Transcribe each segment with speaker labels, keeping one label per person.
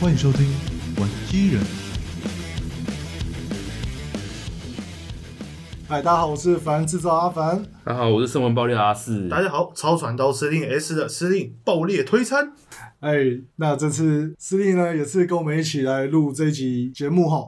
Speaker 1: 欢迎收听《玩机人》。
Speaker 2: 嗨，哎大家好，我是凡制造阿凡。
Speaker 3: 大家好，我是声纹爆裂的阿四。
Speaker 4: 大家好，超传刀司令 S 的司令爆裂推餐，
Speaker 2: 哎，那这次司令呢也是跟我们一起来录这一集节目哈。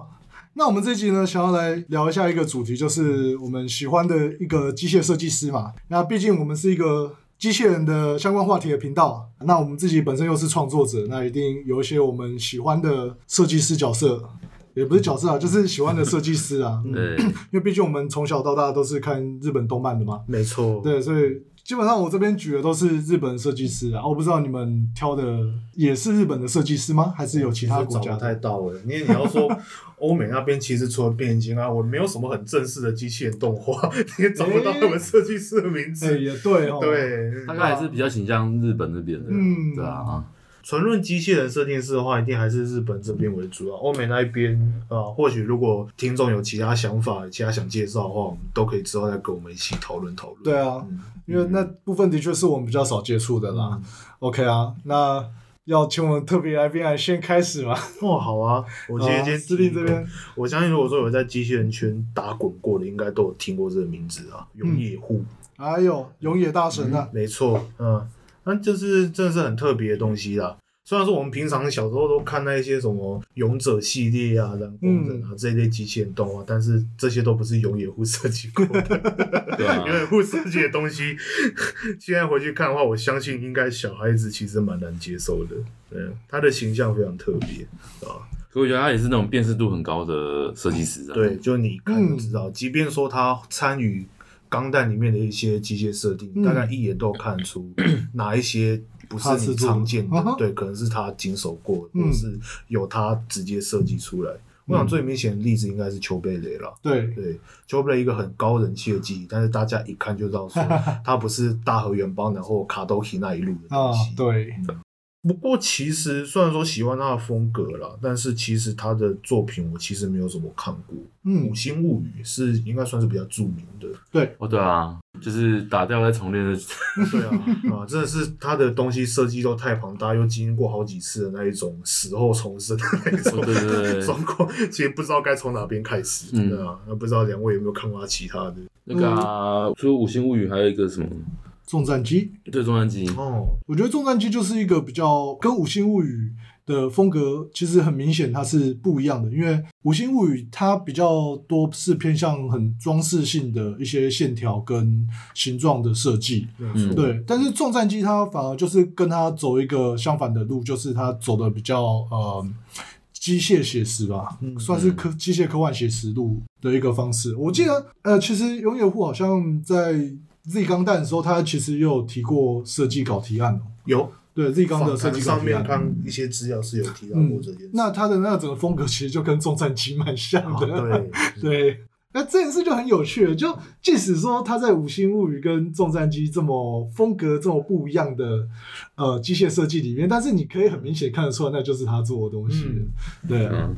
Speaker 2: 那我们这集呢，想要来聊一下一个主题，就是我们喜欢的一个机械设计师嘛。那毕竟我们是一个机械人的相关话题的频道，那我们自己本身又是创作者，那一定有一些我们喜欢的设计师角色，也不是角色啊，就是喜欢的设计师啊。嗯
Speaker 3: 对，
Speaker 2: 因为毕竟我们从小到大都是看日本动漫的嘛，
Speaker 4: 没错，
Speaker 2: 对，所以基本上我这边举的都是日本设计师啊，我不知道你们挑的也是日本的设计师吗？还是有其
Speaker 4: 其
Speaker 2: 他
Speaker 4: 实
Speaker 2: 国
Speaker 4: 找
Speaker 2: 家
Speaker 4: 不
Speaker 2: 的？
Speaker 4: 太到了。因为你要说欧美那边，其实除了变形金刚，我没有什么很正式的机器人动画， 你也找不到
Speaker 2: 哎
Speaker 4: 他们设计师的名
Speaker 2: 哎、
Speaker 4: 字。
Speaker 2: 也对哦，，
Speaker 4: 对，
Speaker 3: 大概还是比较倾向日本那边的，
Speaker 2: 嗯
Speaker 3: 对啊，
Speaker 4: 纯论机器人设定师的话，一定还是日本这边为主啊。欧美那一边啊、呃或许如果听众有其他想法、其他想介绍的话，我们都可以之后再跟我们一起讨论讨论。
Speaker 2: 对啊
Speaker 4: 嗯
Speaker 2: 因为那部分的确是我们比较少接触的啦。OK 啊，那要请我们特别来宾来先开始嘛？
Speaker 4: 哦，好啊，我今天
Speaker 2: 好啊
Speaker 4: 先
Speaker 2: 司令这边，
Speaker 4: 我相信如果说有在机器人圈打滚过的，应该都有听过这个名字啊，永野户，
Speaker 2: 哎呦，永野大神啊，
Speaker 4: 没错，嗯，那就是真的是很特别的东西啦。虽然说我们平常小时候都看那一些什么勇者系列啊、蓝光人啊、这一类机器人动画，但是这些都不是永野户设计过的。
Speaker 3: 对啊
Speaker 4: 永，野户设计的东西， 现在回去看的话，我相信应该小孩子其实蛮难接受的。嗯，他的形象非常特别啊。
Speaker 3: 所以我觉得他也是那种辨识度很高的设计师啊。
Speaker 4: 对，就你看就知
Speaker 2: 嗯
Speaker 4: 道，即便说他参与钢弹里面的一些机械设定，
Speaker 2: 嗯
Speaker 4: 大概一眼都有看 出哪一些不是
Speaker 2: 他制
Speaker 4: 你
Speaker 2: 作的
Speaker 4: 常见
Speaker 2: 啊哈
Speaker 4: 的，对，可能是他经手过，
Speaker 2: 嗯
Speaker 4: 或是有他直接设计出来。我想最明显的例子应该是丘贝雷了。
Speaker 2: 对，
Speaker 4: 对，丘贝雷一个很高人气的记忆，但是大家一看就 知道说他不是大和原邦的或卡多奇那一路的
Speaker 2: 啊
Speaker 4: 东西。，
Speaker 2: 对，
Speaker 4: 不过其实虽然说喜欢他的风格啦，但是其实他的作品我其实没有怎么看过。《
Speaker 2: 嗯
Speaker 4: 五，星物语》是应该算是比较著名的，
Speaker 3: 哦，对啊，就是打掉再重练的，
Speaker 4: 对啊，啊，真的是他的东西设计都太庞大，又经过好几次的那一种死后重生的那一种
Speaker 3: 哦对对对，
Speaker 4: 状况，其实不知道该从哪边开始，
Speaker 3: 嗯
Speaker 4: 对啊，那不知道两位有没有看过他其他的？
Speaker 3: 那个啊，除了《五星物语》，还有一个什么
Speaker 2: 重战机，
Speaker 3: 《对重战机》，
Speaker 4: 哦，
Speaker 2: 我觉得重战机就是一个比较跟《五星物语》的风格其实很明显它是不一样的，因为《五星物语》它比较多是偏向很装饰性的一些线条跟形状的设计，
Speaker 3: 嗯
Speaker 2: 对。但是重战机它反而就是跟它走一个相反的路，就是它走的比较呃。机械写实吧，
Speaker 4: 嗯
Speaker 2: 算是科机械科幻写实路的一个方式。我记得，呃，其实永野户好像在 Z 钢弹的时候，他其实也有提过设计稿提案哦、
Speaker 4: 有
Speaker 2: 对 Z 钢
Speaker 4: 访
Speaker 2: 的设
Speaker 4: 谈
Speaker 2: 计稿
Speaker 4: 上
Speaker 2: 提
Speaker 4: 面
Speaker 2: 案。
Speaker 4: 看一些资料是有提到过
Speaker 2: 嗯
Speaker 4: 这件事，，
Speaker 2: 那他的那整个风格其实就跟重战机蛮像
Speaker 4: 啊
Speaker 2: 的。
Speaker 4: 对
Speaker 2: 对那这件事就很有趣了。就即使说他在《五星物语》跟《重战机》这么风格这么不一样的呃机械设计里面，但是你可以很明显看得出来，那就是他做的东西。
Speaker 4: 嗯
Speaker 2: 对啊，
Speaker 3: 嗯，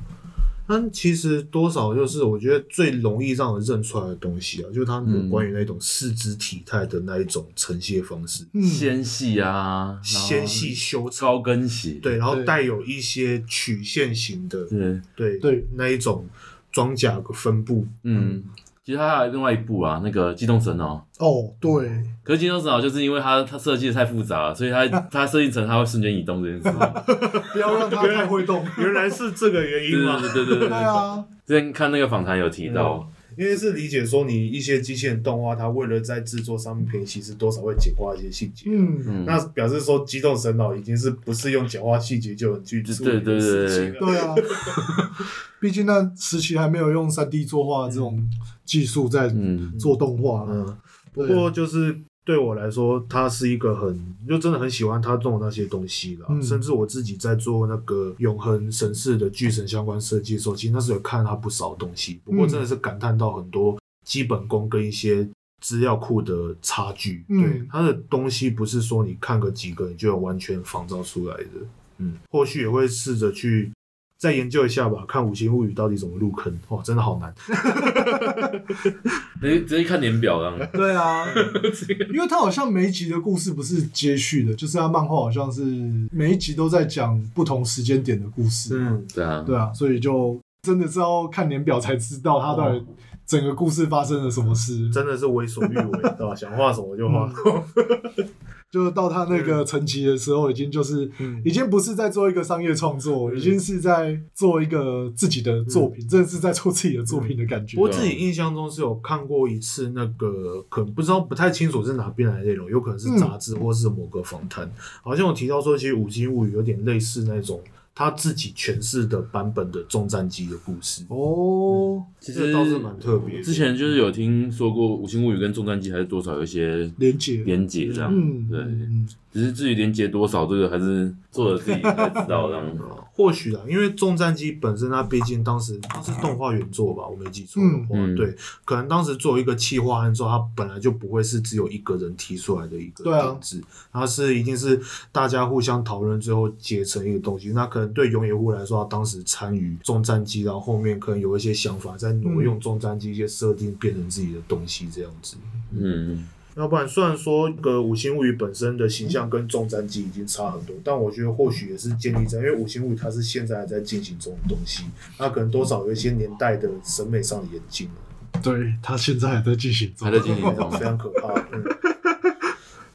Speaker 4: 但其实多少就是我觉得最容易让人认出来的东西啊，就是它
Speaker 3: 嗯
Speaker 4: 有关于那种四肢体态的那一种呈现方式，
Speaker 2: 嗯，
Speaker 3: 纤细啊，然后
Speaker 4: 纤细修长，
Speaker 3: 高跟鞋，
Speaker 4: 对，然后
Speaker 2: 对嗯
Speaker 4: 带有一些曲线型的，
Speaker 3: 对，
Speaker 4: 对
Speaker 2: 对
Speaker 4: 那一种装甲的 分布，
Speaker 3: 嗯，其实他还有另外一部啊，那个《机动神哦》。
Speaker 2: 哦，对，
Speaker 3: 可是《机动神哦》就是因为它它设计的太复杂了，所以它它设计成它会瞬间移动这件事。
Speaker 2: 不要让他太会动。
Speaker 4: 原来是这个原
Speaker 3: 对
Speaker 4: 因
Speaker 3: 对
Speaker 4: 吗？
Speaker 3: 对对对
Speaker 2: 对啊，
Speaker 3: 之前看那个访谈有提到，
Speaker 4: 因为是理解说你一些机器人动画，它为了在制作上面便宜，其实多少会简化一些细节。
Speaker 2: 嗯，
Speaker 3: 嗯，
Speaker 4: 那表示说，机动神脑已经是不是用简化细节就能去处理
Speaker 3: 对对对
Speaker 4: 的事情了。
Speaker 2: 对啊，毕竟那时期还没有用三 D 作画这种技术在
Speaker 3: 嗯，
Speaker 2: 做动画。
Speaker 4: 嗯，不
Speaker 2: 对啊
Speaker 4: 过就是对我来说，他是一个很就真的很喜欢他做的那些东西啦。
Speaker 2: 嗯
Speaker 4: 甚至我自己在做那个永恒神社的巨神相关设计的时候，其实那时候有看他不少东西，不过
Speaker 2: 嗯
Speaker 4: 真的是感叹到很多基本功跟一些。资料库的差距，
Speaker 2: 嗯
Speaker 4: 对它的东西不是说你看个几个你就能完全仿照出来的，嗯，或许也会试着去再研究一下吧，看《五星物语》到底怎么入坑。哇，真的好难。
Speaker 3: 直接直接看年表这样。
Speaker 2: 对啊， 因为它好像每一集的故事不是接续的，就是它漫画好像是每一集都在讲不同时间点的故事。
Speaker 4: 嗯，
Speaker 3: 对啊，
Speaker 2: 对啊，所以就真的是要看年表才知道它到底整个故事发生了什么事。
Speaker 3: 嗯
Speaker 4: 真的是为所欲为，对吧？想画什么就
Speaker 2: 嗯
Speaker 4: 画。
Speaker 2: 就是到他那个层级的时候，已经就是、
Speaker 4: 嗯
Speaker 2: 已经不是在做一个商业创
Speaker 3: 嗯
Speaker 2: 作，已经是在做一个自己的作品，真的是在做自己的作品的感觉。
Speaker 3: 嗯
Speaker 4: 我自己印象中是有看过一次那个，可能不知道不太清楚是哪边来的内容，有可能是杂志或是某个访谈。好像有提到说，其实《五星物语》有点类似那种他自己诠释的版本的重战机的故事，
Speaker 2: 哦，
Speaker 3: 其
Speaker 4: 这
Speaker 3: 实
Speaker 4: 倒是蛮特别的。
Speaker 3: 之前就是有听说过《五星物语》跟《重战记》还是多少有一些
Speaker 2: 连接，
Speaker 3: 连结这样。
Speaker 2: 嗯，
Speaker 3: 对，
Speaker 2: 嗯
Speaker 3: 只是至于连接多少，这个还是作者自己才知道 这样。
Speaker 4: 或许啊啦，因为《重战机》本身它毕竟当时它是动画原作吧，我没记错的话，
Speaker 3: 嗯嗯
Speaker 4: 对，可能当时做一个企划案之后，它本来就不会是只有一个人提出来的一个
Speaker 2: 对啊
Speaker 4: 点子，它是一定是大家互相讨论最后结成一个东西。那可能对永野户来说，他当时参与《重战机》，然后后面可能有一些想法，再
Speaker 2: 嗯
Speaker 4: 挪用《重战机》一些设定变成自己的东西这样子。
Speaker 3: 嗯，
Speaker 4: 要不然，虽然说那个《五星物语》本身的形象跟《重战记》已经差很多，但我觉得或许也是建立在，因为《五星物语》它是现在还在进行中的东西，它可能多少有一些年代的审美上的演进，
Speaker 2: 对他现在还在进行中
Speaker 3: 还，在进行中。
Speaker 4: 非常可怕。嗯，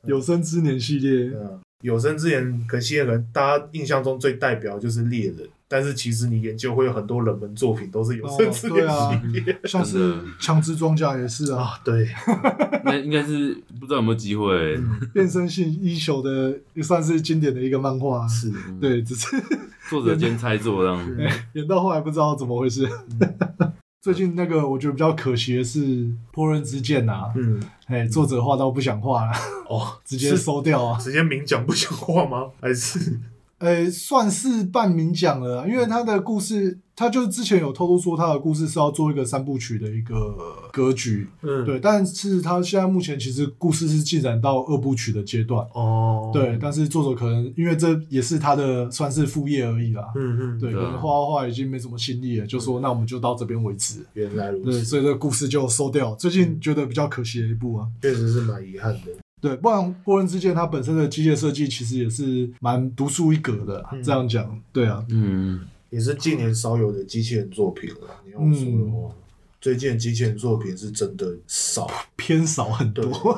Speaker 2: 有生之年系列
Speaker 4: 对，啊有生之年，可惜可能大家印象中最代表就是猎人，但是其实你研究会有很多冷门作品都是有生之年
Speaker 2: 哦
Speaker 4: 系列、
Speaker 2: 像是
Speaker 3: 嗯真的
Speaker 2: 枪支装甲也是啊，
Speaker 4: 啊， 对，
Speaker 3: 那应该是不知道有没有机会。
Speaker 4: 嗯
Speaker 2: 变身性一宿的也算是经典的一个漫画。啊
Speaker 4: 是。
Speaker 2: 对，只是
Speaker 3: 作者兼猜作这样。
Speaker 2: 演到后来不知道怎么回事。
Speaker 4: 嗯
Speaker 2: 最近那个我觉得比较可惜的是《破刃之剑》呐，
Speaker 4: 嗯，
Speaker 2: 哎，作者画到不想画了，
Speaker 4: 哦，
Speaker 2: 直接
Speaker 4: 是
Speaker 2: 收掉啊。
Speaker 4: 直接明讲不讲话吗？还是
Speaker 2: 呃，算是半明讲了啊，因为他的故事，他就之前有透露说他的故事是要做一个三部曲的一个格局，
Speaker 4: 嗯，
Speaker 2: 对，但是他现在目前其实故事是进展到二部曲的阶段，
Speaker 4: 哦，
Speaker 2: 对，但是作者可能因为这也是他的算是副业而已啦，
Speaker 4: 嗯嗯，
Speaker 2: 对，可
Speaker 3: 对啊
Speaker 2: 能画画画已经没什么心力了，就说那我们就到这边为止，
Speaker 4: 原来如
Speaker 2: 对，
Speaker 4: 此，
Speaker 2: 所以这个故事就收掉，最
Speaker 4: 嗯
Speaker 2: 近觉得比较可惜的一部啊，
Speaker 4: 确实是蛮遗憾的。
Speaker 2: 对，不然《波人之剑》它本身的机械设计其实也是蛮独树一格的啊，
Speaker 4: 嗯
Speaker 2: 这样讲，对啊，
Speaker 3: 嗯，
Speaker 4: 也是近年少有的机器人作品了。你要我说的
Speaker 2: 嗯
Speaker 4: 话，最近的机器人作品是真的少。
Speaker 2: 偏少很
Speaker 4: 对
Speaker 2: 多。，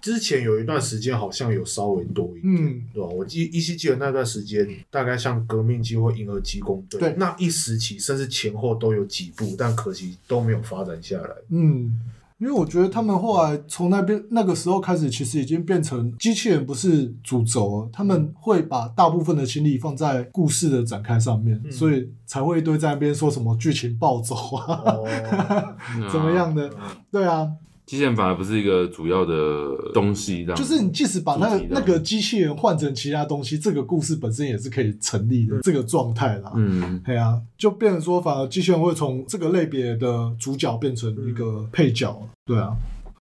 Speaker 4: 之前有一段时间好像有稍微多一点，
Speaker 2: 嗯
Speaker 4: 对吧？我依依稀记得那段时间，大概像革命机或银河机工队
Speaker 2: 对
Speaker 4: 那一时期，甚至前后都有几部，但可惜都没有发展下 来。
Speaker 2: 嗯，因为我觉得他们后来从那边那个时候开始，其实已经变成机器人不是主轴了，他们会把大部分的精力放在故事的展开上面，
Speaker 4: 嗯
Speaker 2: 所以才会一堆在那边说什么剧情暴走啊，
Speaker 4: 哦，
Speaker 2: 怎么？样的。对啊，
Speaker 3: 嗯机器人反而不是一个主要的东西，这样。
Speaker 2: 就是你即使把那
Speaker 3: 主题的
Speaker 2: 那个机器人换成其他东西，这个故事本身也是可以成立的、这个状态啦。
Speaker 3: 嗯，
Speaker 2: 对啊，就变成说，反而机器人会从这个类别的主角变成一个配角。对啊，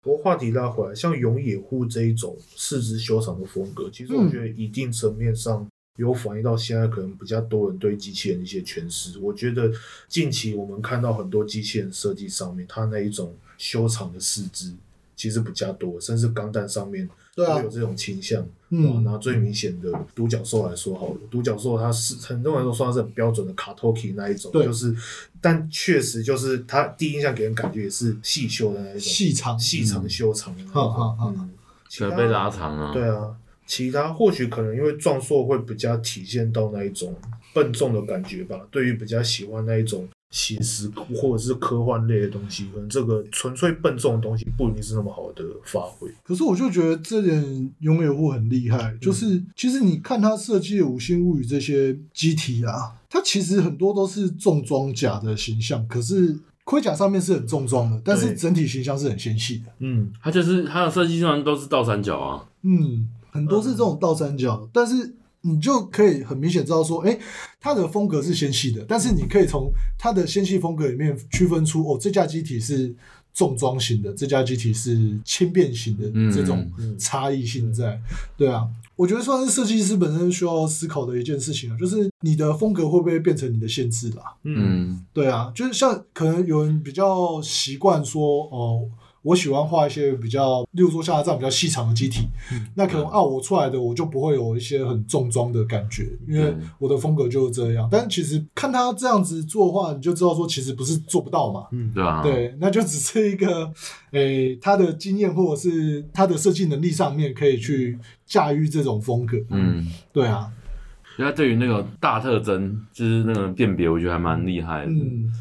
Speaker 4: 不过话题拉回来，像永野户这一种四肢修长的风格，其实
Speaker 2: 嗯
Speaker 4: 我觉得一定层面上有反映到现在可能比较多人对机器人的一些诠释。我觉得近期我们看到很多机器人设计上面，它那一种修长的四肢其实比较多，甚至钢弹上面都
Speaker 2: 对啊
Speaker 4: 有这种倾向。
Speaker 2: 嗯
Speaker 4: 啊，拿最明显的独角兽来说好了，独角兽它是很多人都说它是很标准的卡托 k 那一种，
Speaker 2: 对
Speaker 4: 就是，但确实就是它第一印象给人感觉也是细修的那一种，
Speaker 2: 细长
Speaker 4: 细长修长的那一
Speaker 2: 嗯好
Speaker 4: 种，
Speaker 2: 好
Speaker 4: 嗯，
Speaker 3: 可能被拉长了。
Speaker 4: 对啊，其他或许可能因为壮硕会比较体现到那一种笨重的感觉吧，对于比较喜欢那一种。写实或者是科幻类的东西，可能这个纯粹笨重的东西不一定是那么好的发挥。
Speaker 2: 可是我就觉得这点永野户很厉害，就是其实你看他设计的《五星物语》这些机体啊，它其实很多都是重装甲的形象，可是盔甲上面是很重装的，但是
Speaker 4: 对
Speaker 2: 整体形象是很纤细的。
Speaker 4: 嗯，
Speaker 3: 它就是它的设计上都是倒三角啊。
Speaker 2: 嗯，很多是这种倒三角，但是你就可以很明显知道说，哎、它的风格是纤细的，但是你可以从它的纤细风格里面区分出，哦，这架机体是重装型的，这架机体是轻便型的
Speaker 3: 嗯
Speaker 2: 这种
Speaker 4: 嗯
Speaker 2: 差异性在。对啊，我觉得算是设计师本身需要思考的一件事情啊，就是你的风格会不会变成你的限制啦？
Speaker 4: 嗯
Speaker 3: 嗯
Speaker 2: 对啊，就是像可能有人比较习惯说哦。我喜欢画一些比较，例如说像它这样比较细长的机体，那可能啊，我出来的我就不会有一些很重装的感觉，因为
Speaker 3: 对
Speaker 2: 我的风格就是这样。但其实看他这样子做的话，你就知道说其实不是做不到嘛，
Speaker 4: 嗯，
Speaker 3: 对啊，
Speaker 2: 对，那就只是一个，诶、他的经验或者是他的设计能力上面可以去驾驭这种风格。
Speaker 3: 嗯，
Speaker 2: 对啊，
Speaker 3: 因为他对于那个大特征，就是那个辨别，我觉得还蛮厉害的。
Speaker 2: 嗯，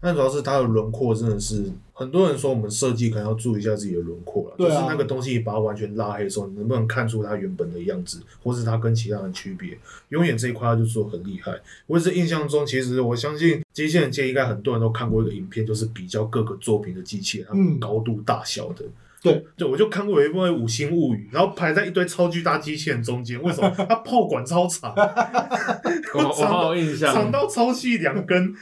Speaker 4: 那主要是它的轮廓真的是，很多人说我们设计可能要注意一下自己的轮廓了，
Speaker 2: 对啊
Speaker 4: 就是那个东西把它完全拉黑的时候，你能不能看出它原本的样子，或是它跟其他人区别？永远这一块它就做得很厉害。我也是印象中，其实我相信机器人界应该很多人都看过一个影片，就是比较各个作品的机器人它
Speaker 2: 嗯
Speaker 4: 们高度大小的。
Speaker 2: 对
Speaker 4: 对，我就看过有一部《五星物语》，然后排在一堆超巨大机器人中间，为什么？它炮管 超长，
Speaker 3: 我我好有印象，
Speaker 4: 长到超细两根，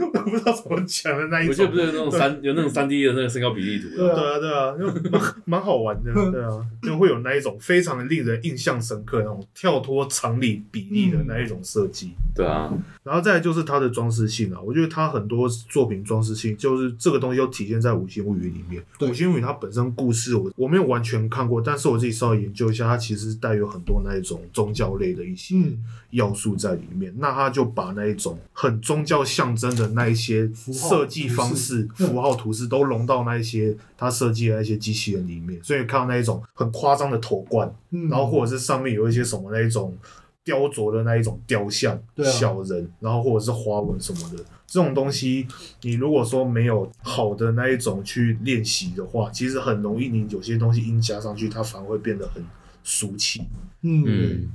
Speaker 4: 我不知道怎么讲的那一种。
Speaker 3: 我记得不是有那种三有那种三 D 的那个身高比例图
Speaker 2: 对
Speaker 3: 的，
Speaker 4: 对啊，对啊，就蛮 蛮好玩 的，对啊，就会有那一种非常令人印象深刻那种跳脱常理比例的那一种设计。
Speaker 3: 对啊，
Speaker 4: 然后再来就是它的装饰性啊，我觉得它很多作品装饰性就是这个东西都体现在《五星物语》里面。
Speaker 2: 对
Speaker 4: 五星物语》它本身故事我我没有完全看过，但是我自己稍微研究一下，它其实带有很多那一种宗教类的一些
Speaker 2: 嗯
Speaker 4: 要素在里面。那它就把那一种很宗教象征的那一些
Speaker 2: 号
Speaker 4: 设计方式、
Speaker 2: 图示
Speaker 4: 符号图示都融到那一些它设计的那些机器人里面，所以看到那一种很夸张的头冠，
Speaker 2: 嗯，
Speaker 4: 然后或者是上面有一些什么那一种雕琢的那一种雕像、
Speaker 2: 对啊
Speaker 4: 小人，然后或者是花纹什么的，这种东西，你如果说没有好的那一种去练习的话，其实很容易你有些东西硬加上去，它反而会变得很俗气。
Speaker 2: 嗯
Speaker 3: 嗯，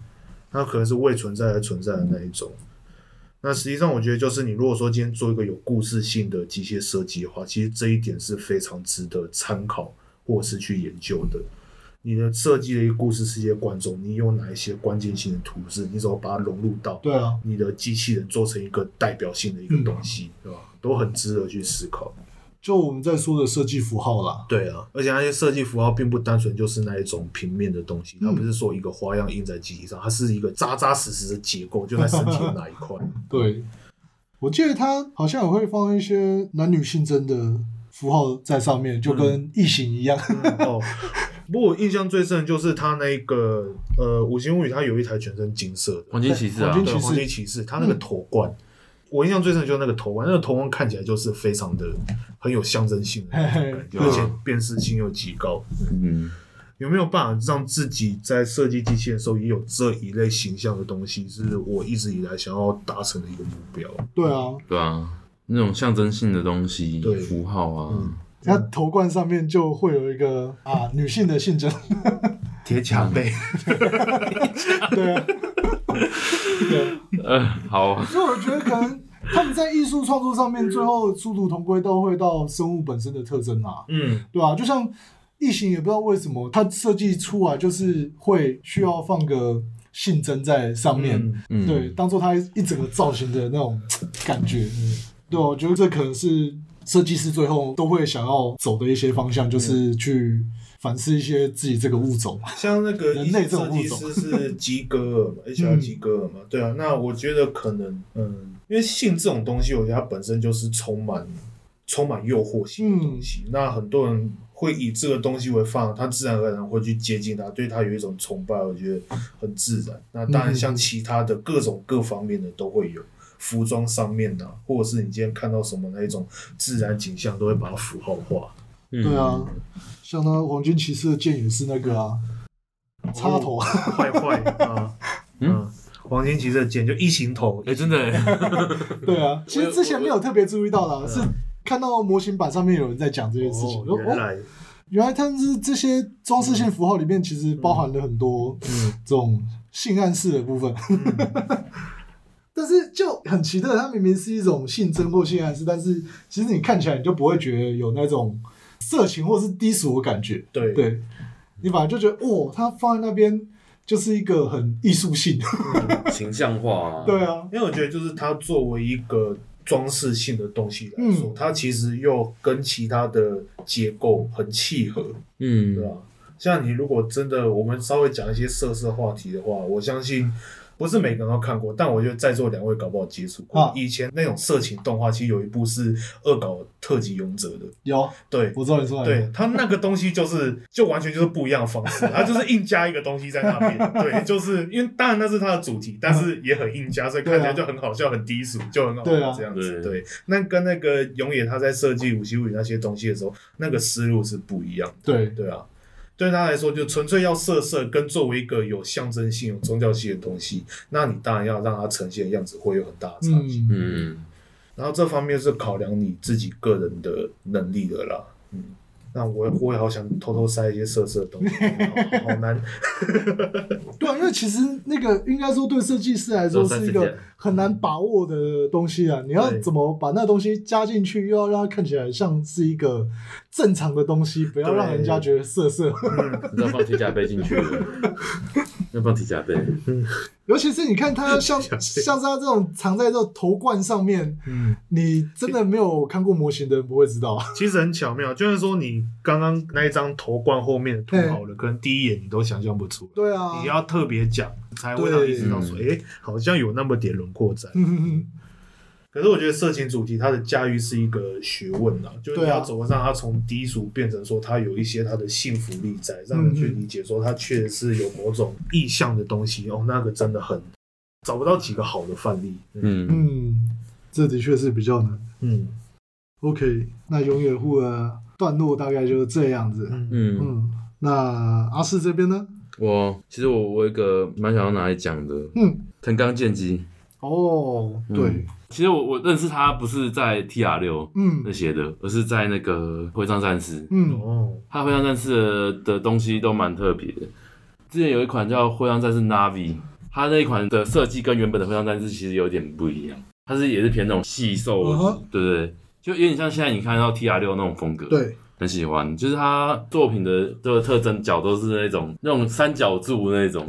Speaker 4: 它可能是未存在而存在的那一种。那实际上，我觉得就是你如果说今天做一个有故事性的机械设计的话，其实这一点是非常值得参考或是去研究的。你的设计的一个故事世界观中，你有哪一些关键性的图示，你怎么把它融入到
Speaker 2: 对啊，
Speaker 4: 你的机器人做成一个代表性的一个东西，对吧？都很值得去思考。
Speaker 2: 就我们在说的设计符号啦，
Speaker 4: 对啊，而且那些设计符号并不单纯就是那一种平面的东西，它
Speaker 2: 嗯
Speaker 4: 不是说一个花样印在机体上，它是一个扎扎实实的结构，就在身体的那一块。
Speaker 2: 对，我记得他好像也会放一些男女性征的符号在上面，就跟异形一样。
Speaker 4: 嗯哦，不过我印象最深的就是它那个呃，五星物语它有一台全身金色的，
Speaker 3: 黄金骑士
Speaker 2: 黄
Speaker 3: 啊
Speaker 2: 金，
Speaker 4: 对，
Speaker 2: 骑士嗯
Speaker 4: 黄金骑士，它那个头冠。我印象最深的就是那个头冠，那个头冠看起来就是非常的很有象征性的那种感觉，
Speaker 3: 嘿嘿
Speaker 4: 而且辨识性又极高。
Speaker 3: 嗯，
Speaker 4: 有没有办法让自己在设计机器的时候也有这一类形象的东西，是我一直以来想要达成的一个目标。
Speaker 2: 对啊，
Speaker 3: 对啊，那种象征性的东西
Speaker 4: 对，
Speaker 3: 符号啊，
Speaker 4: 嗯
Speaker 2: 他头冠上面就会有一个啊女性的性征，
Speaker 4: 铁甲妹，
Speaker 2: 对啊，对。啊
Speaker 3: 呃，好，
Speaker 2: 所以我觉得可能他们在艺术创作上面，最后殊途同归，都会到生物本身的特征啊，
Speaker 4: 嗯，
Speaker 2: 对吧、就像异形，也不知道为什么它设计出来就是会需要放个性征在上面，
Speaker 3: 嗯，
Speaker 4: 嗯
Speaker 2: 对，当做它一整个造型的那种感觉。嗯对，啊我觉得这可能是设计师最后都会想要走的一些方向，就是去反思一些自己这个物种。
Speaker 4: 像那个
Speaker 2: 人类这种
Speaker 4: 设
Speaker 2: 物
Speaker 4: 计
Speaker 2: 种嗯
Speaker 4: 师是基格 尔嘛，HR 基格尔嘛，对啊。那我觉得可能，嗯，因为性这种东西，我觉得它本身就是充满充满诱惑性的东西。
Speaker 2: 嗯
Speaker 4: 那很多人会以这个东西为放，他自然而然会去接近它，对它有一种崇拜，我觉得很自然。那当然，
Speaker 2: 嗯
Speaker 4: 像其他的各种各方面的都会有。服装上面的、或者是你今天看到什么那一种自然景象，都会把它符号化。
Speaker 3: 嗯
Speaker 2: 对啊，像他黄金骑士的剑也是那个啊，
Speaker 4: 哦
Speaker 2: 插头。
Speaker 4: 坏坏啊，嗯，黄金骑士的剑就异形头，
Speaker 3: 哎，真的耶，
Speaker 2: 对啊，其实之前没有特别注意到啦，是看到模型版上面有人在讲这件事情，我
Speaker 4: 哦
Speaker 2: 说
Speaker 4: 原
Speaker 2: 哦，
Speaker 4: 来，
Speaker 2: 原来他们是这些装饰性符号里面其实包含了很多
Speaker 4: 嗯
Speaker 2: 这种性暗示的部分。 但是就很奇特，它明明是一种性征或性暗示，但是其实你看起来你就不会觉得有那种色情或是低俗的感觉，
Speaker 4: 对，
Speaker 2: 对你反而就觉得哦，它放在那边就是一个很艺术性，
Speaker 3: 形象化 啊，
Speaker 2: 对啊，
Speaker 4: 因为我觉得就是它作为一个装饰性的东西来
Speaker 2: 嗯
Speaker 4: 说，它其实又跟其他的结构很契合，
Speaker 3: 嗯
Speaker 4: 对啊吧？像你如果真的我们稍微讲一些色色话题的话，我相信不是每个人都看过，但我觉得在座两位搞不好接触过。
Speaker 2: 啊
Speaker 4: 以前那种色情动画，其实有一部是恶搞特级勇者的，
Speaker 2: 有，
Speaker 4: 对。
Speaker 2: 我知道你说哪一
Speaker 4: 对
Speaker 2: 个，
Speaker 4: 他那个东西就是， 就完全就是不一样的方式，他就是硬加一个东西在那 边，对，就是因为当然那是他的主题，但是也很硬加，所以看起来
Speaker 2: 对啊
Speaker 4: 就很好笑、很低俗，就很好
Speaker 2: 对啊
Speaker 4: 玩这样
Speaker 3: 对
Speaker 4: 子。对，那跟那个永野他在设计武器物语那些东西的时候，那个思路是不一样的。
Speaker 2: 对
Speaker 4: 对啊，对他来说，就纯粹要色色，跟作为一个有象征性、有宗教性的东西，那你当然要让它呈现的样子会有很大的差距。
Speaker 2: 嗯，
Speaker 3: 嗯，
Speaker 4: 然后这方面是考量你自己个人的能力的啦。嗯，那我我也好想偷偷塞一些色色的东西，好 好难。
Speaker 2: 对
Speaker 4: 嗯
Speaker 2: 啊，因为其实那个应该说对设计师来说
Speaker 3: 都算
Speaker 2: 是
Speaker 3: 是
Speaker 2: 一
Speaker 3: 这
Speaker 2: 个
Speaker 3: 样
Speaker 2: 很难把握的东西啊。你要
Speaker 4: 嗯对
Speaker 2: 怎么把那东西加进去，又要让它看起来像是一个正常的东 西，不要
Speaker 4: 对
Speaker 2: 让人家觉得色 色。
Speaker 4: 嗯
Speaker 3: 你知道放铁甲杯进去了，要放铁甲杯，
Speaker 2: 尤其是你看它 像像是它这种藏在这种头冠上面，
Speaker 4: 嗯，
Speaker 2: 你真的没有看过模型的人不会知 道。
Speaker 4: 其实很巧妙，就是说你刚刚那一张头冠后面的涂好了，可能第一眼你都想象不出来。
Speaker 2: 对啊，
Speaker 4: 你要特别讲，才会让你意识到说，哎、
Speaker 3: 对
Speaker 4: 好像有那么点轮廓在。
Speaker 2: 嗯哼哼
Speaker 4: 可是我觉得色情主题它的驾驭是一个学问啦，就是你
Speaker 2: 对啊
Speaker 4: 要怎么让它从低俗变成说它有一些它的幸福力在，让人去理解说它确实是有某种意向的东西哦，那个真的很找不到几个好的范例。
Speaker 3: 嗯，
Speaker 4: 嗯
Speaker 2: 嗯，这的确是比较难。
Speaker 4: 嗯
Speaker 2: OK，那永远户的段落大概就是这样子。
Speaker 4: 嗯
Speaker 3: 嗯。
Speaker 2: 嗯，那阿四这边呢？
Speaker 3: 我其实我我有一个蛮想要拿来讲的，
Speaker 2: 嗯，
Speaker 3: 藤冈健机。
Speaker 2: 哦，对，
Speaker 3: 其实我我认识他不是在 T R 六那
Speaker 2: 嗯
Speaker 3: 些的，而是在那个徽章战士。
Speaker 2: 嗯，
Speaker 4: 哦，
Speaker 3: 他徽章战士的的东西都蛮特别的。之前有一款叫徽章战士 Navi，它那一款的设计跟原本的徽章战士其实有点不一样，它是也是偏那种细瘦
Speaker 2: 嗯哼
Speaker 3: 对不对？就有点像现在你看到 T R 六那种风格。。
Speaker 2: 对，
Speaker 3: 很喜欢，就是他作品的这个特征角都是那种那种三角柱 那种，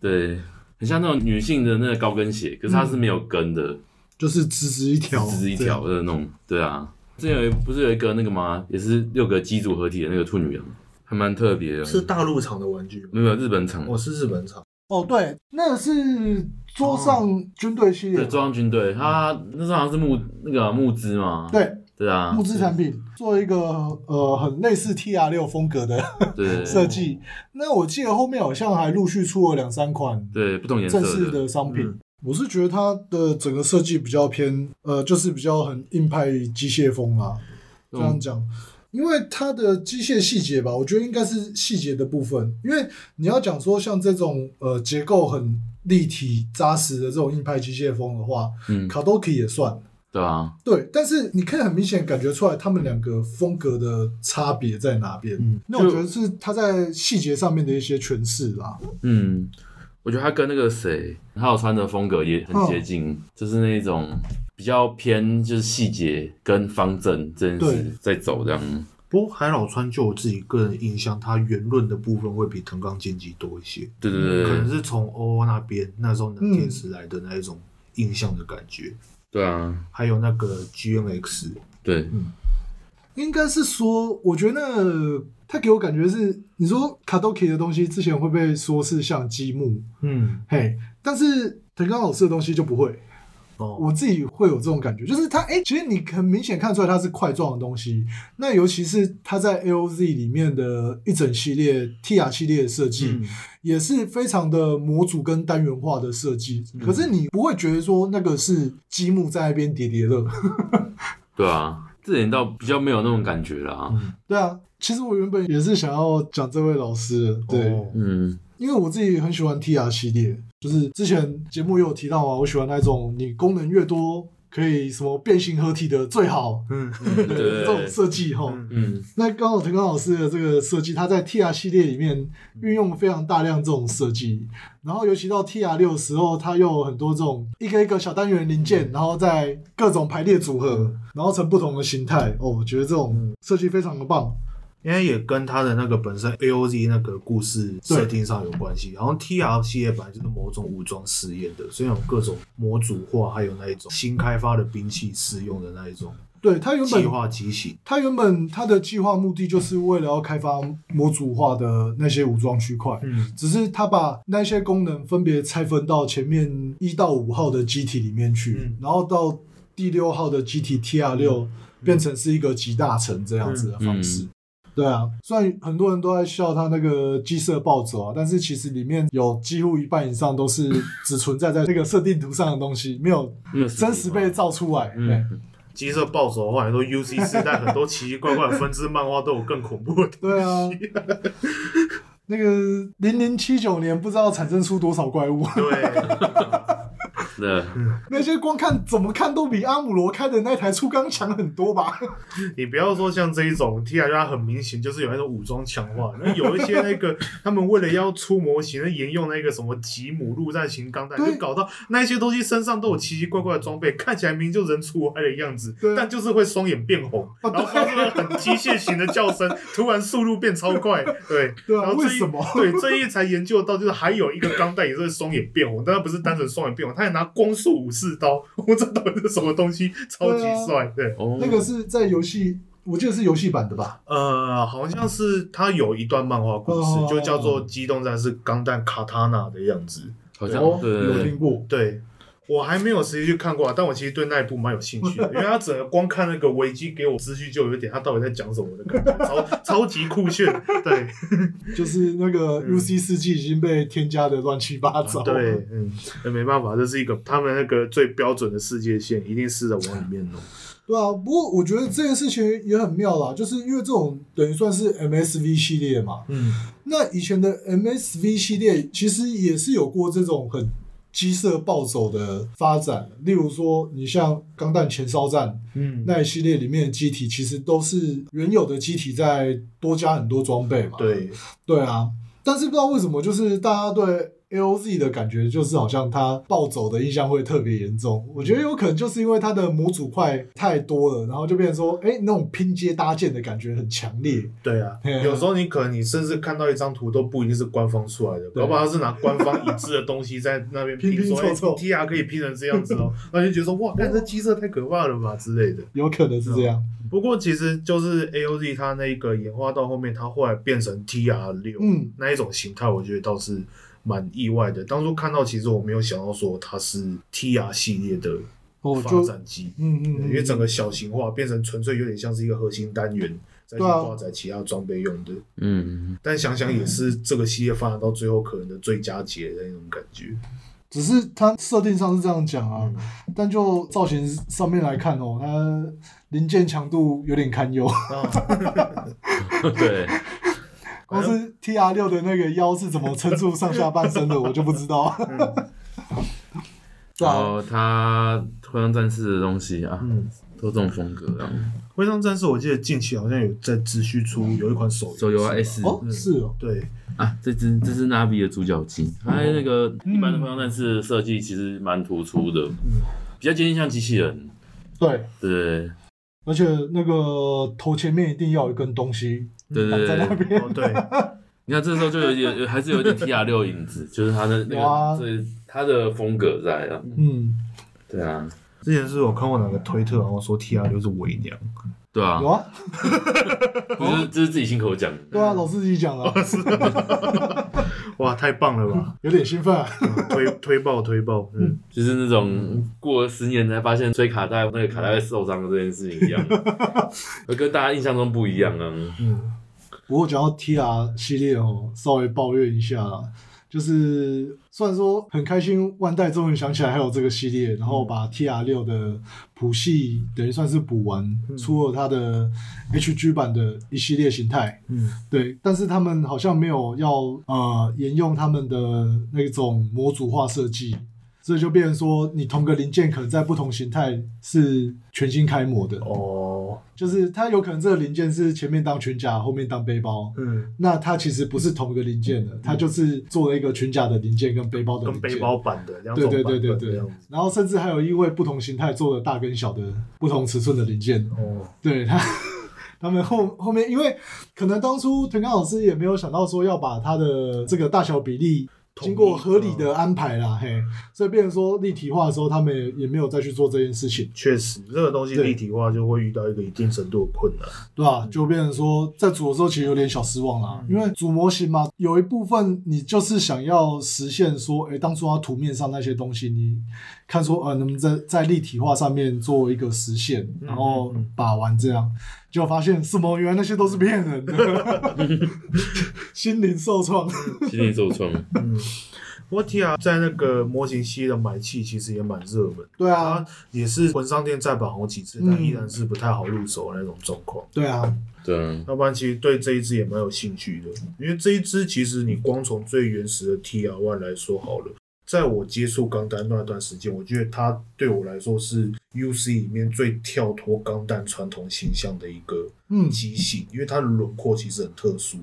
Speaker 3: 对，很像那种女性的那个高跟鞋，可是它是没有跟的，
Speaker 2: 嗯就是直直一条，
Speaker 3: 只是一
Speaker 2: 这样
Speaker 3: 条。的那种，对啊。之前有一不是有一个那个吗？也是六个机组合体的那个兔女郎，还蛮特别的。
Speaker 4: 是大陆厂的玩具吗？
Speaker 3: 没有日本厂
Speaker 4: 我、是日本厂，
Speaker 2: 哦，对，那个是桌上军队系列
Speaker 3: 对
Speaker 2: 嘛，
Speaker 3: 中央军队，他那时候好像是募那个啊募资嘛，
Speaker 2: 对，
Speaker 3: 对啊，
Speaker 2: 木质产品做一个呃很类似 T R 六风格的
Speaker 3: 对
Speaker 2: 设计。那我记得后面好像还陆续出了两三款
Speaker 3: 对不同颜色
Speaker 2: 正式
Speaker 3: 的，
Speaker 2: 的商品。
Speaker 4: 嗯
Speaker 2: 我是觉得它的整个设计比较偏，呃，就是比较很硬派机械风啊啦。这样讲，因为它的机械细节吧，我觉得应该是细节的部分。因为你要讲说像这种呃结构很立体扎实的这种硬派机械风的话，
Speaker 3: 嗯，
Speaker 2: 卡多克也算
Speaker 3: 对啊，
Speaker 2: 对，但是你可以很明显感觉出来他们两个风格的差别在哪边。
Speaker 4: 嗯
Speaker 2: 那我觉得是它在细节上面的一些诠释啦。
Speaker 3: 嗯，我觉得他跟那个谁，他有穿的风格也很接近，
Speaker 2: 哦
Speaker 3: 就是那种比较偏就是细节跟方正这件
Speaker 2: 对
Speaker 3: 事在走这样。
Speaker 4: 不过海老川就我自己个人印象，它圆润的部分会比藤冈健吉多一些，
Speaker 3: 对对对
Speaker 4: 可
Speaker 2: 嗯
Speaker 4: 能
Speaker 3: 对，
Speaker 4: 是从欧欧那边那时候能电视来的那一种印象的感觉，
Speaker 3: 对啊，
Speaker 4: 还有那个 GNX。
Speaker 3: 对，
Speaker 2: 应该是说，我觉得他给我感觉是，你说卡多克的东西之前会被说是像积木，
Speaker 4: 嗯，
Speaker 2: 嘿，但是藤冈老师的东西就不会。
Speaker 4: 哦，
Speaker 2: 我自己会有这种感觉，就是它，哎、其实你很明显看出来它是块状的东西。那尤其是它在 A O Z 里面的一整系列 T R 系列的设计，
Speaker 4: 嗯
Speaker 2: 也是非常的模组跟单元化的设计。
Speaker 4: 嗯
Speaker 2: 可是你不会觉得说那个是积木在那边叠叠乐，
Speaker 3: 对啊，这点倒比较没有那种感觉啦。
Speaker 2: 对啊。其实我原本也是想要讲这位老师的，对，
Speaker 4: 哦
Speaker 3: 嗯，
Speaker 2: 因为我自己很喜欢 T R 系列，就是之前节目也有提到啊，我喜欢那种你功能越多。可以什么变形合体的最好，
Speaker 4: 嗯，
Speaker 3: 对
Speaker 2: 对这
Speaker 3: 对
Speaker 2: 种
Speaker 3: 对，
Speaker 2: 设计哈。
Speaker 4: 嗯
Speaker 3: 嗯，
Speaker 2: 那刚好腾刚老师的这个设计，他在 T R 系列里面运用了非常大量这种设计，然后尤其到 T R 六时候，它又有很多这种一个一个小单元零件，然后在各种排列组合，然后成不同的形态。哦，我觉得这种设计非常的棒。
Speaker 4: 应该也跟他的那个本身 A O Z 那个故事设定上有关系。然后 T R 系列本来就是某种武装实验的，所以有各种模组化，还有那一种新开发的兵器使用的那一种
Speaker 2: 对他原
Speaker 4: 计
Speaker 2: 本
Speaker 4: 划机型。
Speaker 2: 他原本他的计划目的就是为了要开发模组化的那些武装区块，
Speaker 4: 嗯，
Speaker 2: 只是他把那些功能分别拆分到前面一到五号的机体里面去，
Speaker 4: 嗯
Speaker 2: 然后到第六号的机体 T R 六变成是一个集大成这样子的方式。
Speaker 3: 嗯
Speaker 2: 对啊，虽然很多人都在笑他那个机设暴走啊，但是其实里面有几乎一半以上都是只存在在那个设定图上的东西，没有
Speaker 3: 没有
Speaker 2: 真实被造出来。对
Speaker 3: 嗯，
Speaker 4: 机设暴走的话，你说 U C 时代很多奇奇怪怪的分支漫画都有更恐怖的 东
Speaker 2: 对啊，那个零零七九年不知道产生出多少怪物，
Speaker 4: 西。对，
Speaker 3: 对，
Speaker 2: 那些光看怎么看都比阿姆罗开的那台粗钢强很多吧？
Speaker 4: 你不要说像这一种 T R 它很明显就是有那种武装强化，那有一些那个他们为了要出模型，那沿用那个什么吉姆陆战型钢弹，
Speaker 2: 对
Speaker 4: 就搞到那一些东西身上都有奇奇怪怪的装备，看起来明明就人畜无害的样子
Speaker 2: 对，啊
Speaker 4: 但就是会双眼变红，
Speaker 2: 哦
Speaker 4: 然后发出了很机械型的叫声，突然速度变超快，对，
Speaker 2: 对啊
Speaker 4: 然后这
Speaker 2: 为
Speaker 4: 一
Speaker 2: 什么
Speaker 4: 对这一才研究到，就是还有一个钢弹也是双眼变红，但它不是单纯双眼变红，它还拿光束武士刀，我这到底是什么东西？超级
Speaker 2: 对啊
Speaker 4: 帅，对。
Speaker 3: 哦，
Speaker 2: 那个是在游戏，我记得是游戏版的吧？
Speaker 4: 呃，好像是他有一段漫画故事，
Speaker 2: 哦
Speaker 4: 就叫做《机动战士钢弹卡塔娜》的样子。
Speaker 3: 好像
Speaker 2: 哦，
Speaker 3: 对
Speaker 2: 有
Speaker 3: 对对
Speaker 2: 听过。
Speaker 4: 对，我还没有实际去看过、啊，但我其实对那一部蛮有兴趣的，因为他整个光看那个维基给我思绪就有一点他到底在讲什么的感觉，超超级酷炫。对
Speaker 2: 就是那个 UC 世纪已经被添加的乱七八 糟。
Speaker 4: 对，嗯，那没办法，这是一个他们那个最标准的世界线，一定试着往里面弄。
Speaker 2: 对啊，不过我觉得这件事情也很妙啦，就是因为这种等于算是 MSV 系列嘛。
Speaker 4: 嗯，
Speaker 2: 那以前的 MSV 系列其实也是有过这种很机设暴走的发展，例如说你像《钢弹前哨战》
Speaker 4: 嗯
Speaker 2: 那一系列里面的机体，其实都是原有的机体在多加很多装备嘛。
Speaker 4: 对，
Speaker 2: 对啊，但是不知道为什么，就是大家对 A O Z 的感觉，就是好像它暴走的印象会特别严重。我觉得有可能就是因为它的模组块太多了，然后就变成说，哎、那种拼接搭建的感觉很强烈。
Speaker 4: 对啊
Speaker 2: 嘿啊，
Speaker 4: 有时候你可能你甚至看到一张图都不一定是官方出来的，
Speaker 2: 对
Speaker 4: 搞不好他是拿官方一致的东西在那 边
Speaker 2: 拼拼
Speaker 4: 说哎
Speaker 2: 凑凑
Speaker 4: T R 可以拼成这样 子哦，那就觉得说哇，看这机色太可怕了吧之类的。
Speaker 2: 有可能是这样，
Speaker 4: 不过其实就是 A O Z 它那个演化到后面，它后来变成 T R 六
Speaker 2: 嗯
Speaker 4: 那一种形态，我觉得倒是蛮意外的。当初看到，其实我没有想到说它是 T R 系列的
Speaker 2: 哦，
Speaker 4: 发
Speaker 2: 就
Speaker 4: 展机。
Speaker 2: 嗯嗯，
Speaker 4: 对因为整个小型化变成纯粹有点像是一个核心单元，再去
Speaker 2: 对啊
Speaker 4: 挂载其他装备用的。
Speaker 3: 嗯，
Speaker 4: 但想想也是这个系列发展到最后可能的最佳解的那种感觉。
Speaker 2: 只是它设定上是这样讲啊，但就造型上面来看哦，它零件强度有点堪 忧。
Speaker 4: 啊，
Speaker 3: 对，
Speaker 2: 光是 T R 六的那个腰是怎么撑住上下半身的，我就不知 道。对
Speaker 3: 然
Speaker 2: 啊，
Speaker 3: 后他《灰狼战士》的东西啊，
Speaker 4: 嗯，
Speaker 3: 都这种风格啊，
Speaker 4: 徽章战士，我记得近期好像有在持续出有一款手游
Speaker 3: 手游啊
Speaker 4: 是吧
Speaker 3: S
Speaker 2: 哦，是哦，
Speaker 4: 对，
Speaker 3: 啊，这只这是 Navi 的主角机，它
Speaker 2: 嗯
Speaker 3: 那个一般的方向战士的设计其实蛮突出的，比较接近像机器人，
Speaker 2: 对，
Speaker 3: 对
Speaker 2: 而且那个头前面一定要有一根东西
Speaker 3: 对
Speaker 2: 挡
Speaker 3: 对
Speaker 2: 在那
Speaker 3: 对。
Speaker 2: 边。
Speaker 4: 哦对，
Speaker 3: 你看这时候就有有有还是有点 T R 六影子，就是它的那
Speaker 2: 有啊
Speaker 3: 个，所以它的风格在啊，
Speaker 2: 嗯，
Speaker 3: 对啊，
Speaker 4: 之前是有看过哪个推特，然后说 T R 六是伪娘，
Speaker 3: 对啊
Speaker 2: 有，啊，
Speaker 3: 不是这是自己亲口讲的，
Speaker 2: 对啊，老司机讲了，
Speaker 4: 哇，太棒 了吧，
Speaker 2: 有点兴奋啊。
Speaker 4: 嗯推推爆推爆，嗯，
Speaker 3: 就是那种过了十年才发现吹卡带那个卡带会受伤的这件事情 一样，跟大家印象中不一样啊。
Speaker 2: 不过讲到 T R 系列哦，稍微抱怨一下啦，就是虽然说很开心，万代终于想起来还有这个系列，然后把 T R 六的谱系等于算是补完，出了它的 H G 版的一系列形态。
Speaker 4: 嗯，
Speaker 2: 对，但是他们好像没有要呃沿用他们的那种模组化设计，所以就变成说你同个零件可能在不同形态是全新开模的，
Speaker 4: 哦，
Speaker 2: 就是它有可能这个零件是前面当裙甲，后面当背包。
Speaker 4: 嗯，
Speaker 2: 那它其实不是同一个零件的，它就是做了一个裙甲的零件跟背包的
Speaker 4: 跟
Speaker 2: 零件，
Speaker 4: 背包版的两
Speaker 2: 对
Speaker 4: 种
Speaker 2: 对
Speaker 4: 版
Speaker 2: 对对
Speaker 4: 本这
Speaker 2: 对
Speaker 4: 样子，，
Speaker 2: 然后甚至还有因为不同形态做了大跟小的不同尺寸的零件，
Speaker 4: 哦，
Speaker 2: 对它 他们后后面，因为可能当初藤冈老师也没有想到说要把它的这个大小比例
Speaker 4: 统一
Speaker 2: 经过合理
Speaker 4: 嗯
Speaker 2: 的安排啦，嘿，所以变成说立体化的时候，他们也也没有再去做这件事情，
Speaker 4: 确实，这个东西
Speaker 2: 对
Speaker 4: 立体化就会遇到一个一定程度的困难。
Speaker 2: 对吧、就变成说在组的时候其实有点小失望
Speaker 4: 嗯
Speaker 2: 啦，因为组模型嘛，有一部分你就是想要实现说，哎、当初它图面上那些东西，你看说呃能不能在在立体化上面做一个实现，然后
Speaker 4: 嗯嗯
Speaker 2: 把玩这样，结果发现什么原来那些都是骗人的， 心灵受创。
Speaker 3: 心灵受创。
Speaker 4: 嗯，我 T 啊，在那个模型系的买气其实也蛮热门，
Speaker 2: 对啊
Speaker 4: 它，也是文商店再版好几次，但
Speaker 2: 嗯
Speaker 4: 依然是不太好入手的那种状况。
Speaker 2: 对啊，
Speaker 3: 对啊，
Speaker 4: 要不然其实对这一支也蛮有兴趣的，因为这一支其实你光从最原始的 T R One 来说好了，在我接触钢弹那段时间，我觉得它对我来说是 U C 里面最跳脱钢弹传统形象的一个
Speaker 2: 嗯
Speaker 4: 机型，因为它的轮廓其实很特殊，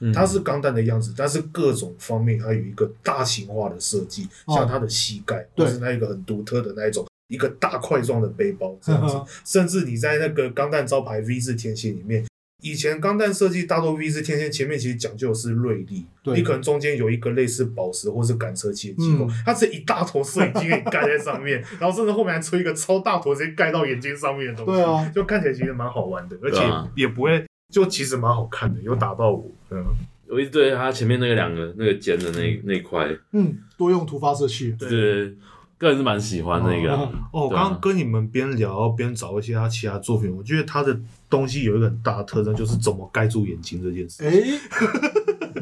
Speaker 3: 嗯
Speaker 4: 它是钢弹的样子，但是各种方面它有一个大型化的设计，
Speaker 2: 哦
Speaker 4: 像它的膝盖，
Speaker 2: 对
Speaker 4: 或是那一个很独特的那一种。一个大块状的背包这样子
Speaker 2: 呵呵，
Speaker 4: 甚至你在那个钢弹招牌 V 字天线里面，以前钢弹设计大多 V 字天线前面其实讲究的是锐利，
Speaker 2: 对
Speaker 4: 你可能中间有一个类似宝石或是赶车器的机构，
Speaker 2: 嗯
Speaker 4: 它是一大坨摄影机给你盖在 上面，然后甚至后面还吹一个超大坨直接盖到眼睛上面的东西，
Speaker 2: 对啊
Speaker 4: 就看起来其实蛮好玩的，而且
Speaker 3: 对啊
Speaker 4: 也不会，就其实蛮好看的，有打到我，嗯，
Speaker 3: 我一直对他前面那个两个那个尖的那那一块，
Speaker 2: 嗯，多用途发射器，
Speaker 4: 对
Speaker 3: 对，个人是蛮喜欢那个啊、
Speaker 4: 哦，我
Speaker 3: 对啊
Speaker 4: 刚刚跟你们边聊边找一些他其他作品，我觉得他的东西有一个很大的特征，就是怎么盖住眼睛这件事，
Speaker 2: 哎、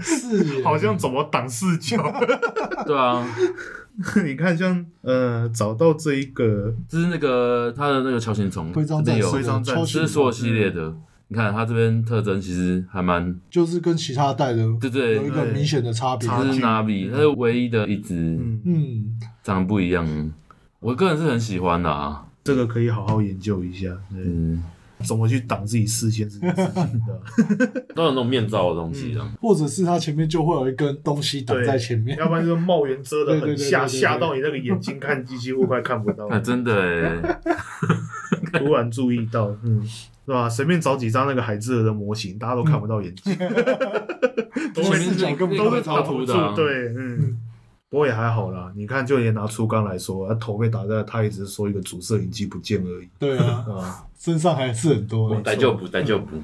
Speaker 2: 是耶
Speaker 4: 好像怎么挡视角。
Speaker 3: 对啊，
Speaker 4: 你看像呃，找到这一个
Speaker 3: 就是那个他的那个乔弦虫，
Speaker 2: 徽章
Speaker 3: 这
Speaker 2: 战
Speaker 3: 边
Speaker 2: 士
Speaker 3: 有，
Speaker 4: 徽章战士
Speaker 2: 抽
Speaker 3: 这
Speaker 2: 取
Speaker 3: 是所有系列的。你看它这边特征其实还蛮，
Speaker 2: 就是跟其他代的
Speaker 3: 对
Speaker 2: 有一
Speaker 3: 对，
Speaker 2: 个明显的差别。
Speaker 4: 差
Speaker 3: 这
Speaker 4: 距
Speaker 3: 是哪比？它是唯一的一只
Speaker 4: 嗯，
Speaker 2: 嗯，
Speaker 3: 长得不一样，我个人是很喜欢的啊。
Speaker 4: 这个可以好好研究一下，对，
Speaker 3: 嗯，
Speaker 4: 怎么去挡自己视线这件事情的，
Speaker 3: 都有那种面罩的东西啊。
Speaker 2: 或者是它前面就会有一根东西挡在前面。
Speaker 4: 要不然就是帽檐遮的
Speaker 2: 对对对
Speaker 4: 很下，
Speaker 2: 对对对
Speaker 4: 吓到你那个眼睛看机器乎快看 不到，
Speaker 3: 啊，真的哎，
Speaker 4: 突然注意到，嗯。是吧？随便找几张那个海之儿的模型，大家都看不到眼睛，都
Speaker 3: 前
Speaker 4: 会
Speaker 3: 面
Speaker 2: 视角
Speaker 3: 那
Speaker 2: 根本
Speaker 3: 那
Speaker 4: 都
Speaker 3: 个
Speaker 4: 是
Speaker 3: 会
Speaker 4: 挡
Speaker 3: 超
Speaker 4: 不
Speaker 3: 凸
Speaker 4: 住
Speaker 3: 的、啊，，
Speaker 4: 对，嗯。不过也还好啦，你看，就连拿粗钢来说，他头被打在，他也只是说一个主摄影机不见而已
Speaker 2: 对啊，
Speaker 4: 啊。
Speaker 2: 身上还是很多的。
Speaker 3: 逮就补，逮就补。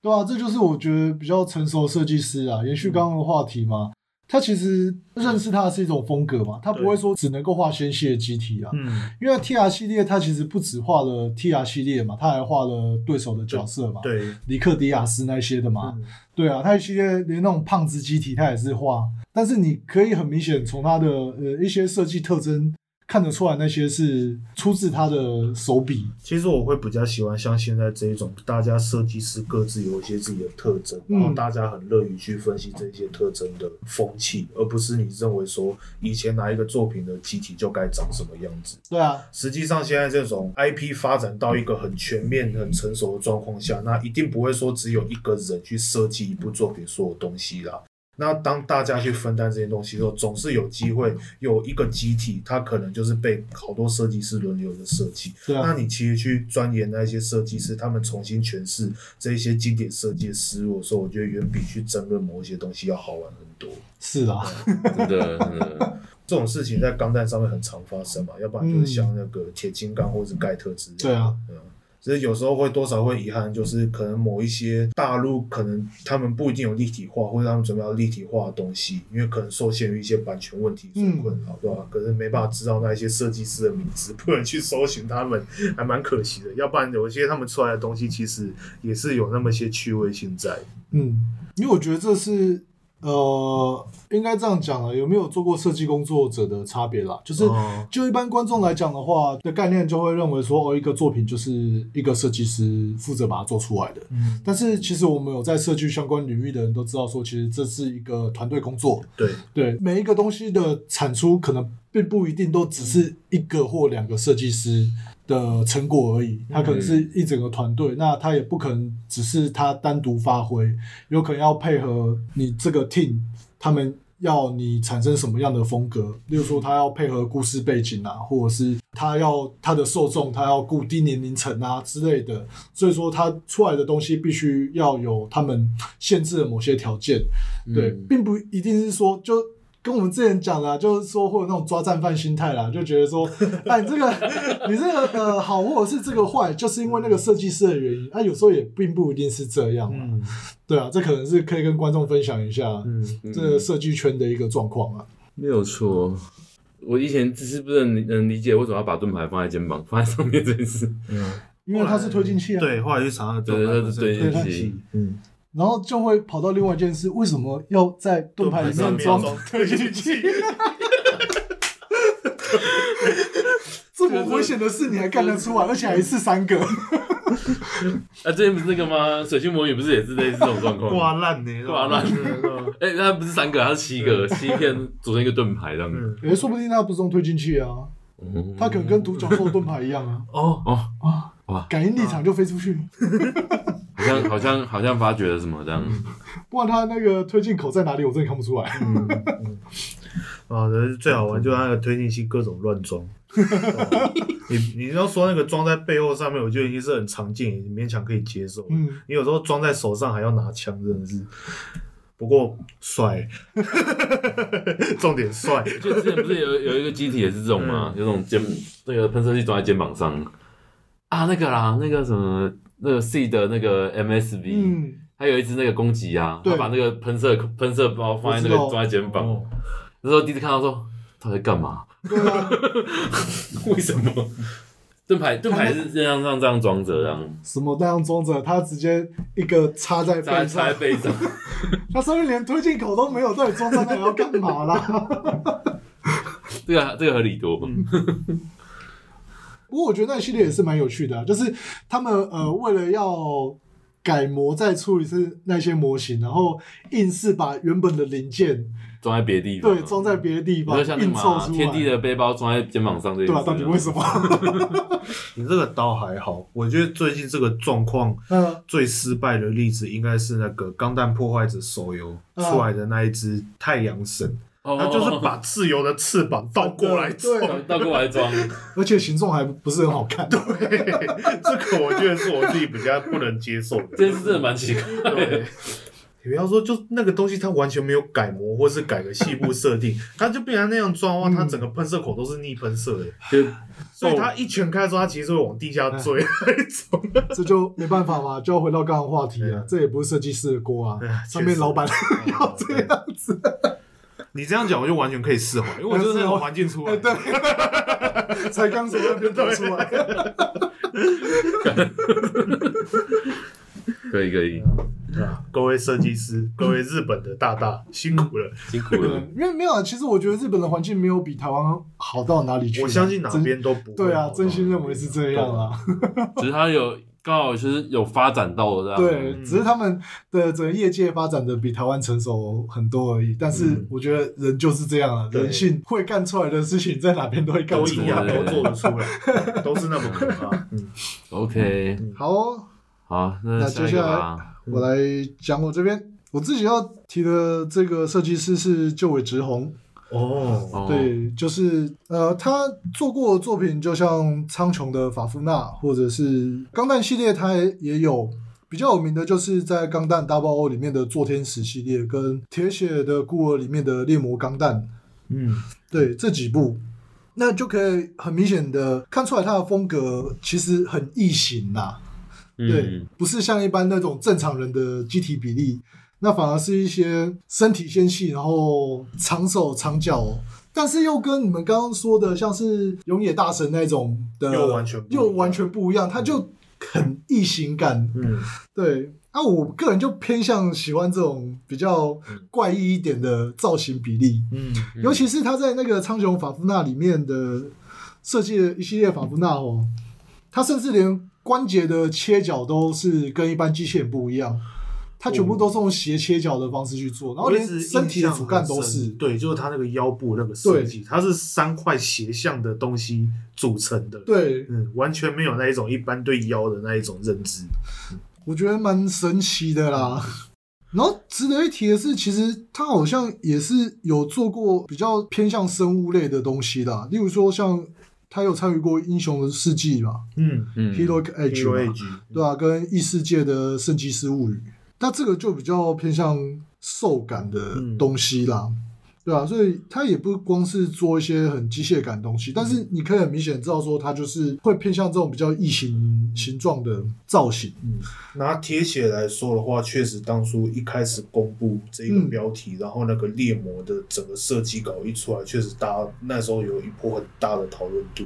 Speaker 2: 对啊，这就是我觉得比较成熟的设计师啊。延续刚刚的话题嘛，他其实认识他是一种风格嘛，他不会说只能够画纤细的机体啊。
Speaker 4: 嗯，
Speaker 2: 因为 T R 系列，它其实不止画了 T R 系列嘛，它还画了对手的角色嘛，
Speaker 4: 对，
Speaker 2: 尼克迪亚斯那些的嘛，
Speaker 4: 嗯
Speaker 2: 对啊，它系列连那种胖子机体它也是画，但是你可以很明显从它的呃一些设计特征看得出来，那些是出自他的手笔，
Speaker 4: 其实我会比较喜欢像现在这一种，大家设计师各自有一些自己的特征，
Speaker 2: 嗯
Speaker 4: 然后大家很乐于去分析这些特征的风气，而不是你认为说以前哪一个作品的机体就该长什么样子。
Speaker 2: 对啊，
Speaker 4: 实际上，现在这种 IP 发展到一个很全面、很成熟的状况下，那一定不会说只有一个人去设计一部作品所有东西啦。那当大家去分担这些东西的时候，总是有机会有一个集体，它可能就是被好多设计师轮流的设计。
Speaker 2: 对啊
Speaker 4: 那你其实去钻研那些设计师，他们重新诠释这一些经典设计的思路的时候，我觉得远比去争论某一些东西要好玩很多。
Speaker 2: 是啊啦，
Speaker 3: 真的，真的，
Speaker 4: 这种事情在钢弹上面很常发生嘛，要不然就是像那个铁金刚或是盖特之类的。
Speaker 2: 对啊，
Speaker 4: 嗯，只是有时候会多少会遗憾，就是可能某一些大陆可能他们不一定有立体化，或者他们准备要立体化的东西，因为可能受限于一些版权问题所困扰，对吧？可是没办法知道那一些设计师的名字，不能去搜寻他们，还蛮可惜的。要不然有一些他们出来的东西，其实也是有那么些趣味性在。
Speaker 2: 嗯，因为我觉得这是呃，应该这样讲啊了，有没有做过设计工作者的差别啦？就是、
Speaker 4: 哦
Speaker 2: 就一般观众来讲的话，的概念就会认为说，哦，一个作品就是一个设计师负责把它做出来的。
Speaker 4: 嗯，
Speaker 2: 但是其实我们有在设计相关领域的人都知道，说其实这是一个团队工作，
Speaker 4: 对，
Speaker 2: 对每一个东西的产出，可能并不一定都只是一个或两个设计师的成果而已，它可能是一整个团队，那它也不可能只是他单独发挥，有可能要配合你这个 team 他们。要你产生什么样的风格，例如说他要配合故事背景啊，或者是他要他的受众，他要顾低年龄层啊之类的，所以说他出来的东西必须要有他们限制的某些条件，对，并不一定是说就。跟我们之前讲的、啊，就是说会有那种抓战犯心态啦，就觉得说， 哎，你这个你这个呃好或者是这个坏，就是因为那个设计师的原因。那、有时候也并不一定是这样嘛，
Speaker 4: 嗯
Speaker 2: 对啊，这可能是可以跟观众分享一下啊
Speaker 4: 嗯，
Speaker 2: 这个设计圈的一个状况啊。
Speaker 3: 没有错。我以前只是不能能理解为什么要把盾牌放在肩膀， 放在上面这件事。
Speaker 2: 因为它是推进器啊，，
Speaker 4: 对，后来去查了，
Speaker 3: 对它是推进器，
Speaker 4: 嗯，
Speaker 2: 然后就会跑到另外一件事，为什么要在盾牌里面装
Speaker 4: 推进器，
Speaker 2: 这么危险的事，你还干得出来，啊而且还一次三个？
Speaker 3: 啊，之前不是那个吗？水星魔女不是也是类似这种状况？
Speaker 4: 挂烂呢，
Speaker 3: 挂烂
Speaker 4: 嗯
Speaker 3: 哎、它不是三个，它是七个，七片组成一个盾牌这样子。
Speaker 4: 嗯，
Speaker 2: 诶，说不定它不是用推进器啊，
Speaker 3: 嗯
Speaker 2: 它可能跟独角兽盾牌一样啊，
Speaker 4: 哦，
Speaker 3: 哦，
Speaker 2: 啊
Speaker 3: 哇，
Speaker 2: 感应立场就飞出去。
Speaker 3: 好像好像好像发觉了什么这样。
Speaker 2: 不然它那个推进口在哪里，我真的看不出来。
Speaker 4: 嗯，嗯啊，可是最好玩就是那个推进器各种乱 装。哦你你要说那个装在背后上面，我觉得已经是很常见，勉强可以接受。
Speaker 2: 嗯，
Speaker 4: 你有时候装在手上还要拿枪，真的是。不过帅，重点帅。
Speaker 3: 就之前不是有有一个机体也是这种吗？有种肩那个喷射器装在肩膀上啊，那个啦，那个什么那个 C 的那个 MSV，、
Speaker 2: 嗯，
Speaker 3: 它有一只那个攻击啊，
Speaker 2: 对
Speaker 3: 它把那个喷射喷射包放在那个
Speaker 2: 我知道
Speaker 3: 装在肩膀，
Speaker 4: 哦，
Speaker 3: 那时候第一次看到说他在干嘛？
Speaker 2: 对啊，
Speaker 3: 为什么？盾牌盾牌是这样这样这样装着，这啊样
Speaker 2: 什么那样装着，它直接一个插在
Speaker 3: 插
Speaker 2: 背
Speaker 3: 插在
Speaker 2: 上，
Speaker 3: 背 上。
Speaker 2: 它上面连推进口都没有，到底装在那里要干嘛啦？
Speaker 3: 这个这个合理多吧？
Speaker 2: 嗯不过我觉得那一系列也是蛮有趣的、啊，就是他们呃为了要改模再出一次那些模型，然后硬是把原本的零件
Speaker 3: 装在别的地方，
Speaker 2: 对装在别的地
Speaker 3: 比
Speaker 2: 方
Speaker 3: 如像那个
Speaker 2: 硬凑
Speaker 3: 嘛
Speaker 2: 出来，
Speaker 3: 天地的背包装在肩膀上这
Speaker 2: 对
Speaker 3: 件事
Speaker 2: 啊，
Speaker 3: 啊，
Speaker 2: 到底为什么？
Speaker 4: 你这个刀还好，我觉得最近这个状况
Speaker 2: 嗯
Speaker 4: 最失败的例子应该是那个《钢弹破坏者》手游
Speaker 2: 嗯
Speaker 4: 出来的那一只太阳神，
Speaker 3: 哦？
Speaker 4: 它就是把自由的翅膀倒过来做。
Speaker 2: 对
Speaker 3: 倒过来装，
Speaker 2: 而且形状还不是很好看，
Speaker 4: 嘿嘿嘿 这个我觉得是我自己比较不能接受的。
Speaker 3: 这件事真的蛮奇怪。
Speaker 4: 对，你不要说，就那个东西它完全没有改模，或是改个细部设定，它就变成那样装的话，它整个喷射口都是逆喷射的，
Speaker 3: 就
Speaker 4: 所以它一拳开的时候，它其实是会往地下坠那种。
Speaker 2: 这就没办法嘛，就要回到刚刚的话题了
Speaker 4: 嗯。
Speaker 2: 这也不是设计师的锅啊
Speaker 4: 对啊，
Speaker 2: 上面老板 要这样。
Speaker 4: 你这样讲，我就完全可以释怀，因为我就是那种环境出来的。
Speaker 2: 对，才刚从那边走出来。
Speaker 3: 可以可以，
Speaker 4: 对啊各位设计师，各位日本的大大辛苦了，
Speaker 3: 辛苦 了。
Speaker 2: 因为没有啊，其实我觉得日本的环境没有比台湾好到哪里去。
Speaker 4: 我相信哪边都不会
Speaker 2: 对啊
Speaker 4: 好，到
Speaker 2: 真心认为是这样啊。
Speaker 3: 只是它有刚好就是有发展到的这样，
Speaker 2: 对，只是他们的整个业界发展的比台湾成熟很多而已。但是我觉得人就是这样啊，
Speaker 4: 对
Speaker 2: 人性会干出来的事情在哪边都会干
Speaker 4: 都
Speaker 2: 出来。
Speaker 4: 一样，都做得出 来，都是那么可怕。嗯，
Speaker 3: OK，
Speaker 2: 好哦，
Speaker 3: 好，那
Speaker 2: 那
Speaker 3: 下一
Speaker 2: 接
Speaker 3: 个
Speaker 2: 下来
Speaker 3: 吧。
Speaker 2: 我来讲我这边。我自己要提的这个设计师是旧尾直弘，
Speaker 4: 哦，
Speaker 3: 哦，
Speaker 2: 对，就是呃，他做过的作品，就像苍穹的法夫纳，或者是钢弹系列，他也有比较有名的，就是在钢弹大爆欧里面的坐天使系列，跟铁血的孤儿里面的猎魔钢弹，
Speaker 4: 嗯，
Speaker 2: 对这几部，那就可以很明显的看出来他的风格其实很异形啦、对
Speaker 3: 嗯，，
Speaker 2: 不是像一般那种正常人的机体比例，那反而是一些身体纤细，然后长手长脚，但是又跟你们刚刚说的像是永野大神那种的
Speaker 4: 又完全不一样
Speaker 2: 又完全不一样，它就很异形感。
Speaker 4: 嗯，
Speaker 2: 对，那、我个人就偏向喜欢这种比较怪异一点的造型比例。
Speaker 4: 嗯，
Speaker 2: 尤其是他在那个苍穹法夫纳里面的设计的一系列法夫纳哦，他甚至连关节的切角都是跟一般机器人不一样，他全部都是用斜切角的方式去做，然后
Speaker 4: 我一
Speaker 2: 连
Speaker 4: 直
Speaker 2: 身体的主干都
Speaker 4: 印象很
Speaker 2: 是
Speaker 4: 深。对，就是它那个腰部那个设计，它是三块斜向的东西组成的，，
Speaker 2: 对，
Speaker 4: 嗯，完全没有那一种一般对腰的那一种认知。
Speaker 2: 我觉得蛮神奇的啦。然后值得一提的是，其实他好像也是有做过比较偏向生物类的东西的啊、例如说像他有参与过《英雄的世纪》嘛，
Speaker 4: 嗯
Speaker 3: 嗯
Speaker 2: 《Hero Age》
Speaker 4: ，Hero
Speaker 2: 嘛，
Speaker 4: Age，
Speaker 2: 对啊，跟异世界的《圣骑士物语》，那这个就比较偏向兽感的东西啦。对啊，所以他也不光是做一些很机械感的东西，但是你可以很明显知道说，他就是会偏向这种比较异形形状的造型。
Speaker 4: 拿铁血来说的话，确实当初一开始公布这
Speaker 2: 嗯
Speaker 4: 个标题，然后那个猎魔的整个设计稿一出来，确实大家那时候有一波很大的讨论度。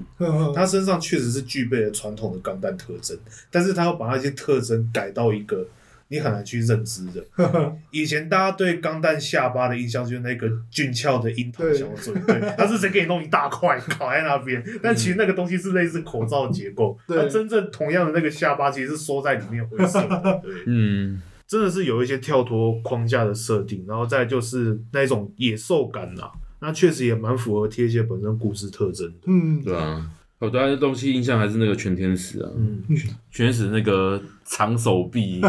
Speaker 4: 他身上确实是具备了传统的钢弹特征，但是他要把那些特征改到一个你很难去认知的。 以前大家对钢弹下巴的印象就是那个俊俏的樱桃小嘴，对，嗯他是谁给你弄一大块烤在那边？但其实那个东西是类似口罩结 构，
Speaker 2: 对
Speaker 4: 它真正同样的那个下巴其实是缩在里面灰色的， 对。
Speaker 3: 嗯，
Speaker 4: 真的是有一些跳脱框架的设定，然后再就是那种野兽感啦、那确实也蛮符合贴切本身故事特征的。
Speaker 2: 嗯，
Speaker 3: 对啊。我对他的东西印象还是那个全天使啊，
Speaker 4: 嗯，
Speaker 3: 全天使那个长手 臂，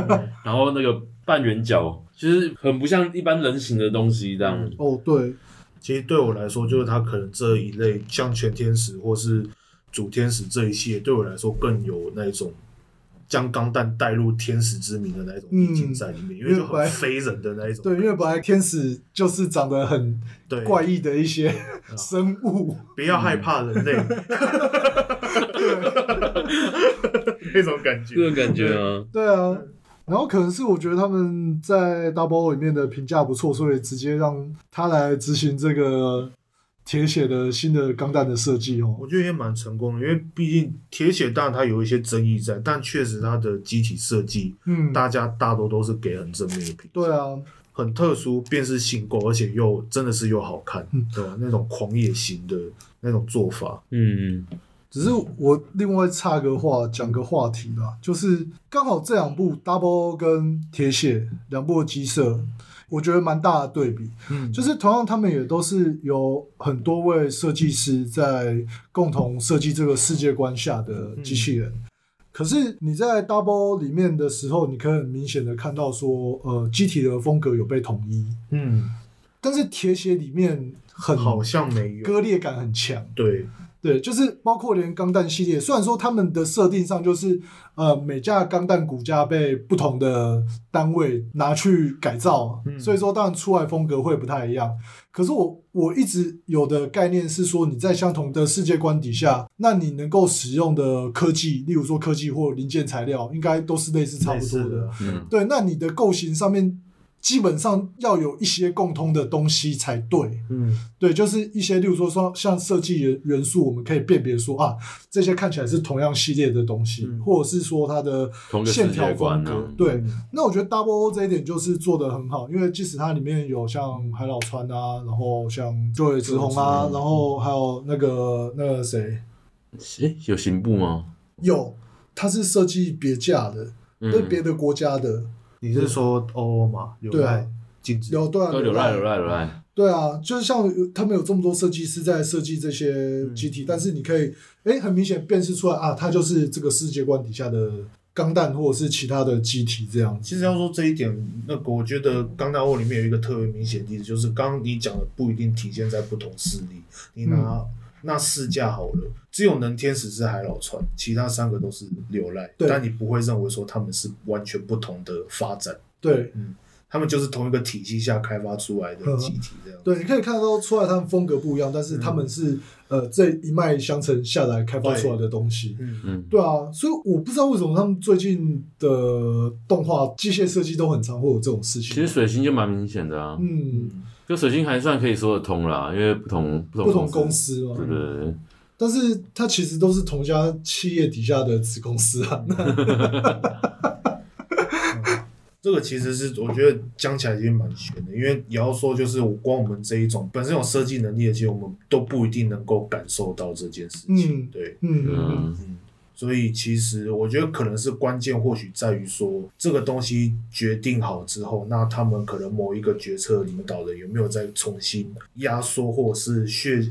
Speaker 3: 然后那个半圆角，就是很不像一般人形的东西这样。
Speaker 2: 哦，对，
Speaker 4: 其实对我来说，就是它可能这一类像全天使或是主天使这一系列，对我来说更有那种将钢弹带入天使之名的那种意境在里面，因为
Speaker 2: 嗯
Speaker 4: 就
Speaker 2: 因为本来
Speaker 4: 很非人的那一种。
Speaker 2: 对，因为本来天使就是长得很
Speaker 4: 对，
Speaker 2: 怪异的一些生物，
Speaker 4: 不要害怕人类， 那种感
Speaker 3: 这
Speaker 4: 觉
Speaker 3: 种。感觉啊，
Speaker 2: 对啊。然后可能是我觉得他们在 Double 里面的评价不错，所以直接让他来执行这个铁血的新的钢弹的设计哦。
Speaker 4: 我觉得也蛮成功的，因为毕竟铁血当然它有一些争议在，但确实它的机体设计，
Speaker 2: 嗯，
Speaker 4: 大家大多都是给很正面的评价。
Speaker 2: 对啊，
Speaker 4: 很特殊，便是性购，而且又真的是又好看，
Speaker 2: 嗯
Speaker 4: 对吧、那种狂野型的那种做法，
Speaker 3: 嗯，
Speaker 2: 只是我另外插个话，讲个话题啦，就是刚好这两部 Double 跟铁血两部的机设，我觉得蛮大的对比。
Speaker 4: 嗯
Speaker 2: 就是同样，他们也都是有很多位设计师在共同设计这个世界观下的机器人。可是你在 Double 里面的时候，你可以很明显的看到说，呃，机体的风格有被统一，
Speaker 4: 嗯，
Speaker 2: 但是铁血里面很
Speaker 4: 好哦像没有，
Speaker 2: 割裂感很强。
Speaker 4: 对，
Speaker 2: 对，就是包括连钢弹系列，虽然说他们的设定上就是，呃，每架钢弹骨架被不同的单位拿去改造，
Speaker 4: 嗯
Speaker 2: 所以说当然出来风格会不太一样。可是我我一直有的概念是说，你在相同的世界观底下，那你能够使用的科技，例如说科技或零件材料，应该都是类似差
Speaker 4: 类
Speaker 2: 不
Speaker 4: 似
Speaker 2: 多的
Speaker 4: 的。，
Speaker 3: 嗯
Speaker 2: 对，那你的构型上面基本上要有一些共通的东西才对。
Speaker 4: 嗯，
Speaker 2: 对，就是一些，例如说说像设计元元素，我们可以辨别说啊，这些看起来是同样系列的东西，
Speaker 4: 嗯
Speaker 2: 或者是说它的
Speaker 3: 同一个
Speaker 2: 线
Speaker 3: 世
Speaker 2: 条
Speaker 3: 界
Speaker 2: 风
Speaker 3: 观
Speaker 2: 格。
Speaker 3: 啊，
Speaker 2: 对，那我觉得 Double O 这一点就是做的很好，因为即使它里面有像海老川啊，然后像九尾直红啊，然后还有那个那个谁
Speaker 3: 诶，有刑部吗？
Speaker 2: 有，它是设计别架的，
Speaker 3: 嗯
Speaker 2: 对、别的国家的，
Speaker 4: 你是说欧欧嘛，有
Speaker 2: 对啊
Speaker 4: 赖禁止，
Speaker 2: 有对啊，
Speaker 3: 都
Speaker 2: 有
Speaker 3: 哦有赖有赖有赖，
Speaker 2: 对啊，就是像有他们有这么多设计师在设计这些
Speaker 3: 嗯
Speaker 2: 机体，但是你可以，哎，很明显辨识出来啊，它就是这个世界观底下的钢弹或者是其他的机体这样子。
Speaker 4: 其实要说这一点，那个我觉得《钢弹欧》里面有一个特别明显的例子，就是刚刚你讲的不一定体现在不同势力。你拿、
Speaker 2: 嗯
Speaker 4: 那四架好了，只有能天使是海老川，其他三个都是流赖，
Speaker 2: 对
Speaker 4: 但你不会认为说他们是完全不同的发展，
Speaker 2: 对
Speaker 4: 他们就是同一个体系下开发出来的集体这样。
Speaker 2: 对，你可以看得到出来他们风格不一样，但是他
Speaker 3: 嗯
Speaker 2: 们是、呃这一脉相承下来开发出来的东西。
Speaker 4: 嗯，
Speaker 3: 嗯，
Speaker 2: 对啊，所以我不知道为什么他们最近的动画机械设计都很常会有这种事情。
Speaker 3: 其实水星就蛮明显的啊，
Speaker 2: 嗯，
Speaker 3: 就水星还算可以说得通啦，因为不同不同
Speaker 2: 不同公，司嘛，
Speaker 3: 对对对，
Speaker 2: 但是它其实都是同一家企业底下的子公司 啊。
Speaker 4: 这个其实是我觉得讲起来已经蛮悬的，因为也要说就是我光我们这一种本身有设计能力的，其实我们都不一定能够感受到这件事情。
Speaker 2: 嗯
Speaker 4: 对，
Speaker 2: 嗯，
Speaker 3: 嗯，
Speaker 4: 所以其实我觉得可能是关键，或许在于说这个东西决定好之后，那他们可能某一个决策领导人有没有再重新压缩，或者是削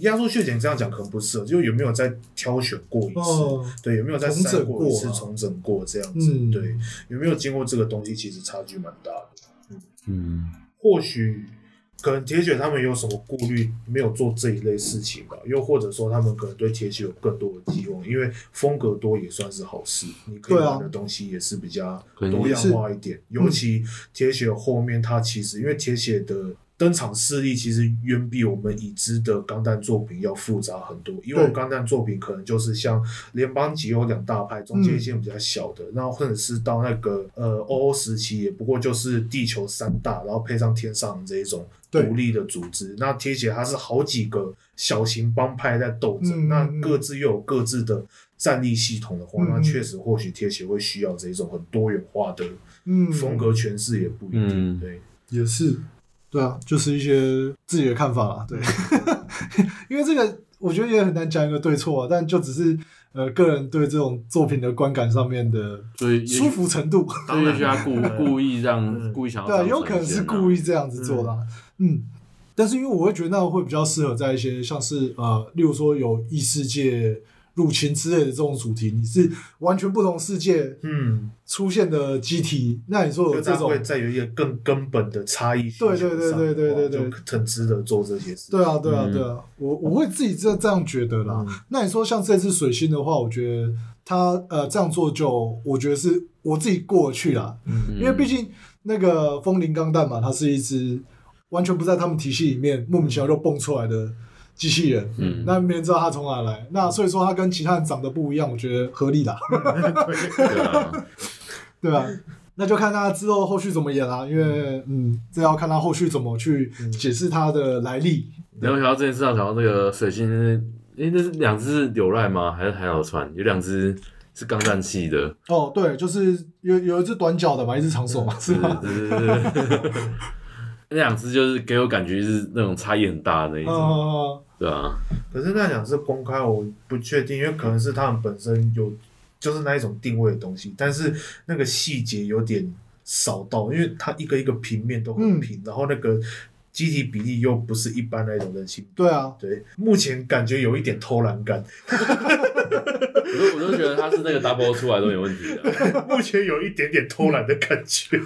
Speaker 4: 压缩削减这样讲可能不适合，就有没有再挑选过一次，
Speaker 2: 哦，
Speaker 4: 对，有没有再
Speaker 2: 重整
Speaker 4: 删过一
Speaker 2: 过
Speaker 4: 次，
Speaker 2: 啊
Speaker 4: 重整过这样子，
Speaker 2: 嗯
Speaker 4: 对，有没有经过这个东西，其实差距蛮大的。嗯，
Speaker 3: 嗯，
Speaker 4: 或许可能铁血他们有什么顾虑，没有做这一类事情吧，又或者说他们可能对铁血有更多的期望，因为风格多也算是好事，你可以
Speaker 2: 对啊
Speaker 4: 玩的东西也是比较
Speaker 3: 可以
Speaker 4: 多样化一点。尤其铁血后面，它其实因为铁血的。登场势力其实远比我们已知的钢弹作品要复杂很多，因为我们
Speaker 2: 对
Speaker 4: 钢弹作品可能就是像联邦级有两大派，
Speaker 2: 嗯
Speaker 4: 中间一些比较小的，然后或者是到那个呃欧欧时期，也不过就是地球三大，然后配上天上人这一种
Speaker 2: 对
Speaker 4: 独立的组织。那铁血它是好几个小型帮派在斗争，
Speaker 2: 嗯
Speaker 4: 那
Speaker 2: 嗯嗯
Speaker 4: 各自又有各自的战力系统的话，
Speaker 2: 嗯嗯
Speaker 4: 那确实或许铁血会需要这一种很多元化的
Speaker 2: 嗯，
Speaker 4: 风格诠释，也不一定。
Speaker 3: 嗯
Speaker 4: 对，
Speaker 2: 也是，对啊，就是一些自己的看法啦，对， 因为这个我觉得也很难讲一个对错啊，但就只是呃个人对这种作品的观感上面的
Speaker 3: 所以也许
Speaker 2: 舒服程度，
Speaker 3: 所以也许他故 故意让
Speaker 4: 嗯
Speaker 3: 故意想要
Speaker 2: 对啊，
Speaker 3: 当
Speaker 2: 有可能是
Speaker 3: 神仙啊
Speaker 2: 故意这样子做的啊、嗯。但是因为我会觉得那会比较适合在一些像是呃，例如说有异世界入侵之类的这种主题，你是完全不同世界
Speaker 4: 嗯，
Speaker 2: 出现的机体，那你说有
Speaker 4: 就
Speaker 2: 这
Speaker 4: 它
Speaker 2: 种
Speaker 4: 会再有一个更根本的差异需求
Speaker 2: 对
Speaker 4: 上
Speaker 2: 对
Speaker 4: 的话。
Speaker 2: 对对对对对
Speaker 4: 就很值得做这些事。
Speaker 2: 对啊，对啊，
Speaker 3: 嗯
Speaker 2: 对啊，我我会自己这这样觉得啦。
Speaker 4: 嗯
Speaker 2: 那你说像这次水星的话，我觉得他呃这样做就我觉得是我自己过得去啦，
Speaker 4: 嗯
Speaker 2: 因为毕竟那个风铃钢弹嘛，它是一只完全不在他们体系里面莫名其妙就蹦出来的机器人。
Speaker 3: 嗯
Speaker 2: 那没人知道它从哪来，那所以说它跟其他人长得不一样，我觉得合理啦，
Speaker 3: 对啊，
Speaker 2: 对吧、那就看他之后后续怎么演啦、因为嗯，这要看他后续怎么去解释它的来历。
Speaker 3: 然后想到这件事上，想到那个水星，诶，那是两只是柳赖吗？还是海鸟船？有两只是钢弹系的，
Speaker 2: 哦，对，就是有有一只短脚的嘛，一只长手嘛，是
Speaker 3: 是
Speaker 2: 吧？
Speaker 3: 是 是是。那两只就是给我感觉是那种差异很大的那一
Speaker 2: 嗯、
Speaker 3: 种，对啊，
Speaker 4: 可是那两是公开，我不确定，因为可能是他们本身有就是那一种定位的东西，但是那个细节有点少到，因为它一个一个平面都很平，然后那个机体比例又不是一般那一种人形。
Speaker 2: 对啊，
Speaker 4: 对，目前感觉有一点偷懒感，
Speaker 3: 我都我都觉得它是那个 double 出来都没问题 的，啊
Speaker 4: 目前有一点点偷懒的感觉，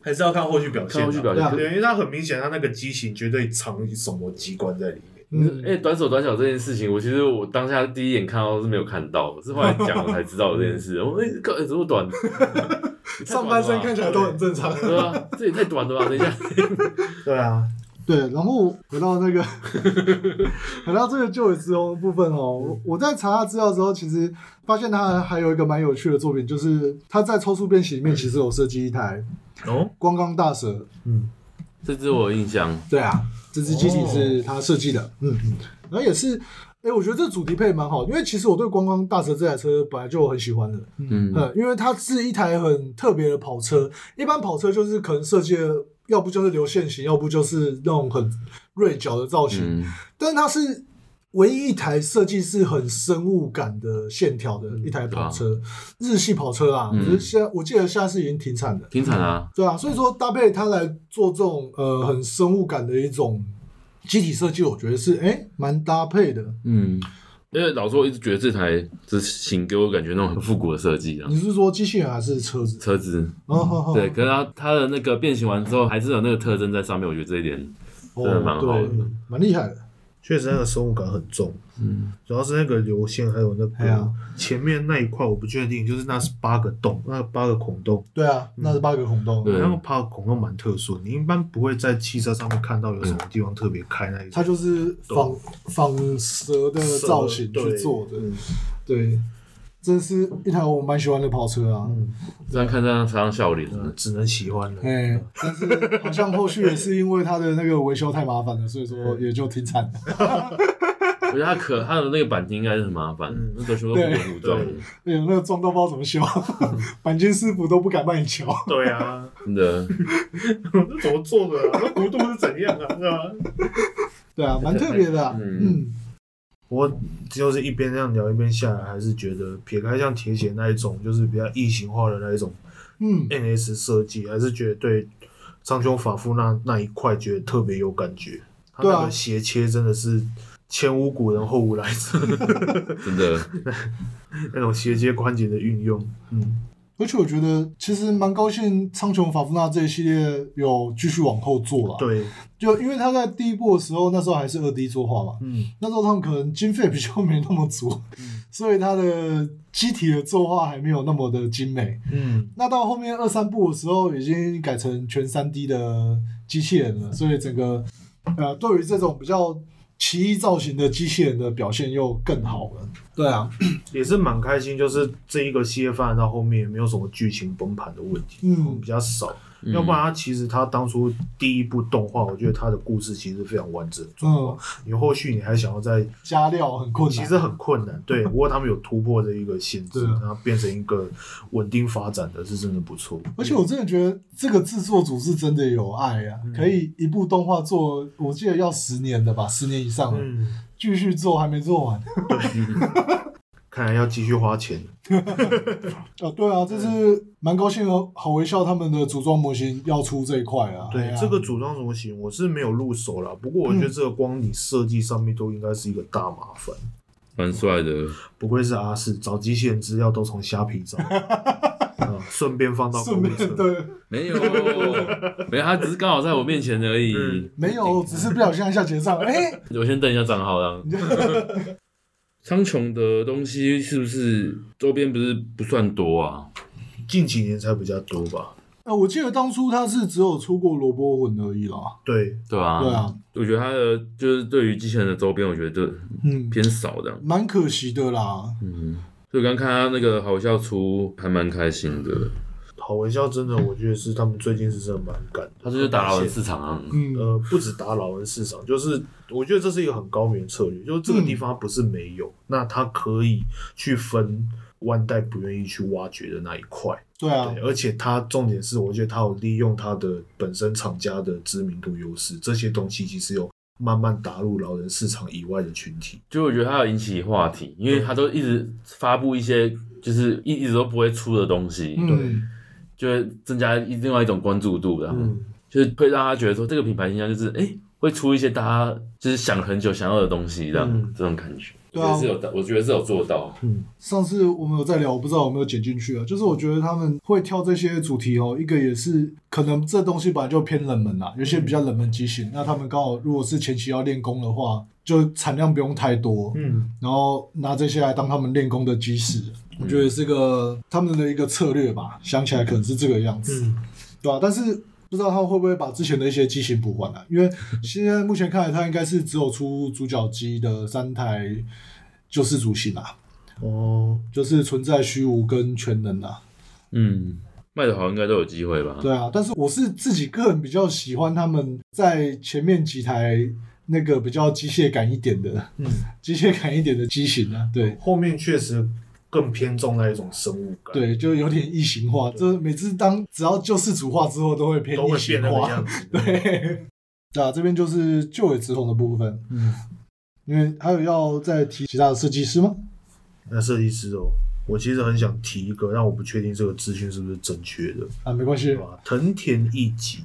Speaker 4: 还是要看后续表现、
Speaker 3: 看
Speaker 4: 啊。
Speaker 3: 后续表
Speaker 2: 对啊
Speaker 3: 现。
Speaker 4: 对，因为它很明显，它那个机型绝对藏什么机关在里面。
Speaker 2: 嗯，
Speaker 3: 哎、短手短脚这件事情，我其实我当下第一眼看到是没有看到，是后来讲我才知道有这 件事。我哎，欸干、怎么短？
Speaker 2: 上半身看起来都很正常。
Speaker 3: 对啊，这也太短了吧？等一下，
Speaker 4: 对啊，
Speaker 2: 对，然后回到那个， 回到这个旧的之龙部分哦，我我在查他资料之后，其实发现他还有一个蛮有趣的作品，就是他在超速变形里面其实有设计一台
Speaker 4: 哦，
Speaker 2: 光钢大蛇。
Speaker 4: 嗯，
Speaker 3: 这只我有印象，
Speaker 2: 对啊，这只机体是他设计的。嗯嗯，然后也是。哎、我觉得这主题配得蛮好，因为其实我对光光大蛇这台车本来就很喜欢的，
Speaker 3: 嗯，
Speaker 2: 嗯，因为它是一台很特别的跑车，一般跑车就是可能设计的，要不就是流线型，要不就是那种很锐角的造型，
Speaker 3: 嗯
Speaker 2: 但是它是唯一一台设计是很生物感的线条的一台跑车，日系跑车啊，
Speaker 3: 啊嗯
Speaker 2: 可是现在我记得现在是已经停产的，
Speaker 3: 挺惨啊，
Speaker 2: 对啊，所以说搭配它来做这种呃很生物感的一种机体设计，我觉得是哎蛮、搭配的。
Speaker 3: 嗯，因为老实说，我一直觉得这台这型给我感觉那种很复古的设计啊
Speaker 2: 你，是说机器人还是车子？
Speaker 3: 车子，
Speaker 2: 嗯哦，好好
Speaker 3: 嗯对，可是它它的那个变形完之后，还是有那个特征在上面，我觉得这一点，真的蛮好的
Speaker 2: 哦对蛮厉害的。
Speaker 4: 确实那个生物感很重。
Speaker 3: 嗯，
Speaker 4: 主要是那个流线，还有那
Speaker 2: 哎呀
Speaker 4: 个前面那一块，我不确定，就是那是八个洞，那八个孔洞，
Speaker 2: 对啊，那是八个孔洞，
Speaker 3: 对
Speaker 4: 那个八个孔洞蛮特殊，你一般不会在汽车上面看到有什么地方特别开那一
Speaker 2: 它
Speaker 4: 种。
Speaker 2: 就是仿仿蛇的造型
Speaker 4: 蛇
Speaker 2: 去
Speaker 4: 对
Speaker 2: 做的，
Speaker 4: 嗯
Speaker 2: 对，真是一台我蛮喜欢的跑车啊。
Speaker 3: 这样看这样才像笑脸，啊
Speaker 4: 嗯，只能喜欢了。
Speaker 2: 哎、但是好像后续也是因为它的那个维修太麻烦了，所以说也就停产了。
Speaker 3: 我觉得它可它的那个钣金应该是很麻烦，那个全部都
Speaker 2: 嗯对
Speaker 3: 是古装的，
Speaker 2: 哎呦，那个撞到不知道怎么修，钣金师傅都不敢帮你瞧。
Speaker 4: 对啊，
Speaker 3: 真的，
Speaker 4: 这怎么做的啊？那弧度是怎样啊？是吧？
Speaker 2: 对啊，蛮特别的、啊。
Speaker 3: 嗯
Speaker 2: 嗯，
Speaker 4: 我就是一边这样聊，一边下来，还是觉得撇开像铁血那一种，就是比较异形化的那一种
Speaker 2: 嗯，
Speaker 4: NS 设计，还是觉得对苍穹法夫那那一块觉得特别有感觉。他
Speaker 2: 对啊
Speaker 4: 那个斜切真的是前无古人后无来者
Speaker 3: 真的，
Speaker 4: 那种斜切关节的运用，嗯，
Speaker 2: 而且我觉得其实蛮高兴苍穹法夫纳这一系列有继续往后做了。，
Speaker 4: 对，
Speaker 2: 就因为他在第一部的时候，那时候还是二 D 作画嘛，
Speaker 4: 嗯，
Speaker 2: 那时候他们可能经费比较没那么足，所以他的机体的作画还没有那么的精美。
Speaker 4: 嗯，
Speaker 2: 那到后面二三部的时候，已经改成全三 D 的机器人了，所以整个呃，对于这种比较奇异造型的机器人的表现又更好了。对啊，
Speaker 4: 也是蛮开心，就是这一个系列发展到后面也没有什么剧情崩盘的问题，
Speaker 2: 嗯
Speaker 4: 比较少。要不然，它其实它当初第一部动画，我觉得它的故事其实非常完整。
Speaker 2: 嗯，
Speaker 4: 你后续你还想要再，
Speaker 2: 加料很困难。
Speaker 4: 其实很困难。 对，不过他们有突破的一个限制，
Speaker 2: 对啊
Speaker 4: 然后变成一个稳定发展的，是真的不错。
Speaker 2: 而且我真的觉得这个制作组是真的有爱
Speaker 4: 嗯
Speaker 2: 啊，可以一部动画做，我记得要十年的吧，十年以上了，
Speaker 4: 嗯，
Speaker 2: 继续做还没做完。
Speaker 4: 看来要继续花钱。
Speaker 2: 啊，对啊，这是蛮高兴哦，好微笑他们的组装模型要出这一块啊。嗯哎
Speaker 4: 对
Speaker 2: 呀，
Speaker 4: 这个组装模型我是没有入手啦，不过我觉得这个光你设计上面都应该是一个大麻烦。
Speaker 3: 蛮帅的，
Speaker 4: 不愧是阿四，找机器人资料都从虾皮 找，啊顺便放到购
Speaker 2: 顺
Speaker 4: 物
Speaker 2: 便
Speaker 4: 车。
Speaker 2: 对，
Speaker 3: 没有， 没有，他只是刚好在我面前而已。
Speaker 4: 嗯
Speaker 2: 没有，只是不小心按下结账，哎、
Speaker 3: 我先登一下账号 啦。苍穹的东西是不是周边不是不算多啊？
Speaker 4: 近几年才比较多吧？
Speaker 2: 呃，我记得当初他是只有出过萝卜魂而已啦。
Speaker 4: 对，
Speaker 3: 对啊，
Speaker 2: 对啊，
Speaker 3: 我觉得他的就是对于机器人的周边，我觉得
Speaker 2: 嗯，
Speaker 3: 偏少的。
Speaker 2: 蛮可惜的啦。
Speaker 3: 嗯，所以刚看他那个好笑出，还蛮开心的。
Speaker 4: 好微笑真的，我觉得是他们最近是真的蛮赶的，
Speaker 3: 他就是打扰人市场啊。
Speaker 2: 嗯，
Speaker 4: 呃，不止打老人市场，就是我觉得这是一个很高明的策略，就是这个
Speaker 2: 嗯
Speaker 4: 地方它不是没有，那它可以去分万代不愿意去挖掘的那一块，
Speaker 2: 对啊
Speaker 4: 对，，而且它重点是，我觉得它有利用它的本身厂家的知名度优势，这些东西其实有慢慢打入老人市场以外的群体，
Speaker 3: 就我觉得他有引起话题，因为他都一直发布一些就是一一直都不会出的东西，
Speaker 2: 嗯，
Speaker 3: 就会增加一另外一种关注度的。
Speaker 4: 嗯，
Speaker 3: 就是会让他觉得说这个品牌形象就是哎、诶会出一些大家就是想很久想要的东西，这样、
Speaker 4: 嗯
Speaker 3: 这种感觉。
Speaker 2: 对啊
Speaker 3: 我觉得是有到，我觉得是有做到。
Speaker 2: 上次我们有在聊，我不知道有没有剪进去啊。就是我觉得他们会挑这些主题哦，一个也是可能这东西本来就偏冷门啊啦，
Speaker 4: 嗯
Speaker 2: 有些比较冷门机型，那他们刚好如果是前期要练功的话，就产量不用太多，
Speaker 4: 嗯，
Speaker 2: 然后拿这些来当他们练功的基石，我觉得是个他们的一个策略吧。想起来可能是这个样子，
Speaker 4: 嗯
Speaker 2: 对啊吧、但是不知道他们会不会把之前的一些机型补完啊？因为现在目前看来，他应该是只有出主角机的三台救世主型啊，
Speaker 4: 哦，
Speaker 2: 就是存在虚无跟全能啊。
Speaker 3: 嗯，卖的好应该都有机会吧？
Speaker 2: 对啊，但是我是自己个人比较喜欢他们在前面几台那个比较机械感一点的、
Speaker 4: 嗯，
Speaker 2: 机械感一点的机型啊，对。
Speaker 4: 后面确实更偏重那一种生物感，，
Speaker 2: 对，就有点异形化。这每次当只要救世主化之后，都会偏
Speaker 4: 都会
Speaker 2: 异
Speaker 4: 变
Speaker 2: 形
Speaker 4: 那个
Speaker 2: 化
Speaker 4: 样。子，
Speaker 2: 对，啊，这边就是旧尾直筒的部分。
Speaker 4: 嗯，
Speaker 2: 因为还有要再提其他的设计师吗？
Speaker 4: 那设计师哦。我其实很想提一个，但我不确定这个资讯是不是正确的，
Speaker 2: 啊，没关系
Speaker 4: 对。吧？藤田一吉，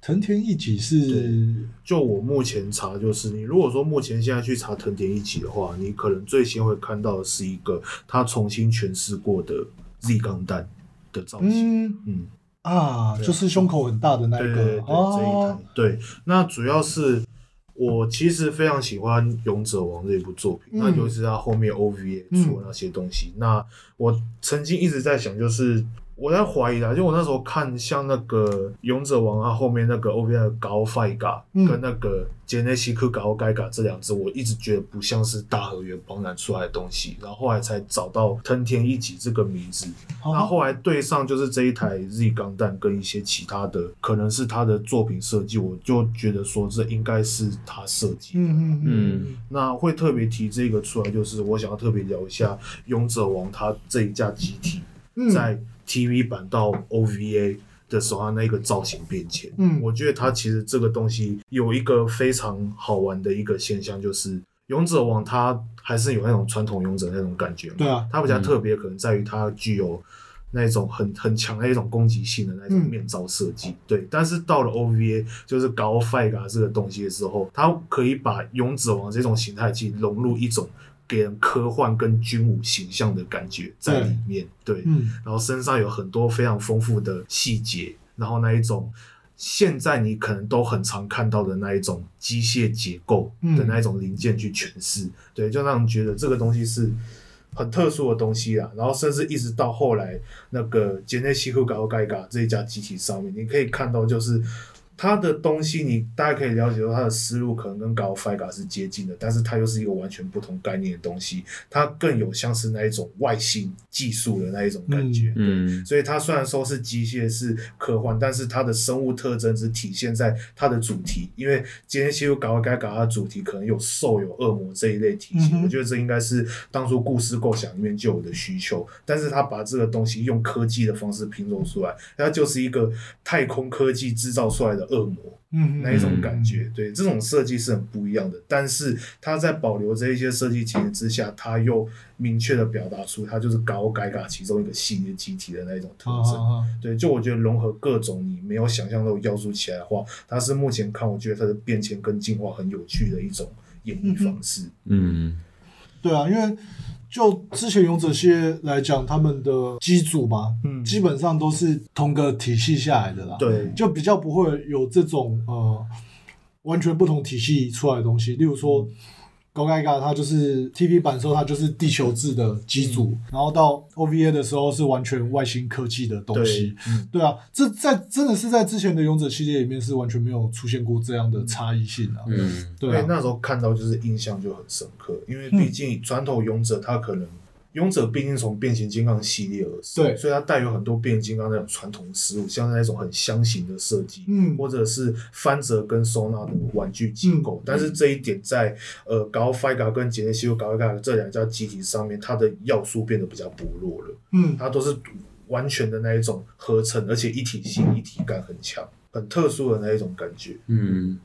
Speaker 2: 藤田一己是，
Speaker 4: 就我目前查，就是你如果说目前现在去查藤田一起的话，你可能最先会看到的是一个他重新诠释过的 Z 钢弹的造型。
Speaker 2: 嗯
Speaker 4: 嗯，
Speaker 2: 啊，
Speaker 4: 对啊
Speaker 2: 就是胸口很大的那
Speaker 4: 对
Speaker 2: 一
Speaker 4: 对
Speaker 2: 个
Speaker 4: 对，对这一
Speaker 2: 哦
Speaker 4: 台，对。那主要是我其实非常喜欢《勇者王》这一部作品，
Speaker 2: 嗯
Speaker 4: 那尤其是他后面 OVA
Speaker 2: 嗯
Speaker 4: 出的那些东西。那我曾经一直在想，就是我在怀疑啦，啊就我那时候看像那个《勇者王》啊，后面那个 OVA 的高 f i g a
Speaker 2: 嗯
Speaker 4: 跟那个杰内西克高盖嘎这两只，我一直觉得不像是大和原帮然出来的东西，然后后来才找到藤田一己这个名字。
Speaker 2: 好
Speaker 4: 那后来对上就是这一台 Z 钢弹跟一些其他的，可能是他的作品设计，我就觉得说这应该是他设计的。
Speaker 2: 嗯嗯嗯
Speaker 3: 嗯
Speaker 4: 那会特别提这个出来，就是我想要特别聊一下《勇者王》它这一架机体
Speaker 2: 嗯，
Speaker 4: 在 TV 版到 OVA 的时候，它那个造型变迁。
Speaker 2: 嗯
Speaker 4: 我觉得它其实这个东西有一个非常好玩的一个现象，就是勇者王它还是有那种传统勇者那种感觉嘛。
Speaker 2: 对啊
Speaker 4: 它比较特别，可能在于它具有那种很很强的一种攻击性的那种
Speaker 2: 嗯
Speaker 4: 面罩设计。对，但是到了 OVA 就是高 f i g a 这个东西的时候，它可以把勇者王这种形态去融入一种。给人科幻跟军武形象的感觉在里面。对，
Speaker 2: 嗯，
Speaker 4: 然后身上有很多非常丰富的细节，然后那一种现在你可能都很常看到的那一种机械结构的那一种零件去诠释，对，就让人觉得这个东西是很特殊的东西啊。然后甚至一直到后来那个杰内西库高盖嘎这一家集体上面，你可以看到就是。它的东西，你大家可以了解到，它的思路可能跟 g a l f i g a 是接近的，但是它又是一个完全不同概念的东西，它更有像是那一种外星技术的那一种感觉。对
Speaker 3: 嗯，
Speaker 4: 所以它虽然说是机械是科幻，但是它的生物特征只体现在它的主题，因为今天西游搞该搞它的主题可能有兽有恶魔这一类题
Speaker 2: 嗯
Speaker 4: 型，
Speaker 2: 哼
Speaker 4: 我觉得这应该是当初故事构想里面就有的需求，但是它把这个东西用科技的方式拼凑出来，它就是一个太空科技制造出来的恶魔。
Speaker 2: 嗯，
Speaker 4: 那一种感觉。对，这种设计是很不一样的，但是它在保留这一些设计情节之下，它又明确的表达出它就是高改嘎其中一个系列机体的那一种特
Speaker 2: 啊
Speaker 4: 征。
Speaker 2: 啊
Speaker 4: 对，就我觉得融合各种你没有想象到的要素起来的话，它是目前看我觉得它的变迁跟进化很有趣的一种演绎方式。
Speaker 3: 嗯，
Speaker 2: 对啊，因为就之前勇者系列来讲，他们的机组嘛，
Speaker 4: 嗯
Speaker 2: 基本上都是同个体系下来的啦，，
Speaker 4: 对，
Speaker 2: 就比较不会有这种呃完全不同体系出来的东西。例如说，
Speaker 4: 嗯
Speaker 2: 高盖嘎它就是 TV 版的时候，它就是地球制的机组，
Speaker 4: 嗯
Speaker 2: 然后到 OVA 的时候是完全外星科技的东西
Speaker 4: 对。，嗯，
Speaker 2: 对啊，这在真的是在之前的勇者系列里面是完全没有出现过这样的差异性啊。
Speaker 3: 嗯，
Speaker 2: 对啊
Speaker 4: 哎
Speaker 2: 嗯
Speaker 4: 因为，那时候看到就是印象就很深刻，因为毕竟传统勇者他可能、勇者毕竟从变形金刚系列而生，
Speaker 2: 对
Speaker 4: 所以它带有很多变形金刚那种传统思路，像是那种很箱型的设计，
Speaker 2: 嗯
Speaker 4: 或者是翻折跟收纳的玩具机构。但
Speaker 2: 嗯
Speaker 4: 是这一点在呃高 Figa 跟杰内西欧高 Figa 这两家机体上面，它的要素变得比较薄弱了，
Speaker 2: 嗯，
Speaker 4: 它都是完全的那一种合成，而且一体性、一体感很强，很特殊的那一种感觉。
Speaker 3: 嗯，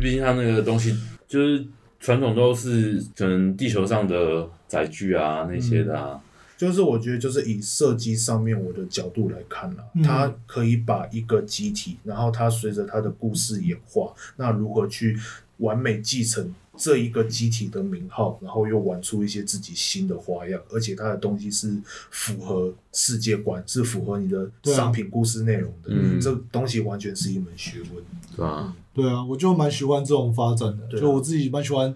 Speaker 3: 毕竟它那个东西就是传统都是可能地球上的载具啊那些的啊，
Speaker 4: 就是我觉得，就是以设计上面我的角度来看啦，
Speaker 2: 嗯
Speaker 4: 它可以把一个机体，然后它随着它的故事演化，那如何去完美继承这一个机体的名号，然后又玩出一些自己新的花样，而且它的东西是符合世界观，是符合你的
Speaker 2: 对啊
Speaker 4: 商品故事内容的。
Speaker 3: 嗯
Speaker 4: 这东西完全是一门学问。
Speaker 3: 对吧？
Speaker 2: 对啊，我就蛮喜欢这种发展的，
Speaker 4: 对啊
Speaker 2: 就我自己蛮喜欢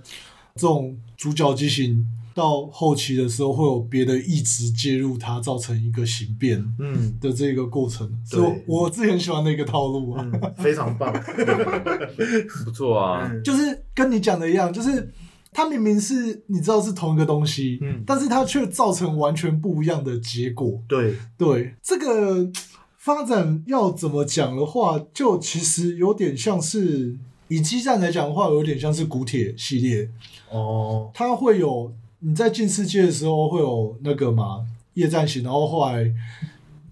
Speaker 2: 这种主角机型到后期的时候会有别的意志介入它，造成一个形变
Speaker 4: 嗯
Speaker 2: 的这个过程，是
Speaker 4: 对
Speaker 2: 我我自己很喜欢的一个套路啊，
Speaker 4: 嗯， 非常棒。
Speaker 3: 不错啊，
Speaker 4: 嗯
Speaker 2: 就是跟你讲的一样，就是。它明明是你知道是同一个东西，
Speaker 4: 嗯
Speaker 2: 但是它却造成完全不一样的结果。
Speaker 4: 对，
Speaker 2: 对这个发展要怎么讲的话，就其实有点像是以基站来讲的话，有点像是古铁系列，
Speaker 4: 哦，
Speaker 2: 它会有你在进世界的时候会有那个嘛夜战型，然后后来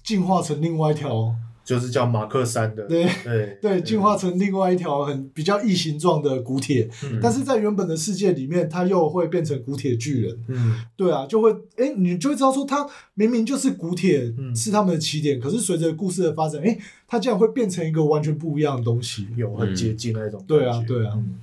Speaker 2: 进化成另外一条，
Speaker 4: 就是叫马克三的。
Speaker 2: 对
Speaker 4: 对
Speaker 2: 对，进化成另外一条很比较异形状的古铁，
Speaker 4: 嗯
Speaker 2: 但是在原本的世界里面，它又会变成古铁巨人。
Speaker 4: 嗯
Speaker 2: 对啊，就会哎、诶你就会知道说，它明明就是古铁
Speaker 4: 嗯
Speaker 2: 是他们的起点，可是随着故事的发展，哎、它竟然会变成一个完全不一样的东西，
Speaker 4: 有很接近那一种感觉、
Speaker 2: 对啊对啊
Speaker 4: 嗯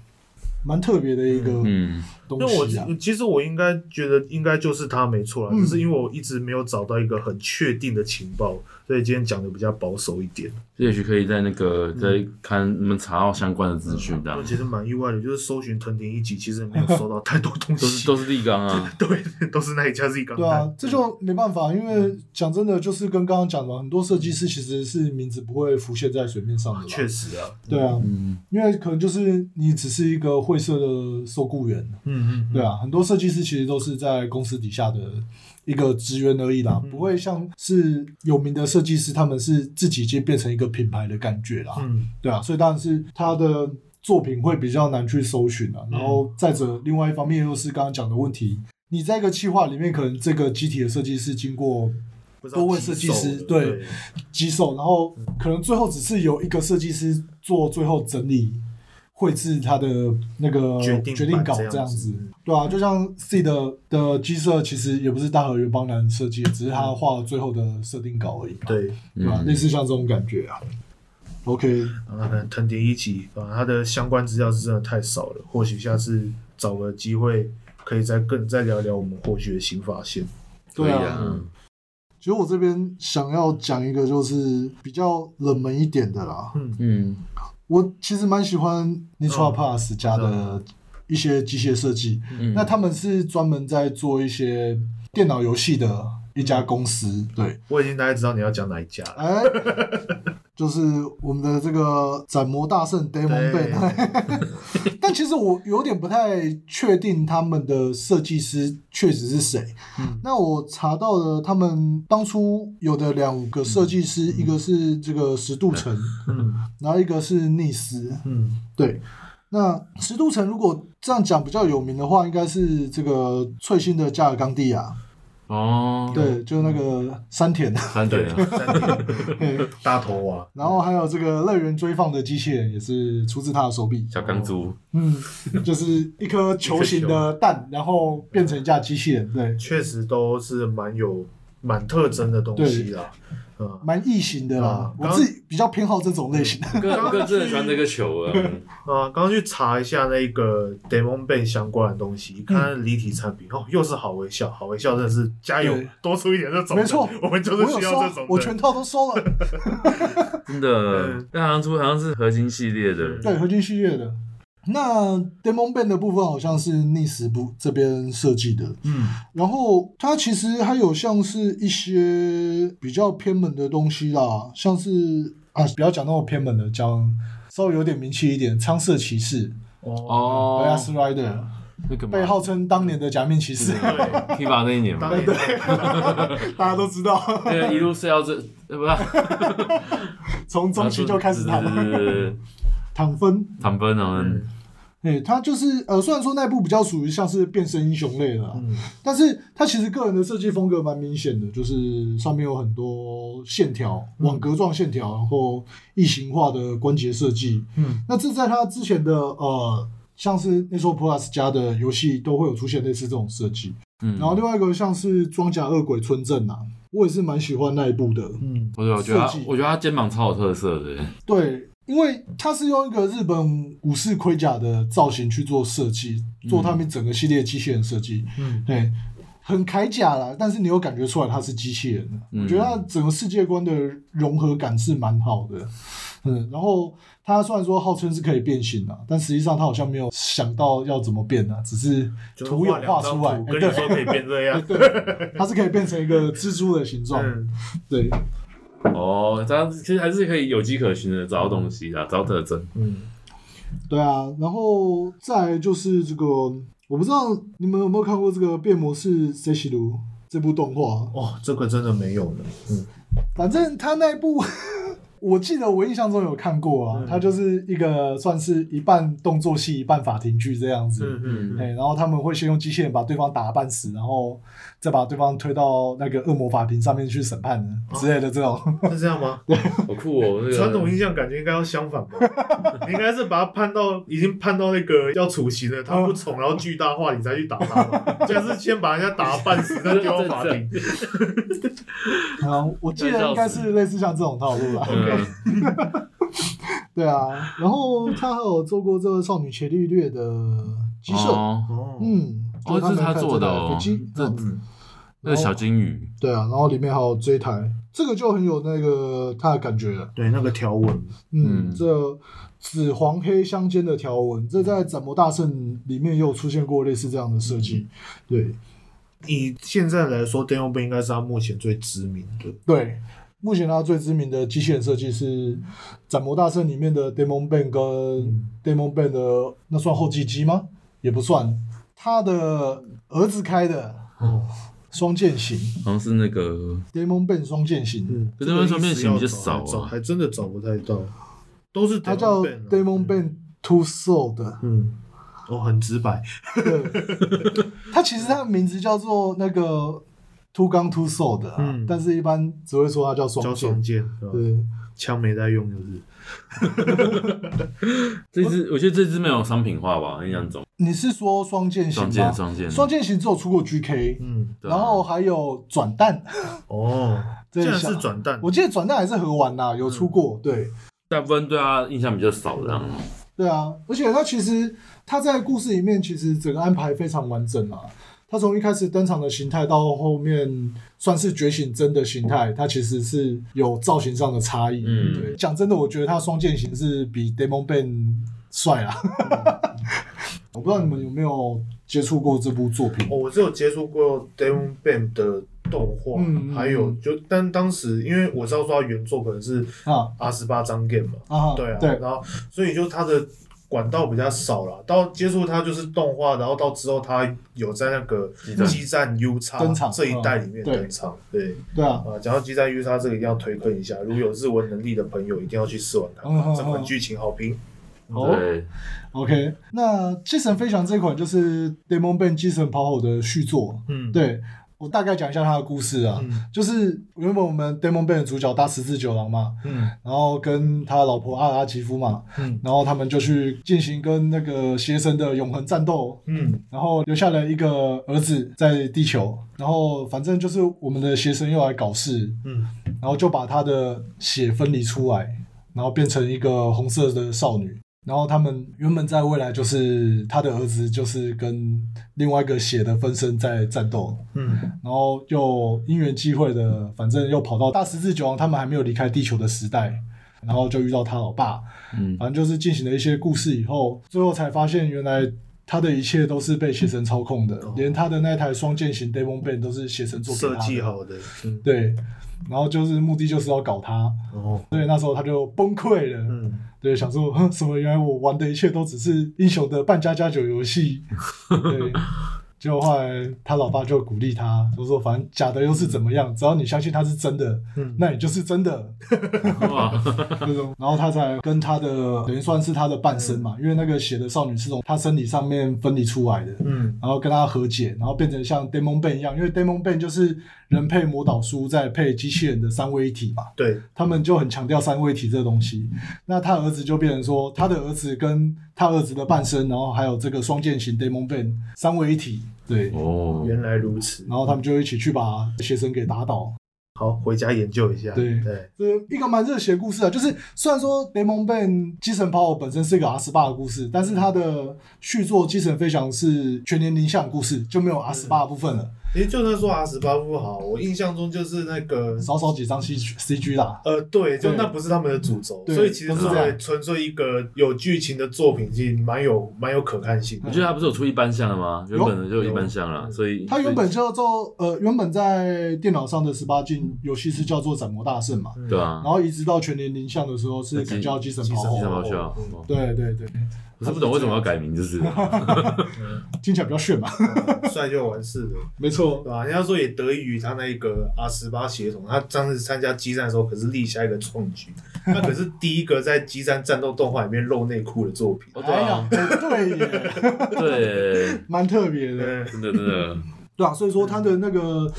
Speaker 2: 蛮特别的一个
Speaker 3: 嗯
Speaker 2: 东
Speaker 4: 那我
Speaker 2: 西啊。
Speaker 4: 其实我应该觉得应该就是他没错啦，
Speaker 2: 嗯
Speaker 4: 只是因为我一直没有找到一个很确定的情报，所以今天讲的比较保守一点。
Speaker 3: 也许可以在那个再看你们查到相关的资讯的啊
Speaker 4: 我，其实蛮意外的，就是搜寻藤田一集，其实没有收到太多东
Speaker 3: 都 是
Speaker 4: 西，
Speaker 3: 都是立纲啊，
Speaker 4: 对，都是那一家是一钢
Speaker 2: 对
Speaker 4: 蛋
Speaker 2: 啊，这就没办法，因
Speaker 4: 嗯
Speaker 2: 为讲真的，就是跟刚刚讲的嘛，很多设计师其实是名字不会浮现在水面上的啦。
Speaker 4: 确实啊，
Speaker 2: 对啊，
Speaker 3: 嗯
Speaker 2: 因为可能就是你只是一个会社的受雇员，
Speaker 4: 嗯嗯，
Speaker 2: 对啊，很多设计师其实都是在公司底下的一个职员而已啦，
Speaker 4: 嗯
Speaker 2: 不会像是有名的设计师，他们是自己已经变成一个品牌的感觉啦，
Speaker 4: 嗯
Speaker 2: 对啊，所以当然是他的作品会比较难去搜寻
Speaker 4: 嗯
Speaker 2: 啊。然后再者，另外一方面又是刚刚讲的问题，你在一个企划里面，可能这个机体的设计师经过
Speaker 4: 不知道
Speaker 2: 多位设计师
Speaker 4: 几手了
Speaker 2: 对
Speaker 4: 对，
Speaker 2: 几手，然后
Speaker 4: 嗯
Speaker 2: 可能最后只是由一个设计师做最后整理。绘制他的那个
Speaker 4: 决定版
Speaker 2: 决定稿
Speaker 4: 这样
Speaker 2: 这样子
Speaker 4: 子，
Speaker 2: 对啊，就像 C 的的鸡舍其实也不是大和原邦男设计，只是他画最后的设定稿而已嘛，
Speaker 4: 嗯对，
Speaker 2: 对
Speaker 3: 嗯
Speaker 2: 吧、类似像这种感觉啊。OK，
Speaker 4: 啊，可能藤田一集啊，它的相关资料是真的太少了，或许下次找个机会可以再更再聊聊我们后续的新发现。
Speaker 3: 可以
Speaker 2: 对啊
Speaker 3: 啊，
Speaker 2: 其实我这边想要讲一个就是比较冷门一点的啦，
Speaker 3: 嗯，
Speaker 2: 我其实蛮喜欢 n i t r a Pass 家的一些机械设计。
Speaker 3: 嗯
Speaker 2: 那他们是专门在做一些电脑游戏的一家公司，
Speaker 3: 嗯
Speaker 2: 对，
Speaker 4: 我已经大概知道你要讲哪一家了。
Speaker 2: 哎，就是我们的这个斩魔大圣 Demon
Speaker 4: 对
Speaker 2: Ben。但其实我有点不太确定他们的设计师确实是谁。那我查到了，他们当初有的两个设计师，一个是这个石渡城，
Speaker 4: 嗯
Speaker 2: 然后一个是逆斯。
Speaker 4: 嗯，
Speaker 2: 对，那石渡城如果这样讲比较有名的话，应该是这个最新的加尔冈蒂亚，
Speaker 3: 哦，
Speaker 2: 对，就是那个山田，
Speaker 3: 三点啊，
Speaker 4: 三点大头啊娃，
Speaker 2: 然后还有这个乐园追放的机器人也是出自他的手臂，
Speaker 3: 小钢珠，
Speaker 2: 嗯，就是一颗球形的蛋，然后变成一架机器人，对，
Speaker 4: 确实都是蛮有蛮特征的东西啦。嗯，
Speaker 2: 蛮异形的啦
Speaker 4: 啊，
Speaker 2: 我
Speaker 4: 刚嗯
Speaker 2: 自己比较偏好这种类型的，
Speaker 3: 个个真的喜欢这个球啊，
Speaker 4: 啊，刚刚去查一下那个 Demon Bay 相关的东西，看离体产品、哦，又是好微笑，好微笑真的是加油
Speaker 2: 嗯对，
Speaker 4: 多出一点这种的，
Speaker 2: 没错
Speaker 4: 我们就
Speaker 2: 我
Speaker 4: 是
Speaker 2: 有
Speaker 4: 需
Speaker 2: 收
Speaker 4: 要这种，的。
Speaker 2: 我全套都收了，
Speaker 3: 真的
Speaker 4: 嗯，
Speaker 3: 那好像出好像是合金系列的，
Speaker 2: 对，合金系列的。那 Demon Band 的部分好像是逆时部这边设计的，
Speaker 4: 嗯
Speaker 2: 然后它其实还有像是一些比较偏门的东西啦，像是啊，不要讲那么偏门的，讲稍微有点名气一点，苍色骑士
Speaker 4: 哦，嗯
Speaker 3: 哦
Speaker 2: l a s Rider）
Speaker 3: 那个嘛
Speaker 2: 被号称当年的假面骑士，
Speaker 4: 对，
Speaker 3: Kiva 那一年嘛
Speaker 4: 当，年
Speaker 2: 大家都知道，
Speaker 3: 那个一路是要这，呃不是，
Speaker 2: 从中期就开始谈
Speaker 3: 对对对对对
Speaker 2: 躺分。
Speaker 3: 唐奔啊，
Speaker 4: 嗯
Speaker 2: 对，它就是呃，虽然说那部比较属于像是变身英雄类的啦，
Speaker 4: 嗯
Speaker 2: 但是它其实个人的设计风格蛮明显的，就是上面有很多线条、
Speaker 4: 嗯
Speaker 2: 网格状线条，然后异形化的关节设计。
Speaker 4: 嗯，
Speaker 2: 那这在它之前的呃，像是那时候 Plus 家的游戏都会有出现类似这种设计。
Speaker 3: 嗯，
Speaker 2: 然后另外一个像是装甲恶鬼村镇啊，我也是蛮喜欢那一部的。
Speaker 4: 嗯
Speaker 3: 我觉得我觉得他
Speaker 2: 设计
Speaker 3: 我觉得他肩膀超有特色的，
Speaker 2: 对，因为它是用一个日本武士盔甲的造型去做设计，做他们整个系列机器人设计。
Speaker 4: 嗯
Speaker 2: 对，很铠甲啦，但是你又感觉出来它是机器人的。
Speaker 3: 嗯
Speaker 2: 我觉得它整个世界观的融合感是蛮好的。嗯，然后它虽然说号称是可以变形啊，但实际上它好像没有想到要怎么变啊，只是
Speaker 4: 就是
Speaker 2: 图有画
Speaker 4: 两张
Speaker 2: 出来，
Speaker 4: 图
Speaker 2: 哎
Speaker 4: 跟你说可以变这样，
Speaker 2: 对，它是可以变成一个蜘蛛的形状。
Speaker 4: 嗯
Speaker 2: 对，
Speaker 3: 哦，这样其实还是可以有迹可循的找到东西的，找到特征，
Speaker 4: 嗯，
Speaker 2: 对啊，然后再来就是这个，我不知道你们有没有看过这个《变魔士 C 西卢》这部动画，
Speaker 4: 哦，这个真的没有呢，嗯
Speaker 2: 反正他那一部， 我记得我印象中有看过啊，
Speaker 4: 嗯
Speaker 2: 他就是一个算是一半动作戏一半法庭剧这样子。
Speaker 4: 嗯
Speaker 2: 哎、然后他们会先用机器人把对方打得半死，然后再把对方推到那个恶魔法庭上面去审判之类的这种。
Speaker 4: 嗯，是这样吗？
Speaker 3: 好酷哦，那个
Speaker 4: 传统印象感觉应该要相反 吧，你应该是把他判到已经判到那个要处刑了，他不从，然后巨大化，你再去打他吧， 就是先把人家打半死，再丢到法庭。
Speaker 2: 嗯，我记得应该是类似像这种套路吧。
Speaker 3: 嗯
Speaker 2: 对啊，然后他还有做过这个《少女伽利略》的鸡舍，
Speaker 3: 哦，
Speaker 4: 哦，
Speaker 2: 嗯，
Speaker 3: 哦，
Speaker 2: 就
Speaker 3: 这是
Speaker 2: 他
Speaker 3: 他
Speaker 2: 们
Speaker 3: 做的哦
Speaker 2: 飞机，，
Speaker 3: 这
Speaker 2: 嗯
Speaker 3: 那个小金鱼，
Speaker 2: 对啊，然后里面还有这一台，这个就很有那个它的感觉了。
Speaker 4: 对，那个条纹，
Speaker 2: 嗯，
Speaker 3: 嗯
Speaker 2: 这紫黄黑相间的条纹，这在《斩魔大圣》里面也有出现过类似这样的设
Speaker 3: 嗯
Speaker 2: 计。对
Speaker 4: 以现在来说 d a n o b 应该是他目前最知名的。
Speaker 2: 对，目前它最知名的机器人设计是《斩魔大圣》里面的 Demon Band 跟
Speaker 4: 嗯
Speaker 2: Demon Band 的那算后继机吗？也不算，他的儿子开的
Speaker 4: 哦，
Speaker 2: 双剑型
Speaker 3: 好像是那个
Speaker 2: Demon Band 双剑型，
Speaker 4: 嗯，
Speaker 3: 可是那边说面型比较少
Speaker 4: 少找
Speaker 3: 啊
Speaker 4: 还真的找不太到，都是
Speaker 2: 它叫 Demon
Speaker 4: Band 啊。
Speaker 2: Band Two Soul 的。
Speaker 4: 嗯，哦，很直白。
Speaker 2: 对， 它其实它的名字叫做那个 Two 刚 Two Soul 的、啊，
Speaker 4: 嗯
Speaker 2: 但是一般只会说它叫
Speaker 4: 叫
Speaker 2: 双
Speaker 4: 双
Speaker 2: 剑。
Speaker 4: 剑，对吧
Speaker 2: 对，
Speaker 4: 枪没在用就是。
Speaker 3: 这只，我觉得这只没有商品化吧，印象中
Speaker 2: 你是说双剑型
Speaker 3: 双
Speaker 2: 吗？
Speaker 3: 剑双剑
Speaker 2: 双剑型只有出过 GK，、
Speaker 4: 嗯，
Speaker 3: 对啊嗯
Speaker 2: 然后还有转蛋，
Speaker 4: 哦，
Speaker 2: 这
Speaker 4: 竟
Speaker 2: 一
Speaker 4: 然
Speaker 2: 项
Speaker 4: 是转蛋，
Speaker 3: 嗯
Speaker 2: 我记得转蛋还是合玩呐、有出过。对，
Speaker 3: 大部分对它印象比较少这样，
Speaker 2: 对啊，而且他其实他在故事里面其实整个安排非常完整啊。他从一开始登场的形态到后面算是觉醒真的形态，它其实是有造型上的差异。
Speaker 3: 嗯
Speaker 2: 对，讲真的，我觉得他双剑型是比 Demon Ben 帅啊。
Speaker 3: 嗯
Speaker 2: 我不知道你们有没有接触过这部作品？
Speaker 4: 哦我只有接触过 Demon Band 的动画，
Speaker 2: 嗯嗯
Speaker 4: 还有就但当时因为我知道说它原作可能是
Speaker 2: 啊
Speaker 4: 阿十八张 game 嘛，
Speaker 2: 啊，
Speaker 4: 对啊，
Speaker 2: 对
Speaker 4: 然后所以就它的管道比较少了，到接触它就是动画，然后到之后它有在那个
Speaker 3: 激战
Speaker 4: 激战 U 叉
Speaker 2: 登场
Speaker 4: 这一代里面
Speaker 2: 嗯对
Speaker 4: 登场，对
Speaker 2: 对啊，
Speaker 4: 啊，讲到激战 U 叉这个一定要推坑一下，如果有日文能力的朋友一定要去试玩
Speaker 2: 嗯嗯
Speaker 4: 看，
Speaker 2: 嗯
Speaker 4: 这款剧情好评，
Speaker 2: 好
Speaker 3: 对，
Speaker 2: ，OK。那《继承飞翔》这款就是 Demon Ben 继承跑吼的续作。
Speaker 4: 嗯，
Speaker 2: 对我大概讲一下他的故事啊，
Speaker 4: 嗯
Speaker 2: 就是原本我们 Demon Ben 的主角大十字九郎嘛，
Speaker 4: 嗯
Speaker 2: 然后跟他老婆阿拉吉夫嘛，
Speaker 4: 嗯
Speaker 2: 然后他们就去进行跟那个邪神的永恒战斗，
Speaker 4: 嗯
Speaker 2: 然后留下了一个儿子在地球，然后反正就是我们的邪神又来搞事，
Speaker 4: 嗯
Speaker 2: 然后就把她的血分离出来，然后变成一个红色的少女。然后他们原本在未来就是他的儿子就是跟另外一个血的分身在战斗，
Speaker 4: 嗯
Speaker 2: 然后又因缘际会的，反正又跑到大十字九王他们还没有离开地球的时代，然后就遇到他老爸，
Speaker 3: 嗯，
Speaker 2: 反正就是进行了一些故事以后，最后才发现原来他的一切都是被邪神操控的，连他的那台双剑型 Demon b a n 都是邪神做给
Speaker 4: 哦设
Speaker 2: 他
Speaker 4: 计
Speaker 2: 的，
Speaker 4: 好的，嗯，
Speaker 2: 对，然后就是目的就是要搞他，
Speaker 3: 哦
Speaker 4: 然后
Speaker 2: 所以那时候他就崩溃了，
Speaker 4: 嗯。
Speaker 2: 对，想说哼什么？原来我玩的一切都只是英雄的半加加九游 戏。对，结果后来他老爸就鼓励他，就说反正假的又是怎么样，只要你相信他是真的，
Speaker 4: 嗯
Speaker 2: 那你就是真 的
Speaker 3: 哇，
Speaker 2: 那种。然后他才跟他的等于算是他的半身嘛，因为那个血的少女是从他身体上面分离出来的。
Speaker 4: 嗯
Speaker 2: 然后跟他和解，然后变成像 Demon b a n 一样，因为 Demon b a n 就是人配魔导书，再配机器人的三位一体嘛。，
Speaker 4: 对，
Speaker 2: 他们就很强调三位一体这东西。那他儿子就变成说，他的儿子跟他儿子的半身，然后还有这个双剑型 Demon Ben 三位一体，对。
Speaker 3: 哦，
Speaker 4: 原来如此。
Speaker 2: 然后他们就一起去把邪神给打倒，
Speaker 4: 好，回家研究一下。
Speaker 2: 对
Speaker 4: 对，
Speaker 2: 这一个蛮热血的故事啊。就是虽然说《雷蒙 Ben 基神跑》本身是一个 R 十八的故事，但是它的续作《基神飞翔》是全年龄向的故事，就没有 R 十八的部分了，
Speaker 4: 其实就算说 R 十八不好，我印象中就是那个
Speaker 2: 少少几张 C C G 啦。
Speaker 4: 呃，对，就
Speaker 2: 对
Speaker 4: 那不是他们的主轴，
Speaker 2: 对
Speaker 4: 所以其实
Speaker 2: 都是
Speaker 4: 作
Speaker 2: 这样
Speaker 4: 为纯粹一个有剧情的作品，其实蛮有蛮有可看性
Speaker 3: 我
Speaker 4: 的。
Speaker 3: 觉得他不是有出一般项了吗？原本的就有一般项了，
Speaker 4: 有
Speaker 3: 所以
Speaker 2: 它原本叫做呃，原本在电脑上的十八禁游戏是叫做《斩魔大圣》嘛，
Speaker 3: 对啊
Speaker 2: 然，后移植到全年龄向的时候是
Speaker 3: 鸡
Speaker 2: 改叫基神
Speaker 4: 鸡
Speaker 2: 跑
Speaker 4: 神
Speaker 3: 非常
Speaker 2: 后，
Speaker 3: 好笑。哦
Speaker 2: 对对对，
Speaker 3: 我是不懂为什么要改名，就是了
Speaker 2: 听起来比较炫嘛，
Speaker 4: 帅就完事了，
Speaker 2: 没错
Speaker 4: 对，吧？人家说也得益于他那一个 R 十八协同，他当时参加激战的时候可是立下一个创 举，那可是第一个在激战战斗动画里面露内裤的作品。
Speaker 3: 哦对
Speaker 2: 哎
Speaker 3: 啊
Speaker 2: 呀，，对耶，
Speaker 3: 对，
Speaker 2: 蛮特别的，
Speaker 4: 对，
Speaker 3: 真的真的，
Speaker 2: 对啊，所以说它的那个。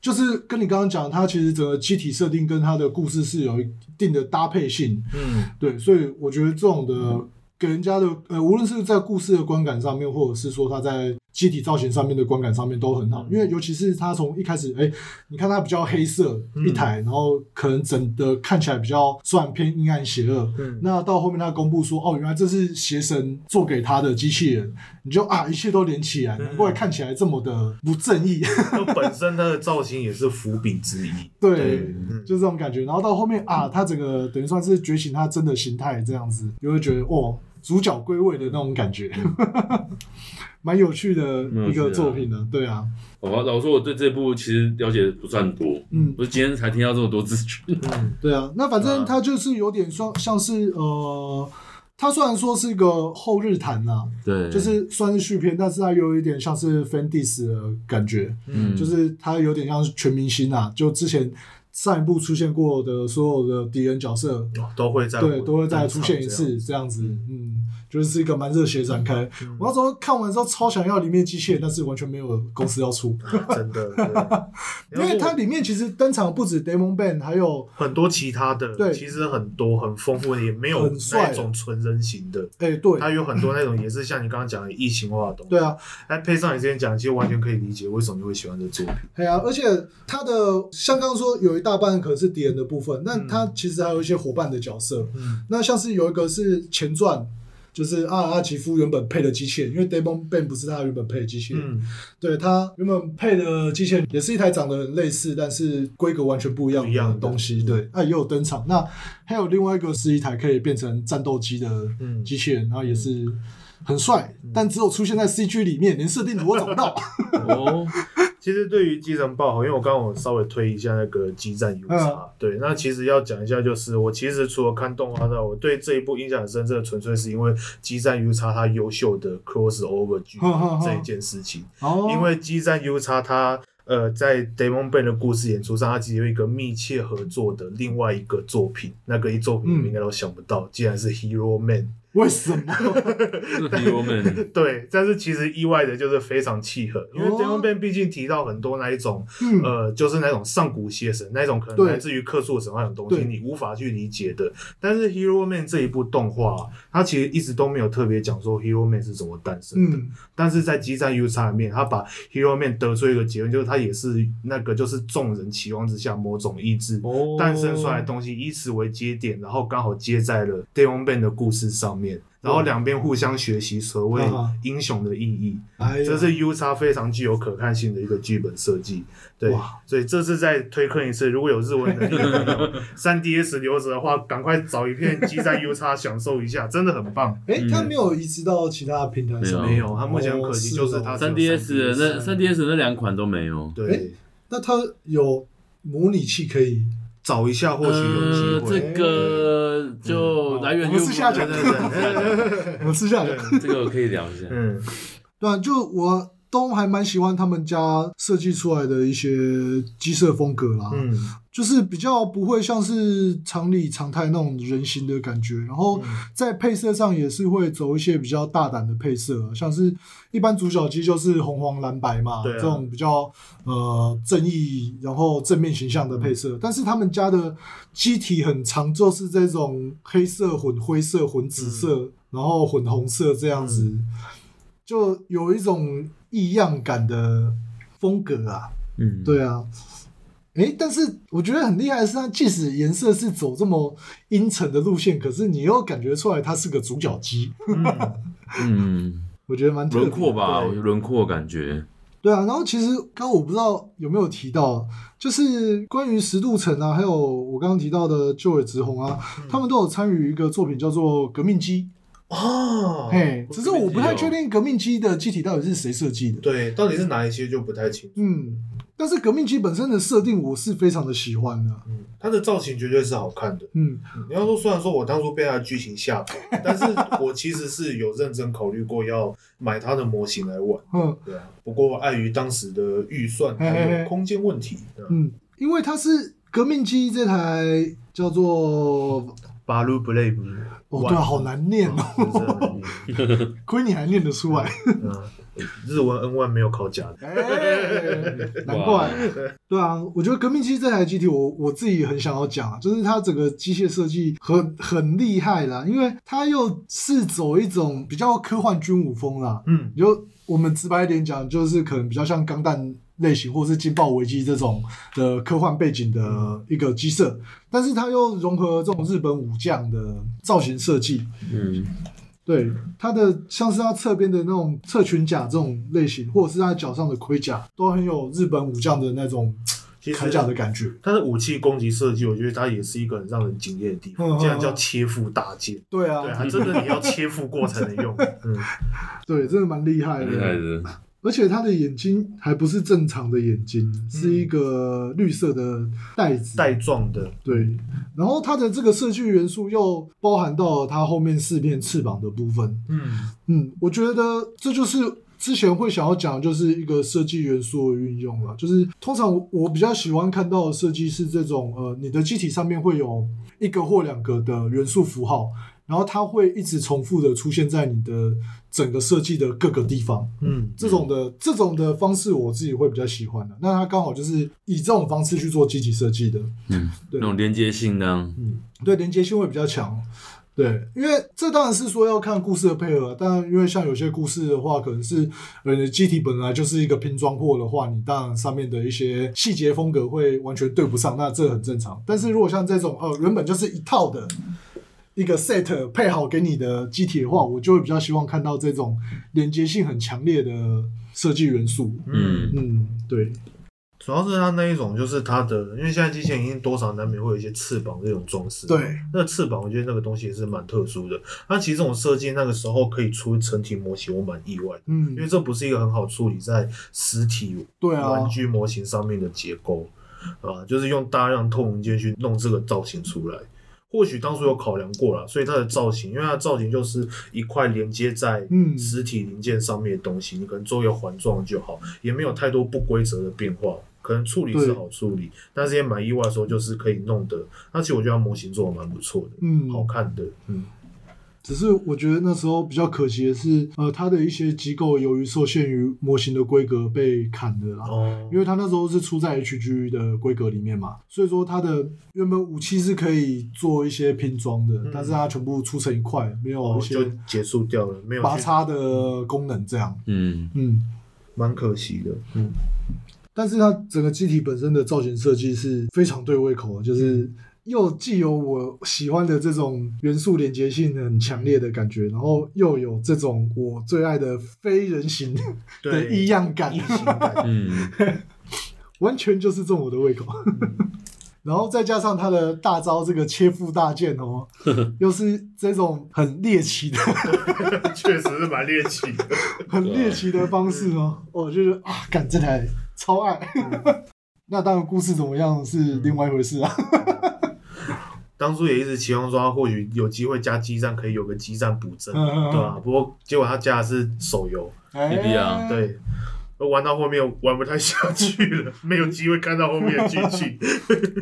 Speaker 2: 就是跟你刚刚讲，它其实整个机体设定跟它的故事是有一定的搭配性，
Speaker 4: 嗯
Speaker 2: 对，所以我觉得这种的给人家的呃，无论是在故事的观感上面，或者是说他在机体造型上面的观感上面都很好，因为尤其是他从一开始，哎、你看他比较黑色一
Speaker 4: 嗯
Speaker 2: 台，然后可能整的看起来比较虽然偏阴暗邪恶，
Speaker 4: 嗯
Speaker 2: 那到后面他公布说，哦，原来这是邪神做给他的机器人，你就啊，一切都连起来，难怪看起来这么的不正义，
Speaker 4: 那本身它的造型也是伏笔之一。
Speaker 2: 对。
Speaker 4: 嗯
Speaker 2: 就这种感觉。然后到后面啊，他整个等于算是觉醒他真的形态这样子，你会觉得哦，主角归位的那种感觉， 蛮有趣的一个作品呢。对啊，
Speaker 3: 我老实说我对这部其实了解不算多，
Speaker 2: 嗯，
Speaker 3: 我今天才听到这么多资讯。
Speaker 2: 对啊。那反正
Speaker 3: 啊
Speaker 2: 他就是有点像像是呃。他虽然说是一个后日谈呐、
Speaker 3: 对，
Speaker 2: 就是算是续篇，但是他有一点像是 Fendis 的感觉，
Speaker 3: 嗯
Speaker 2: 就是他有点像是全明星啊，就之前上一部出现过的所有的敌人角色，
Speaker 4: 哦都会在
Speaker 2: 对，都会再出现一次这样子，嗯，就是一个蛮热血的展开。我那时候看完之后超想要里面机器人，但是完全没有公司要出，
Speaker 4: 真的，对
Speaker 2: 因为它里面其实登场不止 Demon Band，还有
Speaker 4: 很多其他 的，
Speaker 2: 对
Speaker 4: 其实很多很丰富的，也没有
Speaker 2: 很帅
Speaker 4: 那种纯人型的，
Speaker 2: 哎、对
Speaker 4: 它有很多那种也是像你刚刚讲的异形化的东西。
Speaker 2: 对啊，
Speaker 4: 哎，配上你之前讲，其实完全可以理解为什么你会喜欢这作品。
Speaker 2: 哎呀、而且它的像刚刚说有一大半可能是敌人的部分，那它其实还有一些伙伴的角色，
Speaker 4: 嗯
Speaker 2: 那像是有一个是前传。就是啊阿尔阿奇夫原本配的机器人，因为 Demon b a n 不是他原本配的机器人，
Speaker 4: 嗯，
Speaker 2: 对他原本配的机器人也是一台长得很类似，但是规格完全不一样
Speaker 4: 不一样的嗯
Speaker 2: 东西。对，啊那、也有登场。那还有另外一个是一台可以变成战斗机的
Speaker 4: 嗯
Speaker 2: 机器人，然后也是很帅，但只有出现在 CG 里面，连设定图都找不到。
Speaker 3: 哦，
Speaker 4: 其实对于继承爆红，因为我刚刚我稍微推一下那个激战 U 叉、
Speaker 2: 嗯
Speaker 4: 对，那其实要讲一下，就是我其实除了看动画的，我对这一部印象很深，真的纯粹是因为激战 U 叉它优秀的 crossover 剧
Speaker 2: 哼哼哼
Speaker 4: 这一件事情，
Speaker 2: 哦，
Speaker 4: 因为激战 U 叉它。呃，在 Demon b a n 的故事演出上，它其实有一个密切合作的另外一个作品，那个一作
Speaker 2: 嗯
Speaker 4: 品你们应该都想不到，竟然是 Hero Man。
Speaker 2: 为什么？
Speaker 3: 是 Hero Man，
Speaker 4: 对，但是其实意外的就是非常契合，因为
Speaker 2: 哦
Speaker 4: Demon b a n 毕竟提到很多那一种
Speaker 2: 嗯，
Speaker 4: 呃，就是那种上古邪神，那种可能
Speaker 2: 对
Speaker 4: 来自于克苏神话那种东西，
Speaker 2: 对
Speaker 4: 你无法去理解的。但是《Hero Man》这一部动画、啊，它其实一直都没有特别讲说 Hero Man 是怎么诞生的。
Speaker 2: 嗯，
Speaker 4: 但是在《激战 U 叉》里面，他把 Hero Man 得出一个结论，就是他也是那个就是众人期望之下某种意志
Speaker 2: 哦
Speaker 4: 诞生出来的东西，以此为节点，然后刚好接在了 Demon Man 的故事上面，然后两边互相学习所谓
Speaker 2: 啊哈
Speaker 4: 英雄的意义。
Speaker 2: 哎呀，
Speaker 4: 这是 U 叉非常具有可看性的一个剧本设计，对
Speaker 2: 哇，
Speaker 4: 所以这次再推坑一次，如果有日文能 力的三 DS 留着的话，赶快找一片积在 U 叉享受一下，真的很棒。
Speaker 2: 哎、
Speaker 3: 嗯
Speaker 2: 他没有移植到其他平台上，
Speaker 4: 没有，它目前很可惜就是它
Speaker 2: 哦
Speaker 4: 只有
Speaker 3: 三 DS 的那三
Speaker 4: 3DS
Speaker 3: DS 的那两款都没有。
Speaker 4: 对，
Speaker 2: 那它有模拟器可以，
Speaker 4: 找一下或许有
Speaker 3: 呃，
Speaker 4: 机会。
Speaker 3: 这个就来源
Speaker 2: 我
Speaker 3: 于
Speaker 2: 们私下
Speaker 4: 对
Speaker 2: 讲
Speaker 4: 对对对，
Speaker 2: 我们私下讲。
Speaker 4: 对
Speaker 3: 这个我可以聊一下。
Speaker 4: 嗯，
Speaker 2: 对啊，就我都还蛮喜欢他们家设计出来的一些机设风格啦，
Speaker 4: 嗯，
Speaker 2: 就是比较不会像是常理常态那种人形的感觉，然后
Speaker 4: 嗯
Speaker 2: 在配色上也是会走一些比较大胆的配色，啊像是一般主角机就是红黄蓝白嘛，
Speaker 4: 对啊
Speaker 2: 这种比较呃正义然后正面形象的配
Speaker 4: 嗯
Speaker 2: 色，但是他们家的机体很长，就是这种黑色混灰色混紫色，
Speaker 4: 嗯
Speaker 2: 然后混红色这样子，就有一种异样感的风格啊，
Speaker 3: 嗯，
Speaker 2: 对啊。诶，但是我觉得很厉害的是，它即使颜色是走这么阴沉的路线，可是你又感觉出来它是个主角机，
Speaker 4: 嗯
Speaker 3: 嗯，
Speaker 2: 我觉得蛮特别
Speaker 3: 轮
Speaker 2: 的
Speaker 3: 廓吧，
Speaker 4: 对
Speaker 3: 轮廓感觉，
Speaker 2: 对啊，然后其实刚刚我不知道有没有提到，就是关于石渡城啊，还有我刚刚提到的旧尾直弘啊，
Speaker 3: 嗯
Speaker 2: 他们都有参与一个作品叫做《革命机》
Speaker 4: 哦，
Speaker 2: 嘿，只是我不太
Speaker 3: 革命机
Speaker 2: 确
Speaker 3: 哦
Speaker 2: 定《革命机》的机体到底是谁设计的。
Speaker 4: 对，到底是哪一些就不太清楚。
Speaker 2: 嗯，但是《革命机》本身的设定我是非常的喜欢的。
Speaker 4: 嗯，它的造型绝对是好看的。
Speaker 2: 嗯，
Speaker 4: 你要说，虽然说我当初被它的剧情吓 跑，但是我其实是有认真考虑过要买它的模型来玩，
Speaker 2: 嗯
Speaker 4: 对啊。不过碍于当时的预算
Speaker 2: 嘿嘿嘿
Speaker 4: 还有空间问题，对啊
Speaker 2: 嗯，因为它是《革命机》这台叫做
Speaker 4: Balu Brave，
Speaker 2: 哦，对啊，好难念
Speaker 4: 嗯
Speaker 2: 哦，
Speaker 4: 真
Speaker 2: 亏你还念得出来。
Speaker 4: 的嗯日文 N 1没有考假的，
Speaker 2: 哎，难怪。对啊，我觉得革命机这台机体我，我自己很想要讲啊，就是它整个机械设计很很厉害啦，因为它又是走一种比较科幻军武风啦。
Speaker 4: 嗯
Speaker 2: 你就我们直白一点讲，就是可能比较像钢弹类型或是劲爆危机这种的科幻背景的一个机设，但是它又融合这种日本武将的造型设计，
Speaker 3: 嗯，
Speaker 2: 对它的像是它侧边的那种侧裙甲这种类型，或者是它脚上的盔甲，都很有日本武将的那种
Speaker 4: 其实
Speaker 2: 铠甲的感觉。
Speaker 4: 它的武器攻击设计，我觉得它也是一个很让人惊艳的地
Speaker 2: 嗯
Speaker 4: 方，竟然叫切腹大剑，
Speaker 2: 对啊，
Speaker 4: 对啊，真的你要切腹过才能用，嗯，
Speaker 2: 对，真的蛮厉害
Speaker 3: 很厉害
Speaker 2: 的。
Speaker 3: 的，
Speaker 2: 而且他的眼睛还不是正常的眼睛，是一个绿色的袋子。
Speaker 4: 带状的，
Speaker 2: 对，然后它的这个设计元素又包含到了它后面四片翅膀的部分。
Speaker 4: 嗯
Speaker 2: 嗯，我觉得这就是之前会想要讲，就是一个设计元素的运用了。就是通常我我比较喜欢看到的设计是这种，呃，你的机体上面会有一个或两个的元素符号，然后它会一直重复的出现在你的整个设计的各个地方。
Speaker 4: 嗯。
Speaker 2: 这种的这种的方式，我自己会比较喜欢的。那它刚好就是以这种方式去做机体设计的。
Speaker 3: 嗯，
Speaker 2: 对
Speaker 3: 那种连接性呢，
Speaker 2: 对连接性会比较强。对，因为这当然是说要看故事的配合，但因为像有些故事的话，可能是呃你的机体本来就是一个拼装货的话，你当然上面的一些细节风呃格会完全对不上，那这很正常。但是如果像这种哦、原本就是一套的，一个 set 配好给你的机体的话，我就会比较希望看到这种连接性很强烈的设计元素。
Speaker 3: 嗯
Speaker 2: 嗯，对，
Speaker 4: 主要是它那一种，就是它的，因为现在机器人已经多少难免会有一些翅膀这种装饰。
Speaker 2: 对，
Speaker 4: 那翅膀我觉得那个东西也是蛮特殊的。那其实这种设计那个时候可以出成体模型，我蛮意外的，
Speaker 2: 嗯
Speaker 4: 因，为这不是一个很好处理在实体
Speaker 2: 对啊
Speaker 4: 玩，具模型上面的结构，啊，就是用大量透明件去弄这个造型出来。或许当初有考量过了，所以它的造型，因为它的造型就是一块连接在
Speaker 2: 嗯
Speaker 4: 实体零件上面的东西，你可能周围环状就好，也没有太多不规则的变化。可能处理是
Speaker 2: 对
Speaker 4: 好处理，但是也蛮意外的时候，就是可以弄得。而且我觉得它模型做的蛮不错的，
Speaker 2: 嗯，
Speaker 4: 好看的，嗯，
Speaker 2: 只是我觉得那时候比较可惜的是，呃，它的一些机构由于受限于模型的规格被砍的啦。
Speaker 4: 哦
Speaker 2: 因为它那时候是出在 HG 的规格里面嘛，所以说它的原本武器是可以做一些拼装的，
Speaker 4: 嗯
Speaker 2: 但是它全部出成一块，哦没有一
Speaker 4: 哦就
Speaker 2: 些
Speaker 4: 结束掉了，没有
Speaker 2: 拔
Speaker 4: 去，
Speaker 2: 插的功能这样。
Speaker 3: 嗯，
Speaker 2: 嗯，
Speaker 4: 蛮可惜的，嗯，
Speaker 2: 但是它整个机体本身的造型设计是非常对胃口的，啊就是
Speaker 4: 嗯
Speaker 2: 又既有我喜欢的这种元素连接性很强烈的感觉，然后又有这种我最爱的非人形的
Speaker 4: 对，
Speaker 2: 异样感
Speaker 4: 异，形感，
Speaker 3: 嗯，
Speaker 2: 完全就是中我的胃口。
Speaker 4: 嗯
Speaker 2: 然后再加上它的大招这个切腹大剑 哦，又是这种很猎奇的、
Speaker 4: 确实是蛮猎奇的。
Speaker 2: 很猎奇的方式哦，我就觉得啊，干这台超爱。
Speaker 4: 嗯
Speaker 2: 那当然，故事怎么样是另外一回事啊。
Speaker 4: 当初也一直期望说，他或许有机会加基站，可以有个基站补正，
Speaker 2: 嗯嗯嗯
Speaker 4: 对啊吧、不过结果他加的是手游，
Speaker 2: 哎
Speaker 3: PBR
Speaker 4: 对，玩到后面玩不太下去 了，没有机会看到后面的剧情，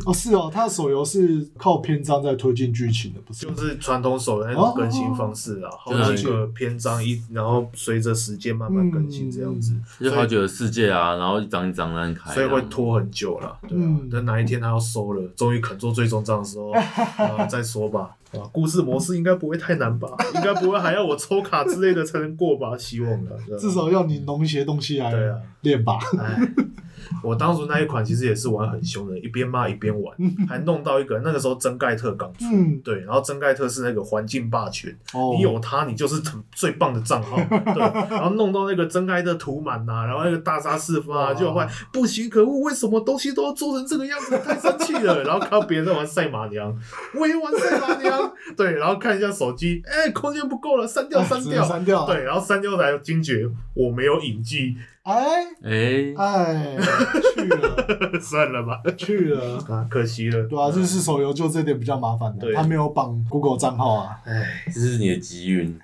Speaker 2: 哦，是哦，它的手游是靠篇章在推进剧情的，不是
Speaker 4: 就？是传统手游那种更新方式
Speaker 2: 哦
Speaker 4: 啦，好几个篇章一，然后随着时间慢慢更新这样子，
Speaker 2: 嗯
Speaker 3: 就好久的世界啊，然后一张一张烂开啊，
Speaker 4: 所以会拖很久了，对啊
Speaker 2: 嗯。
Speaker 4: 等哪一天他要收了，终于肯做最终章的时 候，啊，再说吧。啊，故事模式应该不会太难吧？ 应该不会还要我抽卡之类的才能过吧？希望了，对啊
Speaker 2: 至少要你弄一些东西来
Speaker 4: 对啊
Speaker 2: 练吧。
Speaker 4: 哎， 我当初那一款其实也是玩很凶的，一边骂一边 玩，还弄到一个那个时候真盖特刚出，
Speaker 2: 嗯
Speaker 4: 对，然后真盖特是那个环境霸权，
Speaker 2: 哦，
Speaker 4: 你有它你就是很最棒的 账号，对，然后弄到那个真盖特涂满呐，然后那个大杀四方
Speaker 2: 哇
Speaker 4: 啊，就后来不行，可恶，为什么东西都要做成这个样子，太生气了。 然后看到别人在玩赛马娘，我也玩赛马娘，对，然后看一下手机，哎、空间不够了，删掉，
Speaker 2: 哎
Speaker 4: 删
Speaker 2: 只能
Speaker 4: 掉，
Speaker 2: 删掉。，
Speaker 4: 对，然后删掉才惊觉我没有影技，
Speaker 2: 哎
Speaker 3: 哎，
Speaker 2: 哎，去了
Speaker 4: 算了吧。
Speaker 2: 去了。
Speaker 4: 啊，可惜了。
Speaker 2: 对啊，日式手游就这点比较麻烦的，
Speaker 4: 对
Speaker 2: 它没有绑 Google 账号啊。
Speaker 4: 哎，
Speaker 3: 这是你的机运，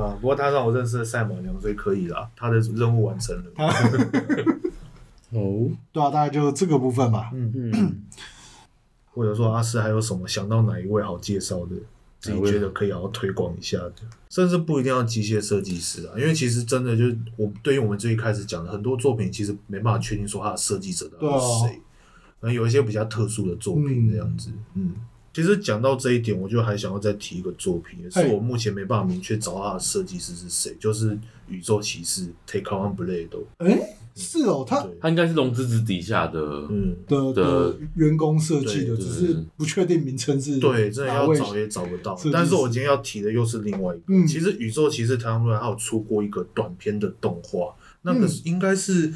Speaker 4: 啊，不过他让我认识了赛马娘，所以可以啦，他的任务完成了。
Speaker 3: 哦，
Speaker 2: 对啊，大概就这个部分吧。
Speaker 3: 嗯，
Speaker 4: 或者说阿斯还有什么想到哪一位好介绍的，自己觉得可以好好推广一下的，甚至不一定要机械设计师啊，因为其实真的就是我对于我们最一开始讲的很多作品，其实没办法确定说它的设计者到底是
Speaker 2: 对啊
Speaker 4: 谁，可能有一些比较特殊的作品
Speaker 2: 嗯
Speaker 4: 这样子，嗯。其实讲到这一点，我就还想要再提一个作品，也是
Speaker 2: 嘿
Speaker 4: 我目前没办法明确找它的设计师是谁，就是《宇宙骑士》Take On Blade。哦
Speaker 2: 哎，是哦，它
Speaker 4: 对，
Speaker 3: 它应该是龙之子底下的，
Speaker 4: 嗯，
Speaker 2: 的的
Speaker 3: 的
Speaker 2: 员工设计的，
Speaker 4: 对
Speaker 2: 只
Speaker 3: 对
Speaker 2: 是不确定名称是
Speaker 4: 对，真的
Speaker 2: 哪
Speaker 4: 要
Speaker 2: 位
Speaker 4: 找也找不到
Speaker 2: 设计师。
Speaker 4: 但是我今天要提的又是另外一个。
Speaker 2: 嗯
Speaker 4: 其实《宇宙骑士》台湾论还有出过一个短片的动画，那个
Speaker 2: 嗯
Speaker 4: 是应该是。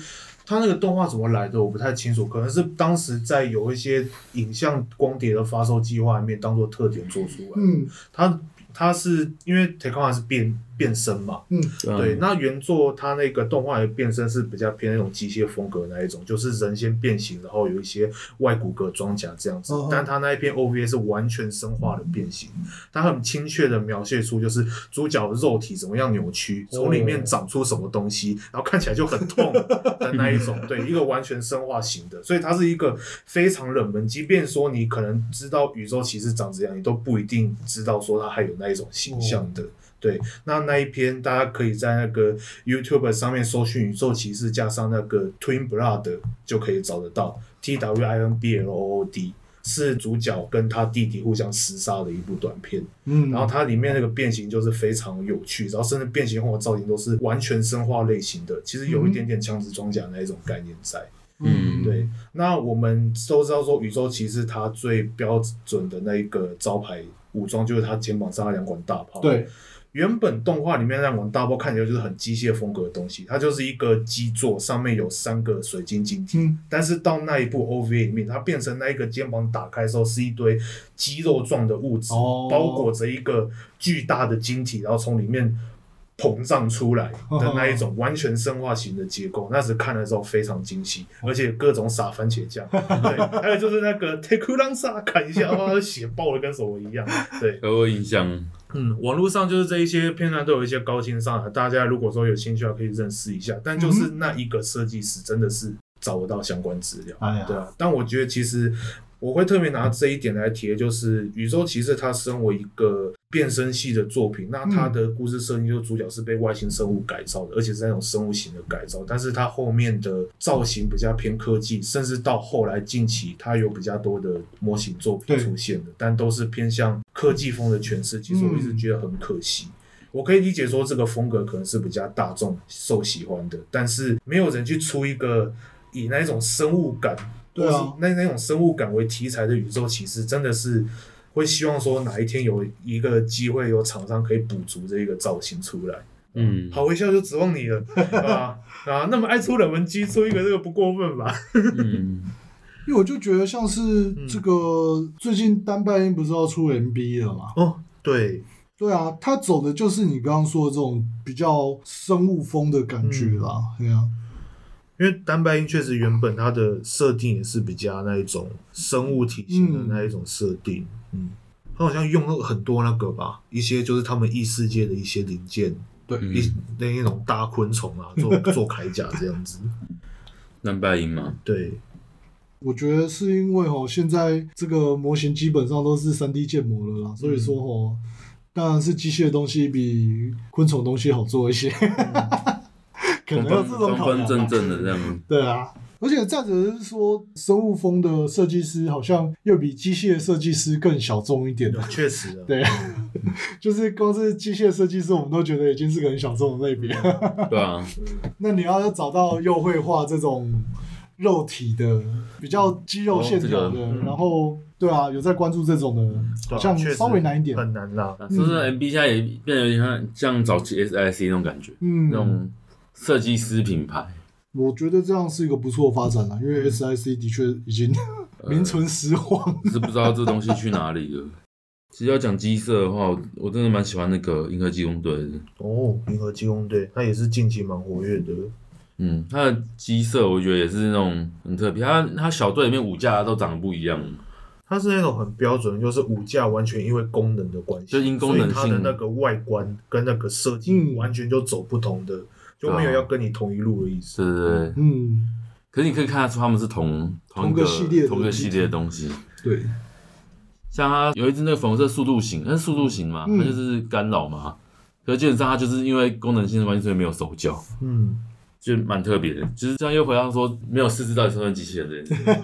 Speaker 4: 它那个动画怎么来的，我不太清楚，可能是当时在有一些影像光碟的发售计划里面当做特点做出来。
Speaker 2: 嗯
Speaker 4: 它它是因为 t a k o n 是变变身嘛，
Speaker 2: 嗯，
Speaker 4: 对，，啊那原作它那个动画的变身是比较偏那种机械风格那一种，就是人先变形，然后有一些外骨骼装甲这样子。
Speaker 2: 嗯哼
Speaker 4: 但它那一篇 OVA 是完全生化的变形，它很精确的描写出就是主角的肉体怎么样扭曲，从里面长出什么东西，然后看起来就很痛的那一种。对，一个完全生化型的，所以它是一个非常冷门，即便说你可能知道宇宙骑士长怎样，你都不一定知道说它还有那一种形象的。对，那那一篇大家可以在那个 YouTube 上面搜寻“宇宙骑士”加上那个 Twin Blood 就可以找得到 T W I N B L O O D。是主角跟他弟弟互相厮杀的一部短片，
Speaker 2: 嗯，
Speaker 4: 然后它里面那个变形就是非常有趣，然后甚至变形后的造型都是完全生化类型的，其实有一点点枪支装甲那一种概念在。
Speaker 3: 嗯
Speaker 4: 对，那我们都知道说宇宙骑士它最标准的那一个招牌武装就是他肩膀上那两管大炮。，
Speaker 2: 对，
Speaker 4: 原本动画里面那两管大炮看起来就是很机械风格的东西，它就是一个基座，上面有三个水晶晶体。
Speaker 2: 嗯，
Speaker 4: 但是到那一部 OVA 里面，它变成那一个肩膀打开的时候是一堆肌肉状的物质，
Speaker 2: 哦
Speaker 4: 包裹着一个巨大的晶体，然后从里面膨胀出来的那一 种完全生化型的结构。那时看的时候非常惊喜，而且各种撒番茄酱， 对，还有就是那个 t a k u r a n s a 砍一下，哇，血爆的跟什么一样，对。
Speaker 3: 有我印象，
Speaker 4: 嗯，网络上就是这一些片段都有一些高清上的，大家如果说有兴趣的话可以认识一下。但就是那一个设计师真的是找不到相关资料，
Speaker 2: 哎呀
Speaker 4: 对啊。但我觉得其实我会特别拿这一点来提，就是《宇宙骑士》它身为一个变身系的作品，那它的故事设定就是主角是被外星生物改造的，而且是那种生物型的改造，但是它后面的造型比较偏科技，甚至到后来近期它有比较多的模型作品
Speaker 2: 对
Speaker 4: 出现的，但都是偏向科技风的诠释。其实我一直觉得很可惜。我可以理解说这个风格可能是比较大众受喜欢的，但是没有人去出一个以那种生物感，
Speaker 2: 对啊
Speaker 4: 或是那那种生物感为题材的宇宙骑士，真的是会希望说哪一天有一个机会，有厂商可以补足这个造型出来。
Speaker 3: 嗯，
Speaker 4: 好微笑就指望你 了，啊啊，那么爱出冷门机出一个这个不过分吧？
Speaker 3: 嗯，
Speaker 2: 因为我就觉得像是这个最近单拜音不是要出 MB 了嘛？
Speaker 4: 哦，对，
Speaker 2: 对啊，他走的就是你刚刚说的这种比较生物风的感觉啦，对啊，
Speaker 4: 因为单白鹰确实原本它的设定也是比较那一种生物体型的那一种设定，嗯，它好像用了很多那个吧，一些就是他们异世界的一些零件，
Speaker 2: 对
Speaker 3: 嗯
Speaker 4: 一那一种大昆虫啊，做做铠甲这样子，
Speaker 3: 南白银嘛，
Speaker 4: 对，
Speaker 2: 我觉得是因为哦，现在这个模型基本上都是三 D 建模了啦，所以说哦，当然是机械的东西比昆虫东西好做一些， 可能有这种啊
Speaker 3: 方
Speaker 2: 考
Speaker 3: 方
Speaker 2: 量
Speaker 3: 正
Speaker 2: 吧。
Speaker 3: 正的这样，
Speaker 2: 对啊，而且再者是说，生物风的设计师好像又比机械设计师更小众一点了。
Speaker 4: 确实啊，
Speaker 2: 对， 就是光是机械设计师，我们都觉得已经是个很小众的类别。
Speaker 3: 对啊，
Speaker 2: 那你要找到又会画这种肉体的、比较肌肉线条
Speaker 3: 哦这
Speaker 2: 的，
Speaker 3: 个
Speaker 4: 嗯
Speaker 2: 然后对啊，有在关注这种的，
Speaker 4: 对
Speaker 2: 好
Speaker 4: 啊
Speaker 2: 像
Speaker 4: 确实
Speaker 2: 稍微难一点。
Speaker 4: 很难啦，
Speaker 3: 啊是不是 MB 现在也变得有点像像早期 SIC 那种感觉，那
Speaker 2: 嗯，
Speaker 3: 种设计师品牌，
Speaker 2: 我觉得这样是一个不错的发展啦，因
Speaker 4: 嗯
Speaker 2: 为 SIC 的确已经
Speaker 4: 呃
Speaker 2: 名存实亡。
Speaker 3: 只是不知道这东西去哪里了。其实要讲鸡舍的话，我我真的蛮喜欢那个银河机工队的，
Speaker 4: 哦，银河机工队，它也是近期蛮活跃的，
Speaker 3: 嗯，它的鸡舍我觉得也是那种很特别，它它小队里面五架都长得不一样，
Speaker 4: 它是那种很标准，就是骨架完全因为功能的关系，
Speaker 3: 就因功能性
Speaker 4: 所以它的那个外观跟那个设计
Speaker 2: 嗯
Speaker 4: 完全就走不同的，就
Speaker 3: 啊
Speaker 4: 没有要跟你同一路的意思。
Speaker 3: 对对对，
Speaker 2: 嗯，
Speaker 3: 可是你可以看得出他们是同同一
Speaker 2: 同个系列的
Speaker 3: 同一个系列的东西，
Speaker 2: 对，
Speaker 3: 像它有一只那个粉红色速度型，那是速度型嘛，
Speaker 2: 嗯
Speaker 3: 它就是干扰嘛，可是基本上它就是因为功能性的关系，所以没有手脚。
Speaker 4: 嗯，
Speaker 3: 就蛮特别的，就是这样又回到说没有四肢到底算不算机器人这件事。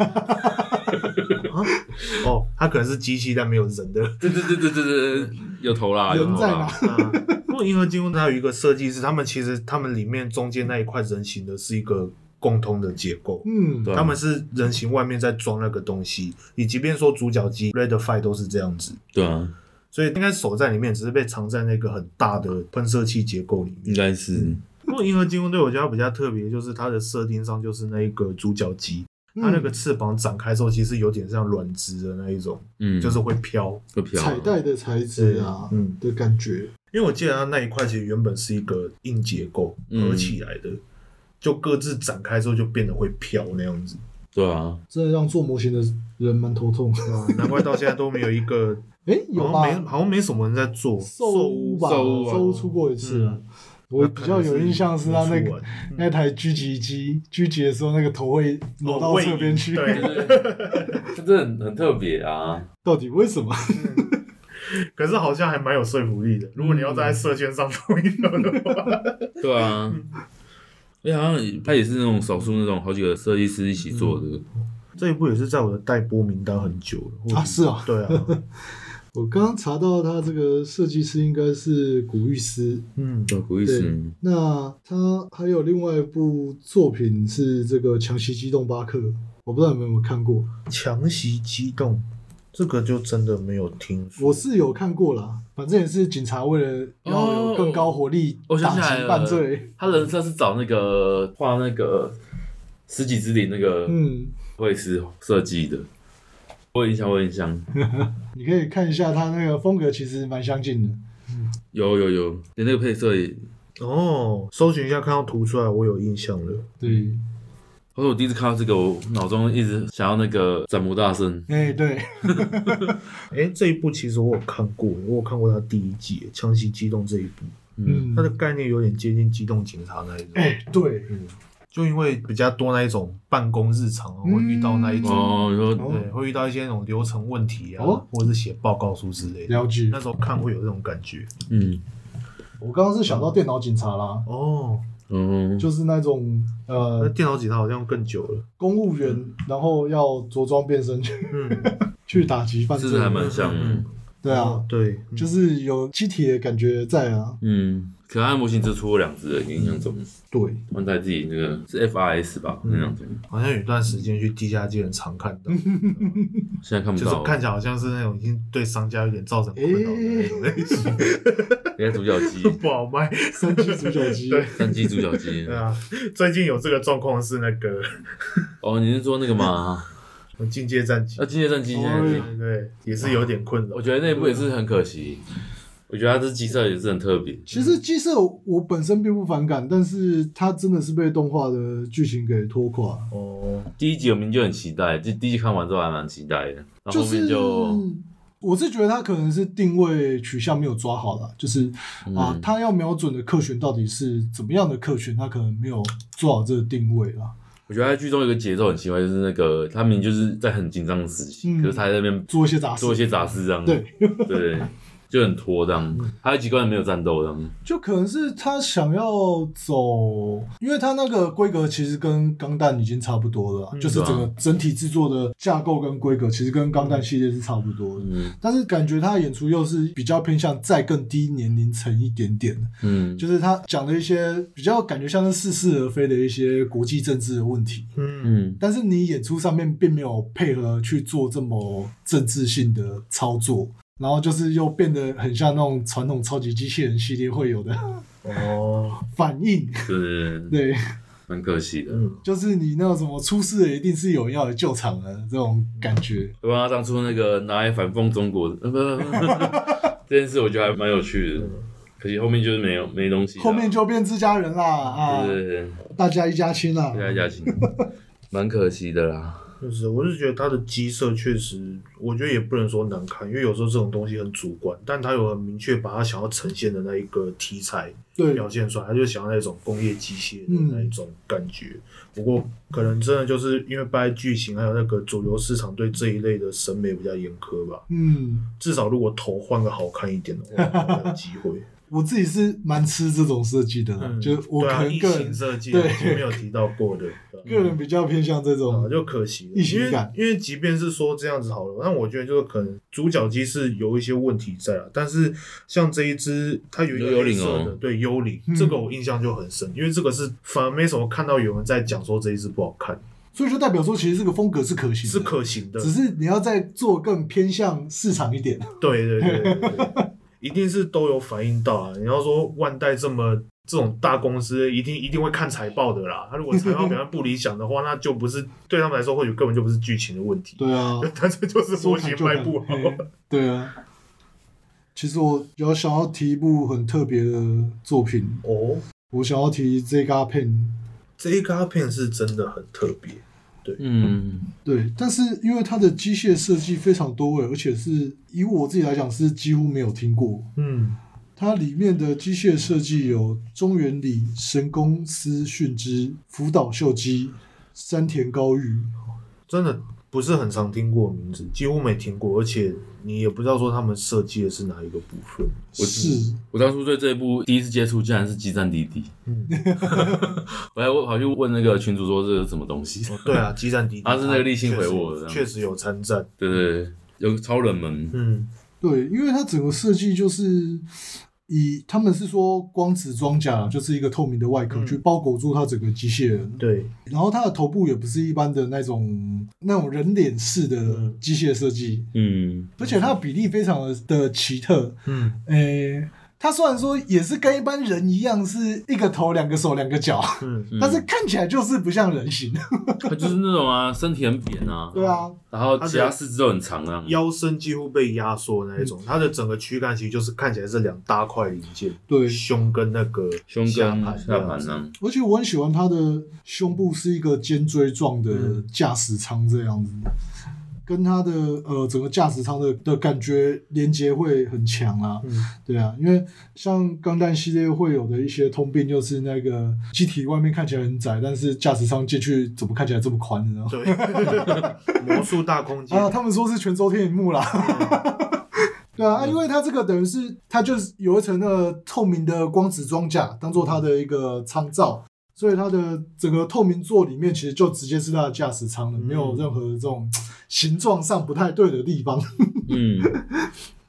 Speaker 4: 哦，它可能是机器，但没有人的。
Speaker 3: 对对对对对对对，有头啦，有
Speaker 2: 人
Speaker 3: 头
Speaker 2: 在
Speaker 3: 啦
Speaker 2: 哪。？
Speaker 4: 啊不过银河金工它有一个设计是，他们其实他们里面中间那一块人形的是一个共通的结构。
Speaker 2: 嗯，
Speaker 3: 对啊
Speaker 4: 他们是人形外面在装那个东西，以即便说主角机 Red Five 都是这样子，
Speaker 3: 对啊，
Speaker 4: 所以应该手在里面，只是被藏在那个很大的喷射器结构里面。
Speaker 3: 应该是
Speaker 4: 不过《银河金工队》我觉得它比较特别，就是它的设定上就是那一个主角机，
Speaker 3: 嗯
Speaker 2: 嗯
Speaker 4: 它那个翅膀展开之后，其实有点像软质的那一种，
Speaker 3: 嗯，
Speaker 4: 就是会飘。
Speaker 3: 会飘啊
Speaker 2: 彩带的材质啊，
Speaker 4: 嗯，
Speaker 2: 的感觉。
Speaker 4: 因为我记得它那一块其实原本是一个硬结构
Speaker 3: 嗯
Speaker 4: 合起来的，就各自展开之后就变得会飘那样子。
Speaker 3: 对啊，
Speaker 2: 真的让做模型的人蛮头痛。
Speaker 4: 难怪到现在都没有一个，
Speaker 2: 哎、有
Speaker 4: 好
Speaker 2: 吧？
Speaker 4: 像没好像没什么人在做
Speaker 2: 兽屋吧，
Speaker 3: 兽屋啊
Speaker 2: 兽屋出过一次啊。我比较有印象是他那个
Speaker 4: 嗯
Speaker 2: 那台狙击机狙击的时候，那个头会挪到侧边
Speaker 3: 哦
Speaker 2: 去，
Speaker 4: 哦对，
Speaker 3: 这真的很很特别啊。
Speaker 2: 到底为什么？
Speaker 4: 可是好像还蛮有说服力的。如果你要在社圈上碰一头的话，
Speaker 3: 对啊，
Speaker 2: 嗯
Speaker 3: 而且好像它也是那种少数那种好几个设计师一起做
Speaker 2: 嗯
Speaker 3: 的，
Speaker 4: 这一部也是在我的待播名单很久了
Speaker 2: 啊是啊
Speaker 4: 对啊，
Speaker 2: 我刚刚查到他这个设计师应该是古玉斯，
Speaker 4: 嗯，
Speaker 3: 哦，不好意
Speaker 2: 对
Speaker 3: 思，
Speaker 2: 那他还有另外一部作品是这个《强袭机动巴克》，我不知道你们有没有看过。
Speaker 4: 强袭机动，这个就真的没有听说。
Speaker 2: 我是有看过啦，反正也是警察为了要有更高火力
Speaker 3: 哦我
Speaker 2: 打
Speaker 3: 想起来
Speaker 2: 击
Speaker 3: 了
Speaker 2: 犯罪，
Speaker 3: 他人设是找那个画那个十几之灵那个
Speaker 2: 嗯，
Speaker 3: 会师设计的，我有印象，我有印象，
Speaker 2: 你可以看一下他那个风格其实蛮相近的。
Speaker 3: 有有有，连那个配色也，
Speaker 4: 哦，搜寻一下看到图出来，我有印象了。
Speaker 2: 对，
Speaker 4: 嗯
Speaker 3: 我说我第一次看到这个，我脑中一直想要那个斩魔大圣，
Speaker 2: 哎、对，
Speaker 4: 哎，这一部其实我有看过，我有看过它第一季《枪击机动》这一部，
Speaker 2: 嗯，
Speaker 4: 它的概念有点接近《机动警察》那一种。
Speaker 2: 哎、对，
Speaker 4: 就因为比较多那一种办公日常啊会遇到那一种，
Speaker 3: 哦，你说
Speaker 2: 哦
Speaker 4: 对，会遇到一些那种流程问题啊，
Speaker 2: 哦
Speaker 4: 或者是写报告书之类的。
Speaker 2: 了解
Speaker 4: 那。时候看会有这种感觉。
Speaker 3: 嗯
Speaker 2: 我刚刚是想到电脑警察啦，
Speaker 4: 哦，
Speaker 3: 嗯，
Speaker 2: 就是那种
Speaker 4: 那
Speaker 2: 呃
Speaker 4: 电脑警察好像更久了。
Speaker 2: 公务员，然后要着装变身去
Speaker 4: 嗯，
Speaker 2: 去打击犯罪
Speaker 3: 是，还蛮像的
Speaker 4: 嗯，
Speaker 2: 对啊
Speaker 4: 哦，对，嗯
Speaker 2: 就是有机体的感觉在啊。
Speaker 3: 嗯，可爱模型只出过两只而已，印象中，
Speaker 2: 对，
Speaker 3: 万代自己那个是 FRS 吧，那两只，
Speaker 4: 嗯好像有一段时间去地下街很常看
Speaker 2: 嗯
Speaker 4: 到，
Speaker 3: 现在看不
Speaker 4: 就是
Speaker 3: 到，
Speaker 4: 看起来好像是那种已经对商家有点造成困扰的那种类型，
Speaker 3: 应该独角鸡，
Speaker 4: 不好 卖。
Speaker 2: 哎三只主角机，
Speaker 4: 对
Speaker 3: 三鸡独角鸡
Speaker 4: 对，啊，最近有这个状况是那个
Speaker 3: 哦，你是说那个吗？
Speaker 4: 《进阶战警
Speaker 3: 啊，》，机械战机现在
Speaker 2: 哦
Speaker 3: 是
Speaker 2: 哟
Speaker 4: 对对，也是有点困扰
Speaker 3: 我。觉得那一部也是很可惜。我觉得它这机设也是很特别，
Speaker 2: 其实鸡舍我本身并不反感，但是它真的是被动画的剧情给拖垮，
Speaker 4: 哦，
Speaker 3: 第一集我们就很期待，第第一集看完之后还蛮期待的，然后后
Speaker 2: 是
Speaker 3: 面就
Speaker 2: 我是觉得它可能是定位取向没有抓好了，就是
Speaker 3: 嗯
Speaker 2: 啊，它要瞄准的客群到底是怎么样的客群，它可能没有做好这个定位啦。
Speaker 3: 我觉得它剧中有一个节奏很奇怪，就是那个他明明就是在很紧张的时期，
Speaker 2: 嗯
Speaker 3: 可是他还在那边
Speaker 2: 做一些杂事，
Speaker 3: 做一些杂事这样，
Speaker 2: 对
Speaker 3: 对，就很拖这样，还有几关没有战斗这样，
Speaker 2: 就可能是他想要走，因为他那个规格其实跟钢弹已经差不多
Speaker 3: 嗯
Speaker 2: 了啊、就是整个整体制作的架构跟规格其实跟钢弹系列是差不多的。
Speaker 3: 嗯
Speaker 2: 但是感觉他的演出又是比较偏向再更低年龄层一点点的，
Speaker 3: 嗯，
Speaker 2: 就是他讲的一些比较感觉像是似是而非的一些国际政治的问题，
Speaker 4: 嗯，
Speaker 3: 嗯
Speaker 2: 但是你演出上面并没有配合去做这么政治性的操作，然后就是又变得很像那种传统超级机器人系列会有的
Speaker 4: 哦，
Speaker 2: 反应。
Speaker 3: 是
Speaker 2: 对，
Speaker 3: 蛮可惜的。
Speaker 4: 嗯，
Speaker 2: 就是你那种什么出事了，一定是有人要来救场的这种感觉。
Speaker 3: 不然他当初那个拿来反讽中国，呃不不不，这件事我觉得还蛮有趣的，可惜后面就是没有没东
Speaker 4: 嗯
Speaker 3: 西啦，
Speaker 2: 后面就变自家人啦啊，
Speaker 3: 对对对。
Speaker 2: 大家一家亲啦
Speaker 3: 对。啊，家庭，蛮可惜的啦。
Speaker 4: 就是，我是觉得它的鸡舍确实，我觉得也不能说难看，因为有时候这种东西很主观，但它有很明确把它想要呈现的那一个题材
Speaker 2: 对，嗯
Speaker 4: 表现出来，他就想要那种工业机械的那一种感觉。不过可能真的就是因为掰剧情还有那个主流市场对这一类的审美比较严苛吧。
Speaker 2: 嗯，
Speaker 4: 至少如果头换个好看一点的话，还有机会。
Speaker 2: 我自己是蛮吃这种设计的啦，
Speaker 4: 嗯，
Speaker 2: 就我
Speaker 4: 对
Speaker 2: 可
Speaker 4: 啊，
Speaker 2: 能
Speaker 4: 异
Speaker 2: 个
Speaker 4: 形
Speaker 2: 人、
Speaker 4: 设计
Speaker 2: 对
Speaker 4: 前面有提到过的，对啊吧
Speaker 2: 个人比较偏向这种。
Speaker 4: 啊，就可惜了，
Speaker 2: 异
Speaker 4: 因
Speaker 2: 形
Speaker 4: 为
Speaker 2: 嗯感
Speaker 4: 因为即便是说这样子好了，但我觉得就是可能主角机是有一些问题在啊，但是像这一只它有一个
Speaker 3: 幽
Speaker 4: 黑
Speaker 3: 灵
Speaker 4: 色的，
Speaker 3: 哦
Speaker 4: 对幽灵、
Speaker 2: 嗯
Speaker 4: 这个我印象就很深，因为这个是反而没什么看到有人在讲说这一只不好看，
Speaker 2: 所以就代表说，其实这个风格是可行的，
Speaker 4: 是可行的，
Speaker 2: 只嗯是你要再做更偏向市场一点。
Speaker 4: 对对对对对对， 一定是都有反映到啊。你要说万代这么这种大公司，一定一定会看财报的啦。他如果财报表现不理想的话，那就不是对他们来说，或许根本就不是剧情的问题，
Speaker 2: 对 啊，
Speaker 4: 但是就是
Speaker 2: 说
Speaker 4: 模
Speaker 2: 砍
Speaker 4: 型
Speaker 2: 就
Speaker 4: 卖
Speaker 2: 砍
Speaker 4: 不好。
Speaker 2: 嘿 对啊。其实我有想要提一部很特别的作品，
Speaker 4: 哦，
Speaker 2: 我想要提《Zega Pen》。
Speaker 4: 这一卡片是真的很特别，
Speaker 3: 嗯，
Speaker 2: 对，但是因为它的机械设计非常多位，欸而且是以我自己来讲是几乎没有听过。
Speaker 4: 嗯，
Speaker 2: 它里面的机械设计有中原里、神宫司训之、福岛秀基、山田高裕。
Speaker 4: 真的不是很常听过的名字，几乎没听过，而且你也不知道说他们设计的是哪一个部分。
Speaker 2: 是，
Speaker 3: 我当初对这一部第一次接触，竟然是《激战滴滴》。
Speaker 4: 嗯，
Speaker 3: 我还跑去问那个群主说这是什么东西，
Speaker 4: 哦，对啊， 激战敌，
Speaker 3: 啊是那个立信
Speaker 4: 确
Speaker 3: 回
Speaker 4: 实
Speaker 3: 我的这样
Speaker 4: 确实有参战。
Speaker 3: 对对对，有超冷门，
Speaker 4: 嗯，
Speaker 2: 对，因为它整个设计就是，以他们是说光子装甲就是一个透明的外壳、
Speaker 4: 嗯
Speaker 2: 去包裹住它整个机械人，
Speaker 4: 对，
Speaker 2: 然后它的头部也不是一般的那种那种人脸式的
Speaker 4: 嗯
Speaker 2: 机械设计，
Speaker 3: 嗯，
Speaker 2: 而且它的比例非常的的奇特，
Speaker 4: 嗯
Speaker 2: 诶、它虽然说也是跟一般人一样是一个头、两个手、两个脚，
Speaker 4: 嗯，
Speaker 3: 嗯
Speaker 2: 但是看起来就是不像人形。
Speaker 3: 它就是那种啊，身体很扁啊，
Speaker 2: 对啊，
Speaker 3: 然后其他四肢都很长啊，
Speaker 4: 腰身几乎被压缩那一种，它的整个躯干其实就是看起来是两大块零件，
Speaker 2: 对
Speaker 4: 胸跟那个
Speaker 3: 胸跟
Speaker 4: 下
Speaker 3: 下
Speaker 4: 盘这样
Speaker 3: 盘啊
Speaker 4: 子，
Speaker 3: 呢，
Speaker 2: 而且我很喜欢它的胸部是一个尖锥状的
Speaker 4: 嗯
Speaker 2: 驾驶舱这样子，跟它的呃整个驾驶舱的的感觉连接会很强啊。
Speaker 4: 嗯
Speaker 2: 对啊，因为像钢弹系列会有的一些通病，就是那个机体外面看起来很窄，但是驾驶舱进去怎么看起来这么宽呢？
Speaker 4: 对， 魔术大空间，
Speaker 2: 啊，他们说是全周天荧幕啦。 对啊，啊因为它这个等于是它就是有一层那个透明的光子装甲，当做它的一个舱罩，所以它的整个透明座里面其实就直接是它的驾驶舱了，
Speaker 4: 嗯
Speaker 2: 没有任何这种形状上不太对的地方。
Speaker 3: 嗯，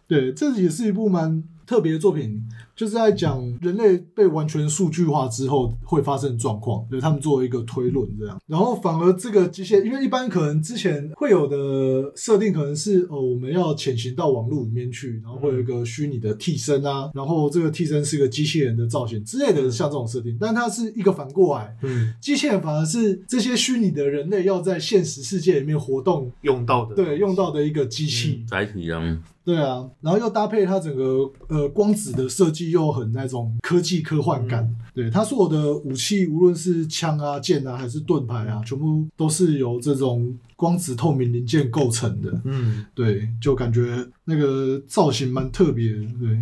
Speaker 2: 对，这也是一部蛮特别的作品，就是在讲人类被完全数据化之后会发生的状况，就是他们做一个推论这样。然后反而这个机械，因为一般可能之前会有的设定可能是哦，我们要潜行到网络里面去，然后会有一个虚拟的替身啊，然后这个替身是个机器人的造型之类的，像这种设定。但它是一个反过来，
Speaker 4: 嗯，
Speaker 2: 机器人反而是这些虚拟的人类要在现实世界里面活动，
Speaker 4: 用到的，
Speaker 2: 对，用到的一个机器。
Speaker 4: 嗯
Speaker 3: 载体啊，
Speaker 2: 对啊，然后又搭配它整个呃光子的设计，又很那种科技科幻感。
Speaker 4: 嗯
Speaker 2: 对，它所有的武器，无论是枪啊、剑啊，还是盾牌啊，全部都是由这种光子透明零件构成的。
Speaker 4: 嗯，
Speaker 2: 对，就感觉那个造型蛮特别的。对，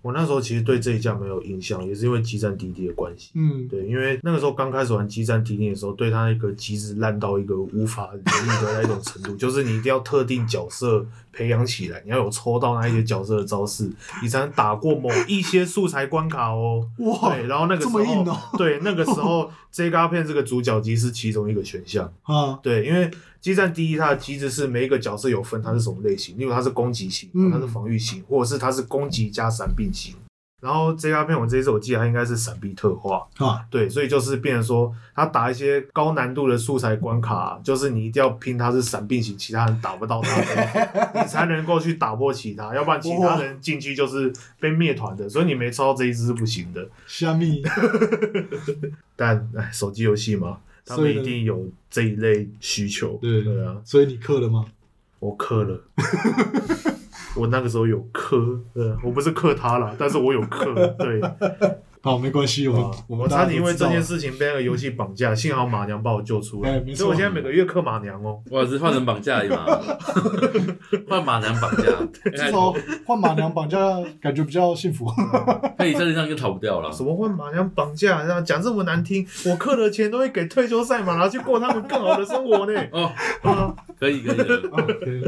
Speaker 4: 我那时候其实对这一架没有印象，也是因为激战滴滴的关系。
Speaker 2: 嗯，
Speaker 4: 对，因为那个时候刚开始玩激战滴滴的时候，对它那个机制烂到一个无法理喻的那种程度， 就是你一定要特定角色培养起来，你要有抽到那一些角色的招式，你才能打过某一些素材关卡哦。
Speaker 2: 哇，
Speaker 4: 对，然后那个时
Speaker 2: 这
Speaker 4: 候，
Speaker 2: 么硬哦
Speaker 4: 对，那个时候 J 嘎片这个主角机是其中一个选项。
Speaker 2: 啊，
Speaker 4: 对，因为激战第一，它的机制是每一个角色有分它是什么类型，例如它是攻击型
Speaker 2: 嗯，
Speaker 4: 它是防御型，或者是它是攻击加闪避型。然后 J R 片我这一次我记得它应该是闪避特化，
Speaker 2: 啊，
Speaker 4: 对，所以就是变成说他打一些高难度的素材关卡，啊就是你一定要拼他是闪避型，其他人打不 到他，你才能够去打破其他，要不然其他人进去就是被灭团的，所以你没抽到这一只是不行的。
Speaker 2: 虾 米，
Speaker 4: 但哎，手机游戏嘛，他
Speaker 2: 所
Speaker 4: 们
Speaker 2: 以呢
Speaker 4: 一定有这一类需求。
Speaker 2: 对
Speaker 4: 对啊，
Speaker 2: 所以你氪了吗？
Speaker 4: 我氪了，我那个时候有氪，呃，我不是氪他啦，但是我有氪，对，
Speaker 2: 好，没关系，我们、
Speaker 4: 啊
Speaker 2: 我
Speaker 4: 我
Speaker 2: 们
Speaker 4: 差
Speaker 2: 大家
Speaker 4: 点因为这件
Speaker 2: 事，
Speaker 4: 事情被那个游戏绑架，幸好马娘把我救出
Speaker 2: 哎
Speaker 4: 来
Speaker 2: 没，错
Speaker 4: 所以我现在每个月克马娘哦。
Speaker 3: 哇，是换成绑架而已嘛， 换马男绑架，哎
Speaker 2: 至少换马娘绑架感觉比较幸 福。
Speaker 4: 哦
Speaker 3: 他一下子上就逃不掉了
Speaker 2: 啊
Speaker 4: 什。么换马娘绑架？然后讲这么难听，我克的钱都会给退休赛马拿去过他们更好的生 活呢。
Speaker 3: 哦，
Speaker 4: 啊，
Speaker 3: 可以可以的，
Speaker 2: 啊对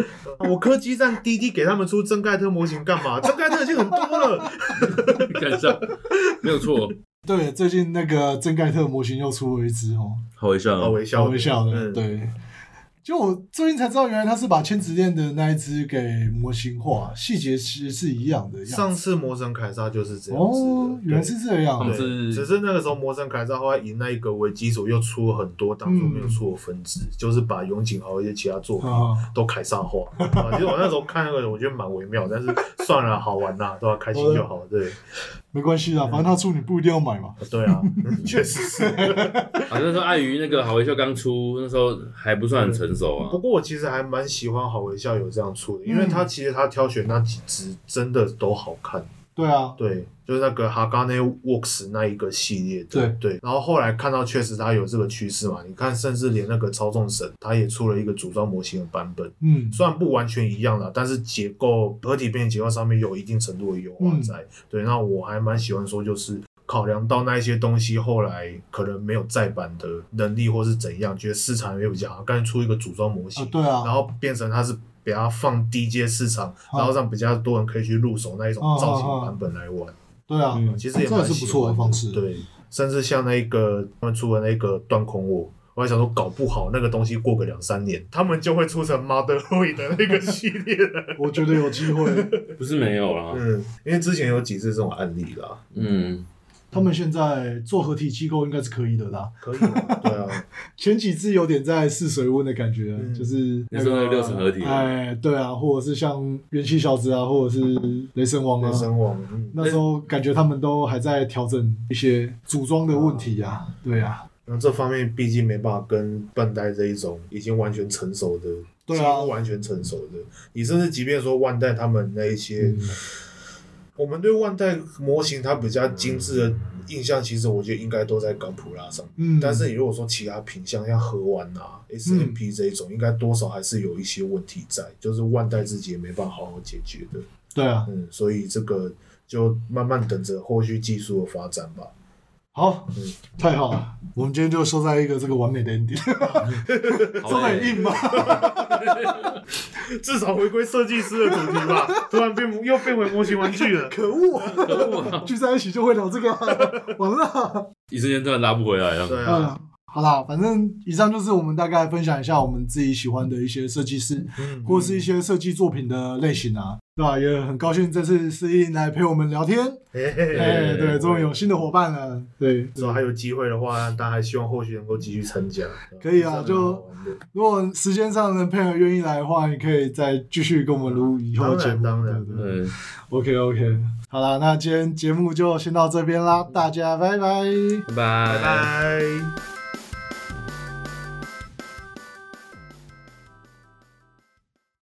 Speaker 4: 我科技战滴滴给他们出真盖特模型干嘛？真盖特已经很多 了。
Speaker 3: 看一下，没有错，
Speaker 2: 对，最近那个真盖特模型又出了一只哦，
Speaker 3: 好微笑
Speaker 4: 好
Speaker 3: 啊，
Speaker 4: 微
Speaker 2: 小
Speaker 4: 笑，
Speaker 2: 微笑的，
Speaker 4: 嗯，
Speaker 2: 对。就我最近才知道，原来他是把千纸链的那一只给模型化，细节其实是一样的样子。
Speaker 4: 上次魔神凯撒就是这样子的。
Speaker 2: 哦，原来是这样
Speaker 3: 他
Speaker 4: 对
Speaker 3: 们
Speaker 2: 的，
Speaker 3: 是
Speaker 4: 只是那个时候魔神凯撒后来以那一个为基础，又出了很多当初没有出的分支，就是把永井豪一些其他作品
Speaker 2: 嗯啊，
Speaker 4: 都凯撒化。啊，其实我那时候看那个，我觉得蛮微妙，但是算了，好玩呐，对吧？开心就好，对，
Speaker 2: 没关系啦，反正他出你不一定要买嘛。
Speaker 4: 对啊，确实是。
Speaker 3: 啊，那时候碍于那个好微笑刚出，那时候还不算很成熟啊
Speaker 4: 不。过我其实还蛮喜欢好微笑有这样出的，因为
Speaker 2: 嗯
Speaker 4: 他其实他挑选那几只真的都好看。
Speaker 2: 对啊，
Speaker 4: 对，就是那个 Hagane Works 那一个系列的，
Speaker 2: 对
Speaker 4: 对。然后后来看到确实它有这个趋势嘛，你看，甚至连那个操纵神，它也出了一个组装模型的版本，
Speaker 2: 嗯，
Speaker 4: 虽然不完全一样啦，但是结构合体变形结构上面有一定程度的优化在。对，那我还蛮喜欢说就是。考量到那一些东西后来可能没有再版的能力，或是怎样，觉得市场也比较好，干脆出一个组装模型
Speaker 2: 啊，，对啊，
Speaker 4: 然后变成它是比较放低阶市场，
Speaker 2: 嗯
Speaker 4: 然后让比较多人可以去入手那一
Speaker 2: 哦
Speaker 4: 种造型版本来玩，
Speaker 2: 对啊，
Speaker 3: 嗯
Speaker 4: 其实也
Speaker 2: 这也
Speaker 4: 蛮
Speaker 2: 是不
Speaker 4: 喜
Speaker 2: 错
Speaker 4: 欢
Speaker 2: 的方式。
Speaker 4: 对，甚至像那个他们出的那个断空我，我还想说，搞不好那个东西过个两三年，他们就会出成 Motherhood 的那 个系列了。
Speaker 2: 我觉得有机会。
Speaker 3: 不是没有啊啦，
Speaker 4: 嗯，因为之前有几次这种案例啦，
Speaker 3: 嗯，
Speaker 2: 他们现在做合体机构应该是可以的啦。
Speaker 4: 可以啊，对啊，
Speaker 2: 前几次有点在试水温的感觉，啊
Speaker 4: 嗯
Speaker 2: 就是啊
Speaker 3: 你说那个六层合体吗
Speaker 2: 哎，对啊，或者是像元气小子啊，或者是雷神王啊
Speaker 4: 人，生网，嗯，
Speaker 2: 那时候感觉他们都还在调整一些组装的问题啊，对啊，
Speaker 4: 那这方面毕竟没办法跟笨代这一种已经完全成熟的，
Speaker 2: 对啊
Speaker 4: 几乎完全成熟的，你甚至即便说万代他们那一些，我们对万代模型它比较精致的印象，其实我觉得应该都在港普拉上。
Speaker 2: 嗯，
Speaker 4: 但是你如果说其他品相像河湾啊、SMP 这一种，应该多少还是有一些问题在，就是万代自己也没办法好好解决的。
Speaker 2: 对啊，
Speaker 4: 嗯，所以这个就慢慢等着后续技术的发展吧。
Speaker 2: 好
Speaker 4: 嗯，
Speaker 2: 太好了，我们今天就收在一个这个完美的 ending，
Speaker 3: 好
Speaker 2: 收的
Speaker 3: 嘞
Speaker 2: 很 硬吗？
Speaker 4: 至少回归设计师的主题吧， 突然变又变回模型玩具了。
Speaker 2: 可恶啊，聚在一起就会聊这个啊，完了。
Speaker 3: 一瞬间突然拉不回来了。
Speaker 4: 对啊，
Speaker 2: 嗯，好啦，反正以上就是我们大概分享一下我们自己喜欢的一些设计师，
Speaker 4: 嗯
Speaker 2: 或是一些设计作品的类型啊，对吧、也很高兴这次思颖来陪我们聊天，
Speaker 4: 嘿嘿嘿
Speaker 2: 哎，对，终于有新的伙伴了，对，
Speaker 4: 至少还有机会的话，大家还希望后续能够继续参加。
Speaker 2: 可以啊
Speaker 4: 这样蛮好玩的
Speaker 2: 如果时间上能配合愿意来的话，你可以再继续跟我们录以后的节目，
Speaker 4: 当然
Speaker 2: 对不对
Speaker 3: 对，
Speaker 2: ？OK OK，好啦，那今天节目就先到这边啦，大家拜拜。
Speaker 3: 拜拜
Speaker 4: 拜拜。